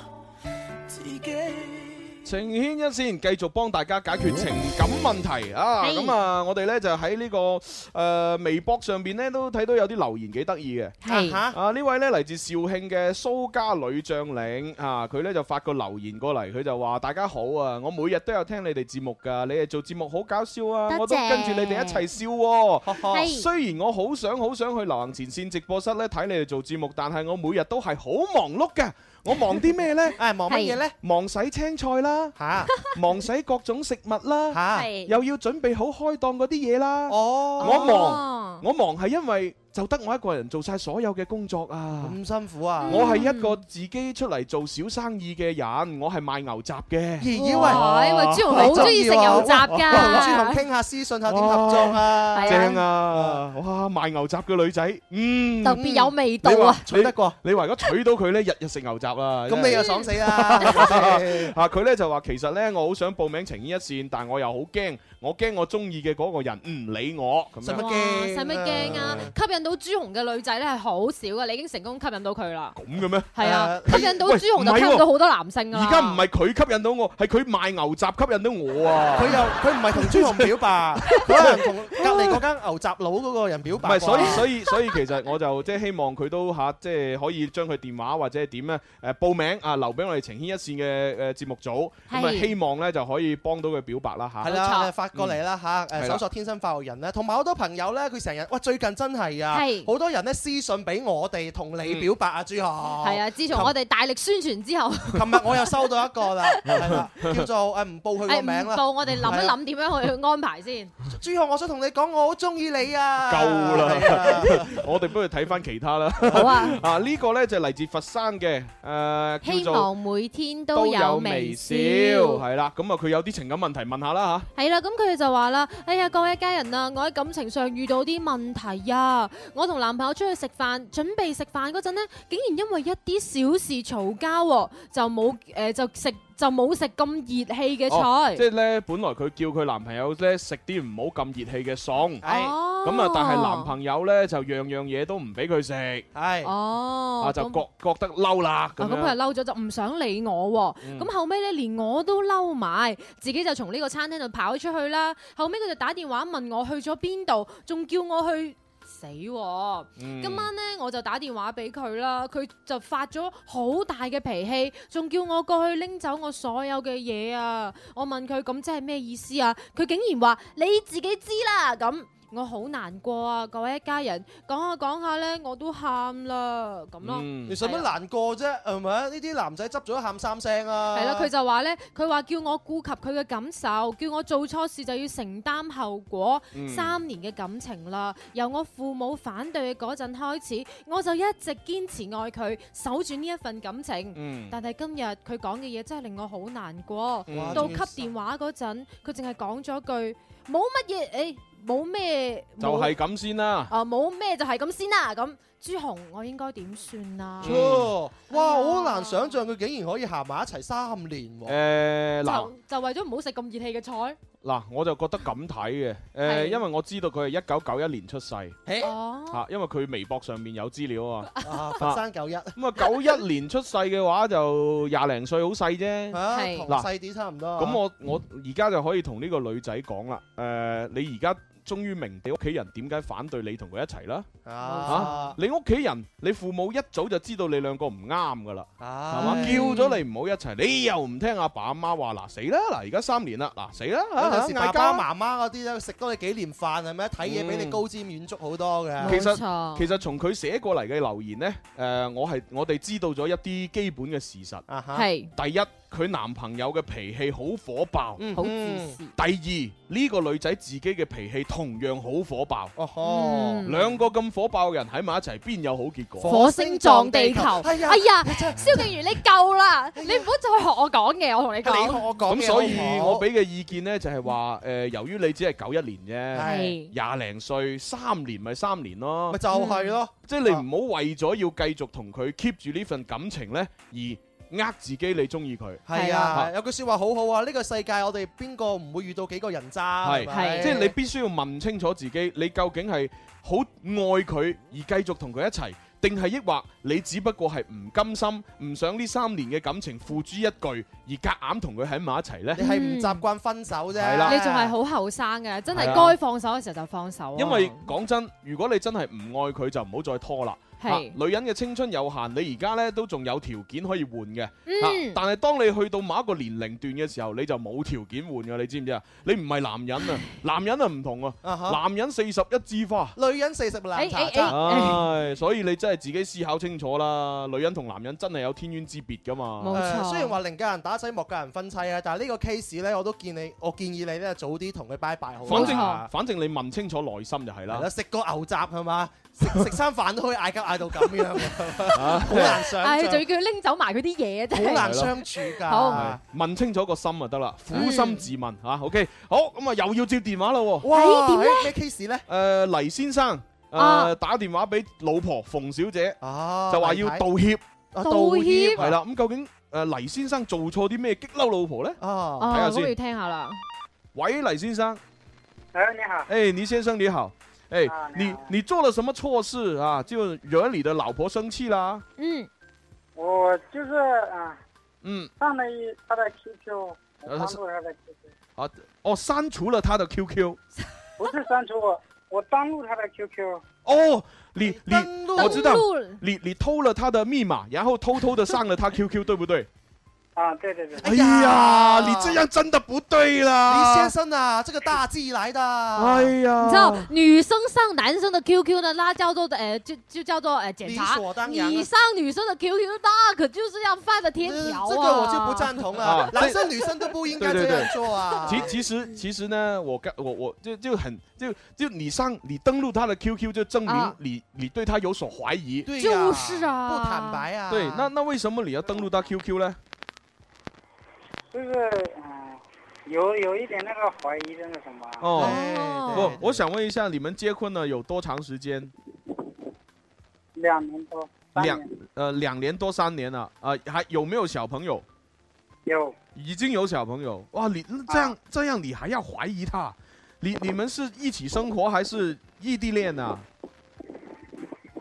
Speaker 5: 自己。
Speaker 6: 情牽一線，繼續幫大家解決情感問題啊！
Speaker 5: 係
Speaker 6: 咁啊，我哋呢就喺呢個誒微博上邊呢，都睇到有啲留言幾得意嘅。
Speaker 5: 係
Speaker 6: 啊，呢位呢嚟自肇慶嘅蘇家女將領啊，佢呢就發個留言過嚟，佢就話：大家好啊，我每日都有聽你哋節目㗎，你哋做節目好搞笑啊，
Speaker 5: 多謝
Speaker 6: 我都跟住你哋一齊笑喎。
Speaker 5: 係
Speaker 6: 雖然我好想好想去流行前線直播室呢睇你哋做節目，但係我每日都係好忙碌嘅。我忙
Speaker 7: (laughs)
Speaker 6: 啲咩呢？
Speaker 7: 誒，忙乜嘢呢？
Speaker 6: 忙洗青菜啦，
Speaker 7: 嚇，
Speaker 6: 忙洗各種食物啦，
Speaker 7: 嚇
Speaker 5: 係
Speaker 6: 又要準備好開檔嗰啲嘢啦。
Speaker 7: 哦
Speaker 6: 我忙，我忙係因為就得我一個人做晒所有嘅工作啊。
Speaker 7: 咁辛苦啊！
Speaker 6: 我係一個自己出嚟做小生意嘅人，我係賣牛雜嘅。
Speaker 7: 咦
Speaker 6: 以
Speaker 7: 咦喂係喂朱紅好中意食牛雜㗎哇朱紅傾下私信下點合作啊係啊
Speaker 6: 正啊！哇，賣牛雜嘅女仔，嗯，
Speaker 12: 特別有味道啊
Speaker 6: 你話
Speaker 7: 娶得過？
Speaker 6: 你話如果娶到佢咧，日日食牛雜啦，
Speaker 7: 咁你又爽死啦！
Speaker 6: (laughs) 啊！佢咧就話其實咧，我好想報名情牽一線，但我又好驚，我驚我中意嘅嗰個人唔理我咁樣。
Speaker 7: 使乜
Speaker 12: 哇使乜驚啊？吸引到朱紅嘅女仔咧係好少嘅，你已經成功吸引到佢啦。
Speaker 6: 咁嘅咩？
Speaker 12: 係啊，
Speaker 6: 誒
Speaker 12: 吸引到朱紅就
Speaker 6: 喂
Speaker 12: 吸
Speaker 6: 唔係
Speaker 12: 引
Speaker 6: 喎
Speaker 12: 到好多男性
Speaker 6: 而
Speaker 12: 啊。
Speaker 6: 家唔係佢吸引到我，係佢賣牛雜吸引到我啊！
Speaker 7: 佢又佢唔係同朱紅表
Speaker 6: (laughs)
Speaker 7: 白，佢可能同隔離嗰間牛雜佬嗰個人表
Speaker 6: 唔
Speaker 7: 白啩。
Speaker 6: 係，所以所以所以其實我就即係希望佢都嚇，即係可以將佢電話或者係點咧誒報名啊，留俾我哋情牽一線嘅誒節目組，咁啊
Speaker 7: 係
Speaker 6: 希望咧就可以幫到佢表白啦嚇。
Speaker 7: 係啦，發過嚟啦嚇，誒
Speaker 6: 係啦
Speaker 7: 搜索天生快活人咧，同埋好多朋友咧，佢成日哇最近真係啊
Speaker 12: 係，
Speaker 7: 好多人咧私信俾我哋同你表白啊，朱學。係
Speaker 12: 係啊，自從我哋大力宣傳之後，
Speaker 7: 琴日我又收到一個啦，係啦，叫做誒唔報佢個
Speaker 12: 誒
Speaker 7: 名
Speaker 12: 唔
Speaker 7: 啦。
Speaker 12: 到我哋諗一
Speaker 7: 係啊。
Speaker 12: 諗點樣去安排先。
Speaker 7: 朱學，我想同你講，我好中意你啊！
Speaker 6: 夠嗯啦， (laughs) 我哋不如睇翻其他啦。好
Speaker 12: 啊，
Speaker 6: (laughs) 啊呢個咧就嚟自佛山嘅誒，
Speaker 12: 希
Speaker 6: 叫做
Speaker 12: 望每天都有微笑。
Speaker 6: 係啦，咁啊佢有啲情感問題問下啦
Speaker 12: 係啦，咁佢就話啦：，哎呀，各位家人啊，我喺感情上遇到啲問題啊，
Speaker 9: 我同男朋友出去食飯，準備食飯嗰陣呢，竟然因為一啲小事嘈交喎，就冇誒、呃就食就冇食咁熱氣嘅
Speaker 6: 哦
Speaker 9: 菜。啊
Speaker 6: 即係咧，本來佢叫佢男朋友咧食啲唔好咁熱氣嘅餸，咁
Speaker 9: 哦
Speaker 6: 啊，但係男朋友咧就樣樣嘢都唔俾佢食，係
Speaker 9: 哦
Speaker 6: 啊就
Speaker 9: 咁
Speaker 6: 覺覺得嬲啦咁
Speaker 9: 啊，咁佢係
Speaker 6: 樣。
Speaker 9: 嬲咗，就唔想理我喎。
Speaker 6: 嗯
Speaker 9: 咁後尾咧，連我都嬲埋，自己就從呢個餐廳度跑出去啦。後尾佢就打電話問我去咗邊度，仲叫我去。死喎！
Speaker 3: 嗯
Speaker 9: 今晚咧我就打電話俾佢啦，佢就發咗好大嘅脾氣，仲叫我過去拎走我所有嘅嘢啊！我問佢咁即係咩意思啊？佢竟然話你自己知啦咁，我好難過啊！各位一家人講下講下咧，我都喊啦咁咯。
Speaker 7: 你使
Speaker 9: 係
Speaker 7: 乜
Speaker 9: 啊
Speaker 7: 難過啫？係咪啊？呢啲男仔執咗都喊三聲啊！
Speaker 9: 係啦，佢就話咧，佢話叫我顧及佢嘅感受，叫我做錯事就要承擔後果。
Speaker 3: 嗯
Speaker 9: 三年嘅感情啦，由我父母反對嘅嗰陣開始，我就一直堅持愛佢，守住呢一份感情。
Speaker 3: 嗯
Speaker 9: 但係今日佢講嘅嘢真係令我好難過。
Speaker 3: 哇
Speaker 9: 到
Speaker 3: 真
Speaker 9: 給
Speaker 3: 係
Speaker 9: 電話嗰陣，佢淨係講咗句冇乜嘢，誒、
Speaker 3: 哎
Speaker 9: 冇咩，
Speaker 6: 就
Speaker 9: 冇
Speaker 6: 係咁先啦。
Speaker 9: 啊冇咩就係咁先啦。咁朱紅，我應該點算啊？
Speaker 7: 哦哇！我好難想象佢竟然可以行埋一齊三年喎。
Speaker 6: 誒嗱
Speaker 9: 就就為咗唔好食咁熱氣嘅菜。
Speaker 6: 嗱，我就覺得咁睇嘅，誒，
Speaker 9: 係
Speaker 6: 因為我知道佢係一九九一年出世，
Speaker 9: 哦。
Speaker 6: 嚇，因為佢微博上面有資料啊。
Speaker 7: 啊，佛山九一
Speaker 6: 咁啊，九一年出世嘅話就廿零歲，好細啫。
Speaker 7: 啊，同
Speaker 6: 嗱
Speaker 7: 細啲差唔多啊。
Speaker 6: 咁我我而家就可以同呢個女仔講啦，誒、你而家終於明你屋企人點解反對你同佢一齊啦，
Speaker 7: 啊
Speaker 6: 你屋企人你父母一早就知道你兩個唔啱噶啦，係嘛、
Speaker 7: 唉
Speaker 6: 叫咗你唔好一齊，你又唔聽阿爸阿媽話，嗱死啦，嗱而家三年啦，嗱死啦，啊
Speaker 7: 有時爸爸
Speaker 6: 嗌交啦
Speaker 7: 媽媽嗰啲咧，食多你幾年飯係咪？睇嘢比你高瞻遠矚好多嘅。
Speaker 6: 嗯其實其實從佢寫過嚟嘅留言呢，誒、我係我哋知道咗一啲基本嘅事實。
Speaker 7: 啊哈
Speaker 9: 係
Speaker 6: 第一，佢男朋友嘅脾氣好火爆，
Speaker 7: 嗯好自私
Speaker 6: 第二，呢、個女仔自己嘅脾氣同樣好火爆。
Speaker 7: 哦
Speaker 6: 兩個咁火爆嘅人喺埋一齊，邊有好結果？
Speaker 9: 火星撞地球，哎
Speaker 7: 呀，
Speaker 9: 蕭敬如你夠啦，
Speaker 7: 哎
Speaker 9: 你唔好再學我講嘅，我同你講。
Speaker 6: 咁所以我俾嘅意見呢，就係話，
Speaker 7: 嗯
Speaker 6: 誒，由於你只係九一年啫，
Speaker 9: 係
Speaker 6: 廿零歲，三年咪三年咯，
Speaker 7: 咪就係咯
Speaker 6: 嗯，即係你唔好為咗要繼續同佢 keep 住呢份感情呢，而呃自己你中意佢。
Speaker 7: 係啊，有句説話好好啊，呢個世界我哋邊個唔會遇到幾個人渣？
Speaker 6: 係，
Speaker 7: 咪
Speaker 6: 即係你必須要問清楚自己，你究竟係好愛佢而繼續同佢一齊，定係抑或你只不過係唔甘心，唔想呢三年嘅感情付諸一炬，而夾硬同佢喺埋一齊呢？
Speaker 7: 你係唔習慣分手啫。
Speaker 6: 係啦
Speaker 9: 嗯你仲係好後生嘅，真
Speaker 6: 係
Speaker 9: 係
Speaker 6: 啊
Speaker 9: 該放手嘅時候就放手啊。
Speaker 6: 因為講真，如果你真係唔愛佢，就唔好再拖啦。
Speaker 9: 係
Speaker 6: 啊女人嘅青春有限，你而家呢都仲有條件可以換嘅。
Speaker 9: 嗯
Speaker 6: 啊但係當你去到某一個年齡段嘅時候，你就冇條件換嘅，你知唔知啊？你唔係男人啊，男人啊唔同啊，
Speaker 7: 哈
Speaker 6: 男人四十一枝花。
Speaker 7: 女人四十難查
Speaker 9: 哎
Speaker 6: 哦
Speaker 7: 渣。
Speaker 6: 唉，所以你真係自己思考清楚啦。女人同男人真係有天淵之別噶嘛。
Speaker 7: 誒雖然話寧家人打仔，莫家人分妻啊，但係呢個 case 咧，我都建議我建議你咧早啲同佢拜拜好啦。
Speaker 6: 反正反正你問清楚內心就係
Speaker 7: 係
Speaker 6: 啦
Speaker 7: 啦，。食個牛雜係嘛，食食餐飯都可以嗌交嗌到咁樣，
Speaker 6: (laughs) 啊
Speaker 7: 好難想
Speaker 9: 唉，
Speaker 7: 像
Speaker 9: 仲要叫佢拎走埋佢啲嘢，真係
Speaker 7: 好難相處㗎。
Speaker 6: 係問清楚個心就得啦，
Speaker 7: 嗯
Speaker 6: 苦心自問吓。OK，好咁啊，又要接電話啦喎。
Speaker 7: 哇！咩 case 咧？
Speaker 6: 诶，黎先生诶
Speaker 7: 啊
Speaker 6: 打電話俾老婆馮小姐，
Speaker 7: 啊
Speaker 6: 就話要道歉。
Speaker 7: 啊道歉
Speaker 6: 系啦，咁究竟诶黎先生做錯啲咩激嬲老婆呢？
Speaker 7: 啊
Speaker 9: 哦
Speaker 6: 睇下
Speaker 9: 咁要
Speaker 6: 先。
Speaker 9: 聽下啦。
Speaker 6: 喂，黎先生。
Speaker 12: 哎，你好。啊
Speaker 6: 哎，倪先生你好，哎，你你做了什么错事啊？就惹你的老婆生气啦？
Speaker 9: 嗯，
Speaker 12: 我就是啊，
Speaker 6: 嗯，
Speaker 12: 上了一他的 QQ，
Speaker 6: 呃
Speaker 12: 我
Speaker 6: 他
Speaker 12: 删
Speaker 6: 是
Speaker 12: 除他的 QQ，
Speaker 6: 啊，哦，删除了他的 QQ。
Speaker 12: 不是删除我，我登录他的 QQ，
Speaker 6: 哦，你你
Speaker 12: 录
Speaker 6: 我知道
Speaker 12: 登录，
Speaker 6: 你你偷了他的密码，然后偷偷的上了他 QQ，对不对？
Speaker 12: 啊，对对对，
Speaker 6: 哎呀，你这样真的不对啦！
Speaker 7: 李先生啊，这个大忌来的。
Speaker 6: 哎呀
Speaker 9: 你知道女生上男生的 QQ 呢，那叫做呃，就就叫做呃检查
Speaker 7: 理所当。然啊
Speaker 9: 你上女生的 QQ，那可就是要犯的天条啊。
Speaker 7: 这个呃我就不赞同
Speaker 6: 啊
Speaker 7: 了，男生女生都不应该
Speaker 6: 对
Speaker 7: 这
Speaker 6: 对
Speaker 7: 样
Speaker 6: 对
Speaker 7: 做啊。
Speaker 6: 其其实其实呢，我刚我我就就很就就你上你登录他的 QQ，就证明
Speaker 9: 啊
Speaker 6: 你你对他有所怀疑。
Speaker 7: 对呀
Speaker 9: 就是啊，
Speaker 7: 不坦白啊。
Speaker 6: 对，那那为什么你要登录他 QQ 呢？
Speaker 12: 就是嗯，有有一点那个
Speaker 6: 哦
Speaker 12: 怀疑的那什么，啊
Speaker 9: 哦
Speaker 6: 哦，我我想问一下，你们结婚了有多长时间？
Speaker 12: 两年多，三
Speaker 6: 两
Speaker 12: 年
Speaker 6: 呃两年多三年了，啊，还有没有小朋友？
Speaker 12: 有，啊
Speaker 6: 已经有小朋友。哇，你那这样、这样你还要怀疑他？你你们是一起生活还是异地恋啊呢、
Speaker 12: 啊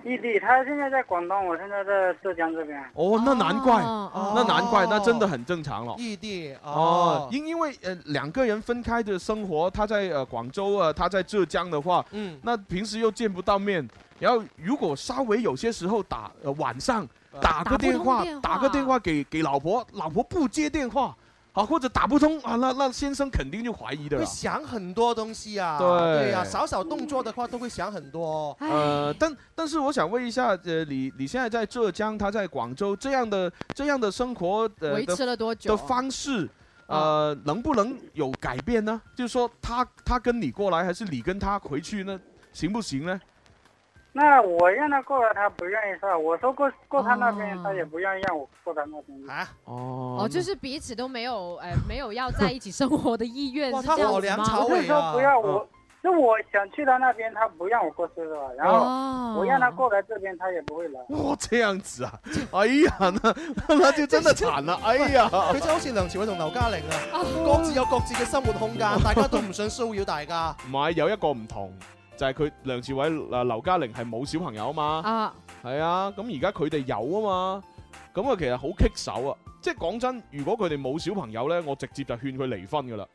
Speaker 12: 异地。他现在在广东，我现在在浙江这边。
Speaker 6: 哦，那难怪，那难怪，那真的很正常了。
Speaker 7: 异地
Speaker 6: 哦
Speaker 7: 哦，，
Speaker 6: 因因为呃两个人分开的生活，他在呃广州啊、呃他在浙江的话，
Speaker 7: 嗯，
Speaker 6: 那平时又见不到面，然后如果稍微有些时候打呃晚上打个电话，
Speaker 7: 打不通电话
Speaker 6: 打个电话给给老婆，老婆不接电话啊，或者打不通啊，那那先生肯定就怀疑的
Speaker 7: 会
Speaker 6: 了。
Speaker 7: 想很多东西啊，
Speaker 6: 对
Speaker 7: 呀、少少动作的话都会想很多。
Speaker 6: 呃，但但是我想问一下，呃，你你现在在浙江，他在广州，这样的这样的生活，呃，
Speaker 9: 维
Speaker 6: 的
Speaker 9: 持了多久啊
Speaker 6: 的方式，呃，能不能有改变呢？就是说他，他跟你过来，还是你跟他回去呢？行不行呢？
Speaker 12: 那我让他过来，他不愿意上。我说过过他那边，他也不愿意让我过他那边。
Speaker 7: 啊？
Speaker 6: 哦
Speaker 9: 哦，就是彼此都没有诶、呃没有要在一起生活的意愿，
Speaker 7: (laughs) 哇
Speaker 9: 是
Speaker 7: 他
Speaker 9: 这样
Speaker 7: 好
Speaker 9: 子
Speaker 7: 梁
Speaker 9: 吗
Speaker 7: 朝
Speaker 12: 我是
Speaker 7: 伟
Speaker 12: 说
Speaker 7: 啊！
Speaker 12: 不要我，就我想去他那边，他不让我过去是吧？然
Speaker 6: 哦
Speaker 12: 后我让他过来这边，他也不会来。
Speaker 6: 哇，这样子啊！哎呀，那那就真的惨了！哎呀，
Speaker 7: 佢真係好似梁朝偉同劉嘉玲啊，各自有各自嘅生活空間，大家都唔想騷擾大家。
Speaker 6: 唔係有一個唔同，就係佢梁朝偉、啊劉嘉玲係冇小朋友啊嘛。
Speaker 9: 啊，
Speaker 6: 係啊，咁而家佢哋有啊嘛，咁啊其實好棘手啊！即係講真，如果佢哋冇小朋友呢，我直接就勸佢離
Speaker 9: (laughs)
Speaker 6: 婚噶啦。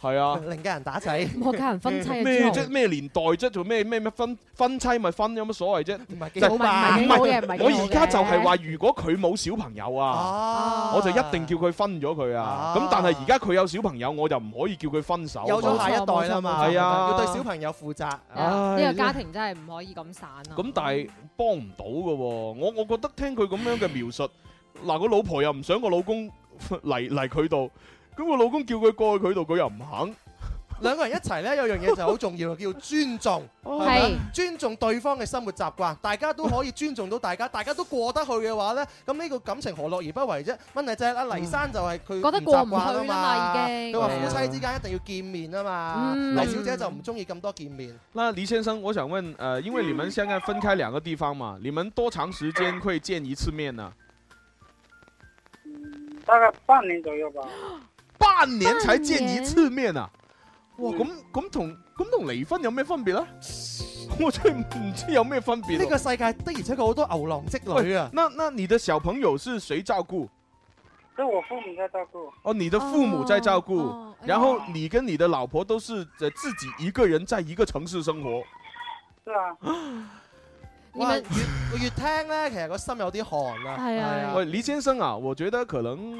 Speaker 6: 係啊，
Speaker 7: 寧家人打仔，
Speaker 9: 莫家人分妻啊
Speaker 6: 咩
Speaker 9: 之
Speaker 6: 啫？
Speaker 9: 後
Speaker 6: 咩年代啫？做咩咩咩分分妻咪分有乜所謂啫？唔係
Speaker 7: 幾好嘛
Speaker 6: 唔
Speaker 7: 唔係幾好嘅唔係
Speaker 6: 係
Speaker 7: 幾
Speaker 6: 我
Speaker 7: 好
Speaker 6: 而家就係
Speaker 7: 嘅
Speaker 6: 話，如果佢冇小朋友啊，我就一定叫佢分咗佢啊。咁但係而家佢有小朋友，我就唔可以叫佢分手啊。
Speaker 7: 有咗下一代啦嘛，
Speaker 6: 係啊，
Speaker 7: 要對小朋友負責。啊
Speaker 6: 唉
Speaker 9: 呢個哎家庭真係唔可以咁散啊！
Speaker 6: 咁但係幫唔到嘅喎，我我覺得聽佢咁樣嘅描述，嗱個老婆又唔想個老公 (laughs) 嚟嚟佢度，咁個老公叫佢過去佢度，佢又唔肯。
Speaker 7: 兩個人一齊咧，有樣嘢就好重要，叫尊重，
Speaker 9: 哦
Speaker 7: 係咪啊
Speaker 6: 係
Speaker 7: 尊重對方嘅生活習慣，大家都可以尊重到大
Speaker 9: (laughs)
Speaker 7: 家，大家都過得去嘅話咧，咁呢個感情何樂而不為啫？問題就係阿黎生就係佢
Speaker 9: 嗯覺得過唔去啦嘛
Speaker 7: 習慣啊
Speaker 9: 已經
Speaker 7: 佢話夫妻之間一定要見面啊嘛，
Speaker 6: 嗯
Speaker 7: 黎小姐就唔中意咁多見面。
Speaker 6: 那黎先生，我想問，呃，因為你們現在分開兩個地方嘛，你們多長時間會見一次面啊呢？
Speaker 12: 大概半年左右吧。
Speaker 6: 半年才見一次面啊！哇，咁咁同咁同離婚有咩分別呢？ (laughs) 我真係唔知有咩分別。
Speaker 7: 呢個世界的而且確好多牛郎織女啊
Speaker 6: 喂！那那你的小朋友是誰照顧？
Speaker 12: 是我父母在照顾。
Speaker 6: 哦，你的父母在照顾，然后你跟你的老婆都是呃自己一个人在一个城市生活。
Speaker 12: 是啊。
Speaker 7: 你越我越聽咧，其實個心有啲寒啊。
Speaker 9: 係啊
Speaker 7: 係
Speaker 6: 喂，黎先生啊，我觉得可能，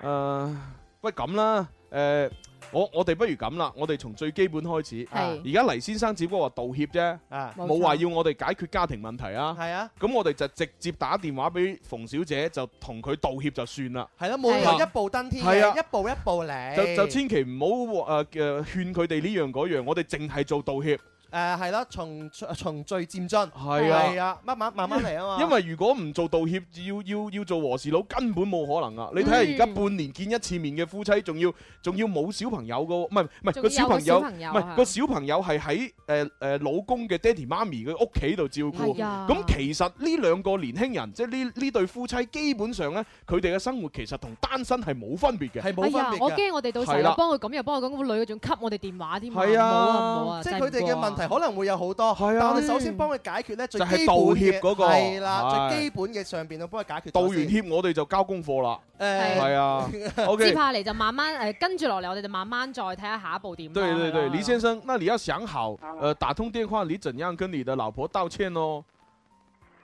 Speaker 6: 呃，喂咁啦，诶、我我哋不如咁啦，我哋從最基本開始。而家黎先生只不過話道歉啫，
Speaker 7: 啊
Speaker 6: 冇話要我哋解決家庭問題啊。
Speaker 7: 係啊。
Speaker 6: 咁我哋就直接打電話俾馮小姐，就同佢道歉就算啦。
Speaker 7: 係咯，冇
Speaker 6: 啊
Speaker 7: 人一步登天
Speaker 6: 係啊
Speaker 7: 嘅，一步一步嚟。
Speaker 6: 就就千祈唔好誒誒勸佢哋呢樣嗰樣，我哋淨係做道歉。
Speaker 7: 誒呃係啦，從從序漸進，係
Speaker 6: 啊
Speaker 7: 係啊，慢慢慢慢嚟啊嘛。
Speaker 6: 因為如果唔做道歉，要要要做和事佬，根本冇可能啊！你睇下而家半年見一次面嘅夫妻，仲要仲要冇小朋友噶，唔係唔係
Speaker 7: 仲要有
Speaker 6: 個小朋友，
Speaker 7: 個小
Speaker 6: 唔
Speaker 7: 朋友
Speaker 6: 係
Speaker 7: 啊
Speaker 6: 個小朋友係喺誒誒老公嘅爹哋媽咪嘅屋企度照顧。
Speaker 7: 係啊
Speaker 6: 咁其實呢兩個年輕人，即係呢呢對夫妻，基本上呢，佢哋嘅生活其實同單身係冇分別嘅，係
Speaker 9: 哎呀，我驚我哋到時候
Speaker 6: 係啦
Speaker 9: 又幫佢咁，又幫佢咁，個女嘅仲吸我哋電話添
Speaker 6: 係啊
Speaker 9: 唔好啊唔好啊！
Speaker 7: 即係
Speaker 9: 真
Speaker 7: 佢哋嘅
Speaker 9: 唔過啊
Speaker 7: 問題可能會有好多，但我哋首先幫佢解決咧最
Speaker 6: 就係
Speaker 7: 基本
Speaker 6: 道
Speaker 7: 嘅
Speaker 6: 歉嗰個
Speaker 7: 係啦，
Speaker 6: 係
Speaker 7: 最基本嘅上邊我幫佢解決咗
Speaker 6: 道完
Speaker 7: 先
Speaker 6: 歉，我哋就交功課啦。
Speaker 7: 誒
Speaker 6: 係
Speaker 7: (laughs)
Speaker 9: (laughs)
Speaker 6: 啊
Speaker 9: 接
Speaker 6: ，OK。
Speaker 9: 下嚟就慢慢誒跟住落嚟，我哋就慢慢再睇下下一步點啦。
Speaker 6: 对对
Speaker 9: 係
Speaker 6: 对，
Speaker 9: 咯
Speaker 6: 黎先生，那你要想好，呃，打通电话，你怎样跟你的老婆道歉哦？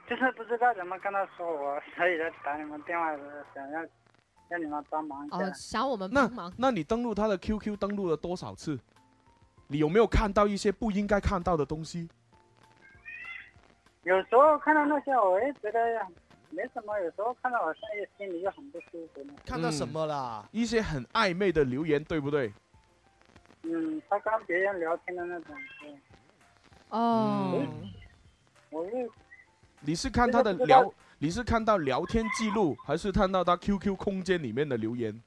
Speaker 12: 就是不知道怎么跟他说我，所以就打你们电话的，想要让你们帮忙一下。
Speaker 9: 哦，想我們
Speaker 6: 那
Speaker 9: 幫忙。
Speaker 6: 那你登录他的 QQ 登录了多少次？你有没有看到一些不应该看到的东西？
Speaker 12: 有时候看到那些，我也觉得没什么；有时候看到我现在心里就很不舒服呢。
Speaker 7: 看到什么啦？
Speaker 6: 嗯一些很暧昧的留言，对不对？
Speaker 12: 嗯，他跟别人聊天的那种。对
Speaker 9: 哦，
Speaker 12: 我是
Speaker 6: 嗯你是看他的
Speaker 12: 这个不知
Speaker 6: 聊
Speaker 12: 道，
Speaker 6: 你是看到聊天记录，还是看到他 QQ 空间里面的留言？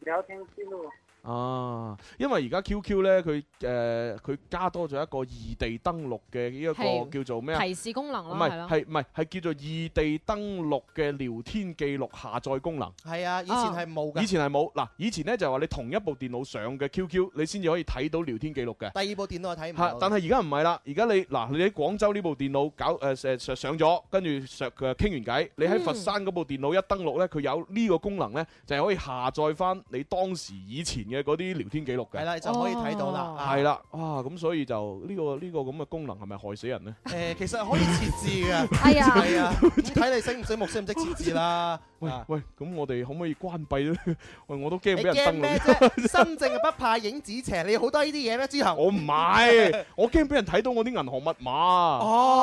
Speaker 12: 聊天记录，
Speaker 6: 啊，因為而家 QQ 咧，佢誒佢加多咗一個異地登錄嘅呢一個
Speaker 12: 係
Speaker 6: 叫做咩啊？
Speaker 12: 提示功能
Speaker 6: 唔
Speaker 12: 啦，
Speaker 6: 係
Speaker 12: 係
Speaker 6: 係唔係係叫做異地登錄嘅聊天記錄下載功能。
Speaker 7: 係啊，以前係冇㗎。
Speaker 6: 以前係冇嗱，以前咧就係話你同一部電腦上嘅 QQ，你先至可以睇到聊天記錄嘅。
Speaker 7: 第二部電腦係睇唔
Speaker 6: 係
Speaker 7: 到。
Speaker 6: 但係而家唔係啦，而家你嗱，你喺廣州呢部電腦搞誒上上上咗，跟住上誒傾完偈，你喺佛山嗰部電腦一登錄呢，佢有呢個功能呢，就係可以下載翻你當時以前嘅嗰啲聊天記錄嘅。
Speaker 7: 係啦就可以睇到啦哦啊
Speaker 6: 係啦，哇！咁所以就呢個呢個咁嘅功能係咪害死人呢？
Speaker 7: 誒，其實可以設置嘅。
Speaker 6: (laughs) 係啊
Speaker 7: 係啊，咁睇你醒唔醒目，識唔識設置啦。
Speaker 6: 喂喂，咁我哋可唔可以關閉咧？ (laughs) 喂，我都 (laughs) 驚俾
Speaker 7: 你
Speaker 6: 人
Speaker 7: 驚
Speaker 6: 登
Speaker 7: 咩
Speaker 6: 錄。
Speaker 7: 啫？心正不怕影子斜，你好多呢啲嘢咩？之後
Speaker 6: (laughs) 我唔
Speaker 7: (laughs)
Speaker 6: 係，我驚俾人睇到我啲銀行密碼。
Speaker 7: 哦
Speaker 6: 係啊。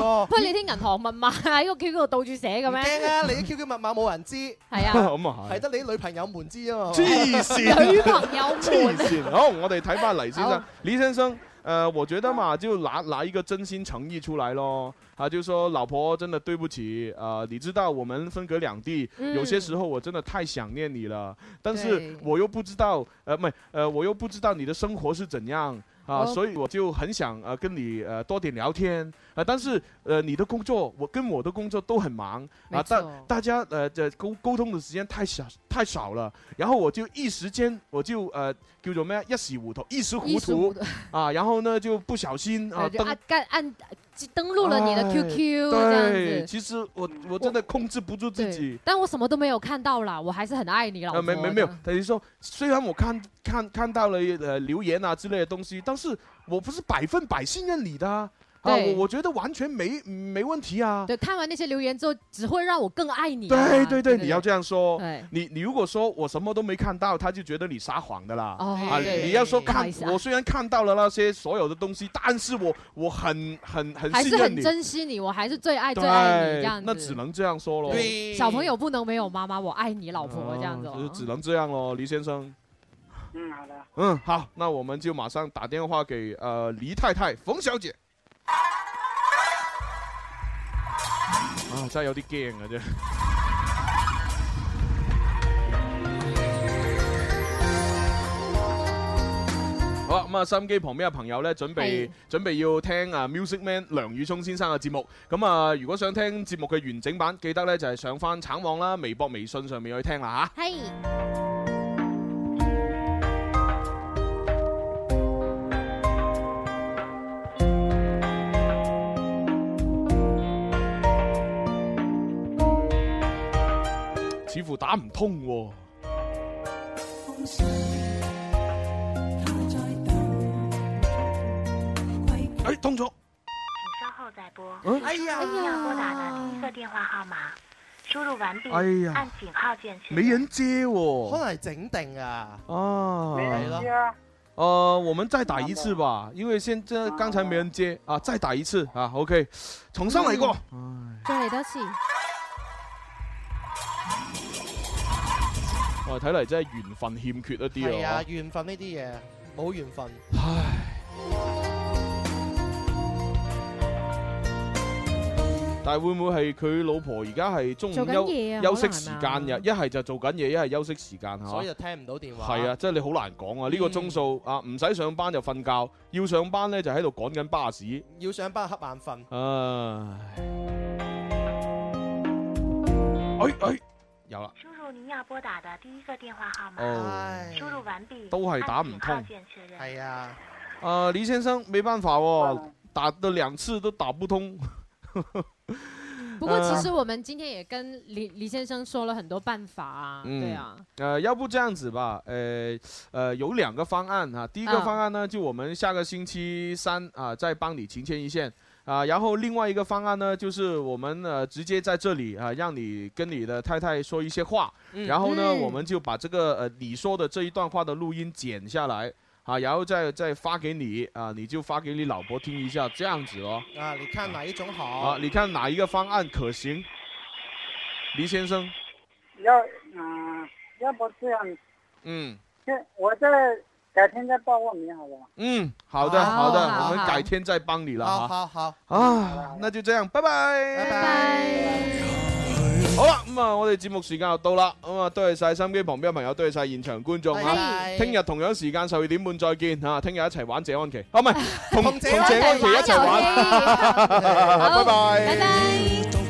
Speaker 12: 哦不過你啲銀行密碼喺個 QQ 度到處寫嘅咩？
Speaker 7: 驚啊！你啲 QQ 密碼冇人知。
Speaker 12: (laughs)
Speaker 7: 係
Speaker 12: 啊
Speaker 6: (laughs) 咁啊係
Speaker 7: 係得你啲女朋友們知啊嘛。
Speaker 6: 黐線，黐
Speaker 7: 們。
Speaker 6: 線。好，我哋睇翻黎先生
Speaker 7: 好，
Speaker 6: 黎先生，呃，我觉得嘛，就拿拿一个真心诚意出来咯。啊，就说老婆真的对不起，呃，你知道我们分隔两地，
Speaker 21: 嗯
Speaker 6: 有些时候我真的太想念你了，但是
Speaker 21: 对
Speaker 6: 我又不知道，呃，没，呃，我又不知道你的生活是怎样。啊，
Speaker 21: 哦
Speaker 6: 所以我就很想呃跟你呃多点聊天啊、但是呃你的工作我跟我的工作都很忙
Speaker 21: 没
Speaker 6: 啊，大
Speaker 21: 错
Speaker 6: 大家呃这沟沟通的时间太少太少了，然后我就一时间我就呃叫做咩啊一时糊涂一时糊
Speaker 12: 一时糊
Speaker 6: 涂
Speaker 12: 涂
Speaker 6: 啊，然后呢就不小心
Speaker 7: 哦
Speaker 6: 啊
Speaker 12: 係就
Speaker 6: 登
Speaker 12: 按按按登錄了你的
Speaker 6: 哎
Speaker 12: QQ 這樣
Speaker 6: 对，
Speaker 12: 子。
Speaker 6: 其实我我真的控制不住自己。
Speaker 12: 但我什么都没有看到啦，我还是很爱你老
Speaker 6: 呃，
Speaker 7: 啊
Speaker 12: 婆。
Speaker 6: 没没没有，等于说，虽然我看看看到了呃留言啊之类的东西，但是我不是百分百信任你的啊，啊
Speaker 12: 对
Speaker 6: 我我觉得完全没没问题啊。
Speaker 12: 对，看完那些留言之后，只会让我更爱你啊、
Speaker 6: 对对对，你要这样说
Speaker 12: 对。
Speaker 6: 你你如果说我什么都没看到，他就觉得你撒谎的啦。
Speaker 12: 哦
Speaker 6: 啊，
Speaker 12: 对
Speaker 6: 你要说
Speaker 12: 不好
Speaker 6: 看
Speaker 12: 意思啊
Speaker 6: 我虽然看到了那些所有的东西，但是我我很很很
Speaker 12: 还
Speaker 6: 信
Speaker 12: 是
Speaker 6: 任
Speaker 12: 很
Speaker 6: 你。
Speaker 12: 珍惜你，我还是最爱最爱你这
Speaker 6: 对
Speaker 12: 样，
Speaker 6: 那
Speaker 12: 子。
Speaker 6: 只能这样说喽。
Speaker 12: 小朋友不能没有妈妈，我爱你老婆、这样子
Speaker 6: 啊就
Speaker 12: 哦。
Speaker 6: 只能这样喽，黎先生。
Speaker 11: 嗯，好的。
Speaker 6: 嗯，好，那我们就马上打电话给呃黎太太冯小姐。啊，真係有啲驚嘅啫。好啦，咁啊，收音機旁邊嘅朋友咧，準備準備要聽啊 Music Man 梁宇聰先生嘅節目。咁啊，如果想聽節目嘅完整版，記得咧就係上翻橙網啦、微博、微信上面去聽啦吓。
Speaker 12: 系。
Speaker 6: 似乎打唔通喎、
Speaker 19: 封信，他在等。回
Speaker 6: 哎，通咗。
Speaker 22: 请稍后再拨。
Speaker 6: 嗯
Speaker 22: 哎呀，
Speaker 6: 哎呀
Speaker 22: 拨打的第一个电话号码，输入完毕，
Speaker 6: 哎呀
Speaker 22: 按井号键
Speaker 6: 没人哎接
Speaker 7: (laughs)
Speaker 6: 喎、
Speaker 7: 可能係整定啊。
Speaker 6: 啊，
Speaker 7: 係
Speaker 6: 咯。呃，我们再打一次吧，因为现在刚才没人接啊，再打一次啊，OK，重新嚟过。
Speaker 12: 再嚟多次。
Speaker 6: 我哦睇嚟真係緣分欠缺一啲
Speaker 7: 係啊，
Speaker 6: 啊。
Speaker 7: 緣分呢啲嘢冇緣分。
Speaker 6: 但係會唔會係佢老婆而家係中午
Speaker 7: 做緊
Speaker 6: 休
Speaker 7: 嘢啊
Speaker 6: 休
Speaker 7: 可
Speaker 6: 息
Speaker 7: 能
Speaker 6: 時
Speaker 7: 係
Speaker 6: 間
Speaker 7: 嘛
Speaker 6: 嘅？一係就做緊嘢，一係休息時間係嘛？
Speaker 7: 所以就聽唔到電話。
Speaker 6: 哦係啊，，即係你好難講啊！呢
Speaker 7: 嗯
Speaker 6: 個鐘數啊，唔使上班就瞓覺，要上班呢就喺度趕緊巴士。
Speaker 7: 要上班瞌眼瞓。
Speaker 6: 唉，哎哎，有啦，
Speaker 22: 输入您要拨打的第一个电话号码，
Speaker 6: 哦
Speaker 22: 输入完毕，
Speaker 6: 都係打
Speaker 22: 按
Speaker 6: 唔
Speaker 22: 井
Speaker 6: 通
Speaker 22: 号键确认。
Speaker 7: 係啊，
Speaker 6: 啊，李先生没辦法喎，打了兩次都打不通。
Speaker 12: 不过
Speaker 7: 啊
Speaker 12: 其实我们今天也跟李李先生说了很多办法啊，
Speaker 7: 嗯
Speaker 12: 对啊，
Speaker 6: 呃，要不这样子吧，呃呃，有两个方案啊。第一个
Speaker 12: 嗯
Speaker 6: 方案呢，就我们下个星期三啊，再帮你情牵一线啊。然后另外一个方案呢，就是我们呃直接在这里啊，让你跟你的太太说一些话，
Speaker 21: 嗯
Speaker 6: 然后呢，
Speaker 21: 嗯
Speaker 6: 我们就把这个呃你说的这一段话的录音剪下来啊，然后再再发给你啊，你就发给你老婆听一下，这样子哦。
Speaker 7: 啊，你看哪一種好？
Speaker 6: 啊，你看哪一个方案可行？黎先生，
Speaker 11: 要嗯，要不这样，
Speaker 6: 嗯。
Speaker 11: 这我再改天再报个名好不好？
Speaker 6: 嗯，好的，
Speaker 11: 好
Speaker 6: 好的，
Speaker 11: 好
Speaker 6: 我们
Speaker 11: 好
Speaker 6: 改天再帮你了
Speaker 11: 好
Speaker 6: 哈。
Speaker 7: 好
Speaker 6: 啊，那就这样，拜拜，拜
Speaker 7: 拜。
Speaker 6: 好啦，咁啊，我哋節目時間又到啦，咁啊，多謝晒心機旁邊嘅朋友，多謝晒現場觀眾
Speaker 7: 多
Speaker 6: 啊！
Speaker 7: 謝
Speaker 6: 聽日同樣時間十二點半再見嚇，聽日一齊玩謝安琪， (laughs) 啊唔係同同謝
Speaker 7: 安琪
Speaker 6: (laughs) 安琪一齊玩，
Speaker 7: 玩遊戲
Speaker 6: 拜拜。
Speaker 5: 拜。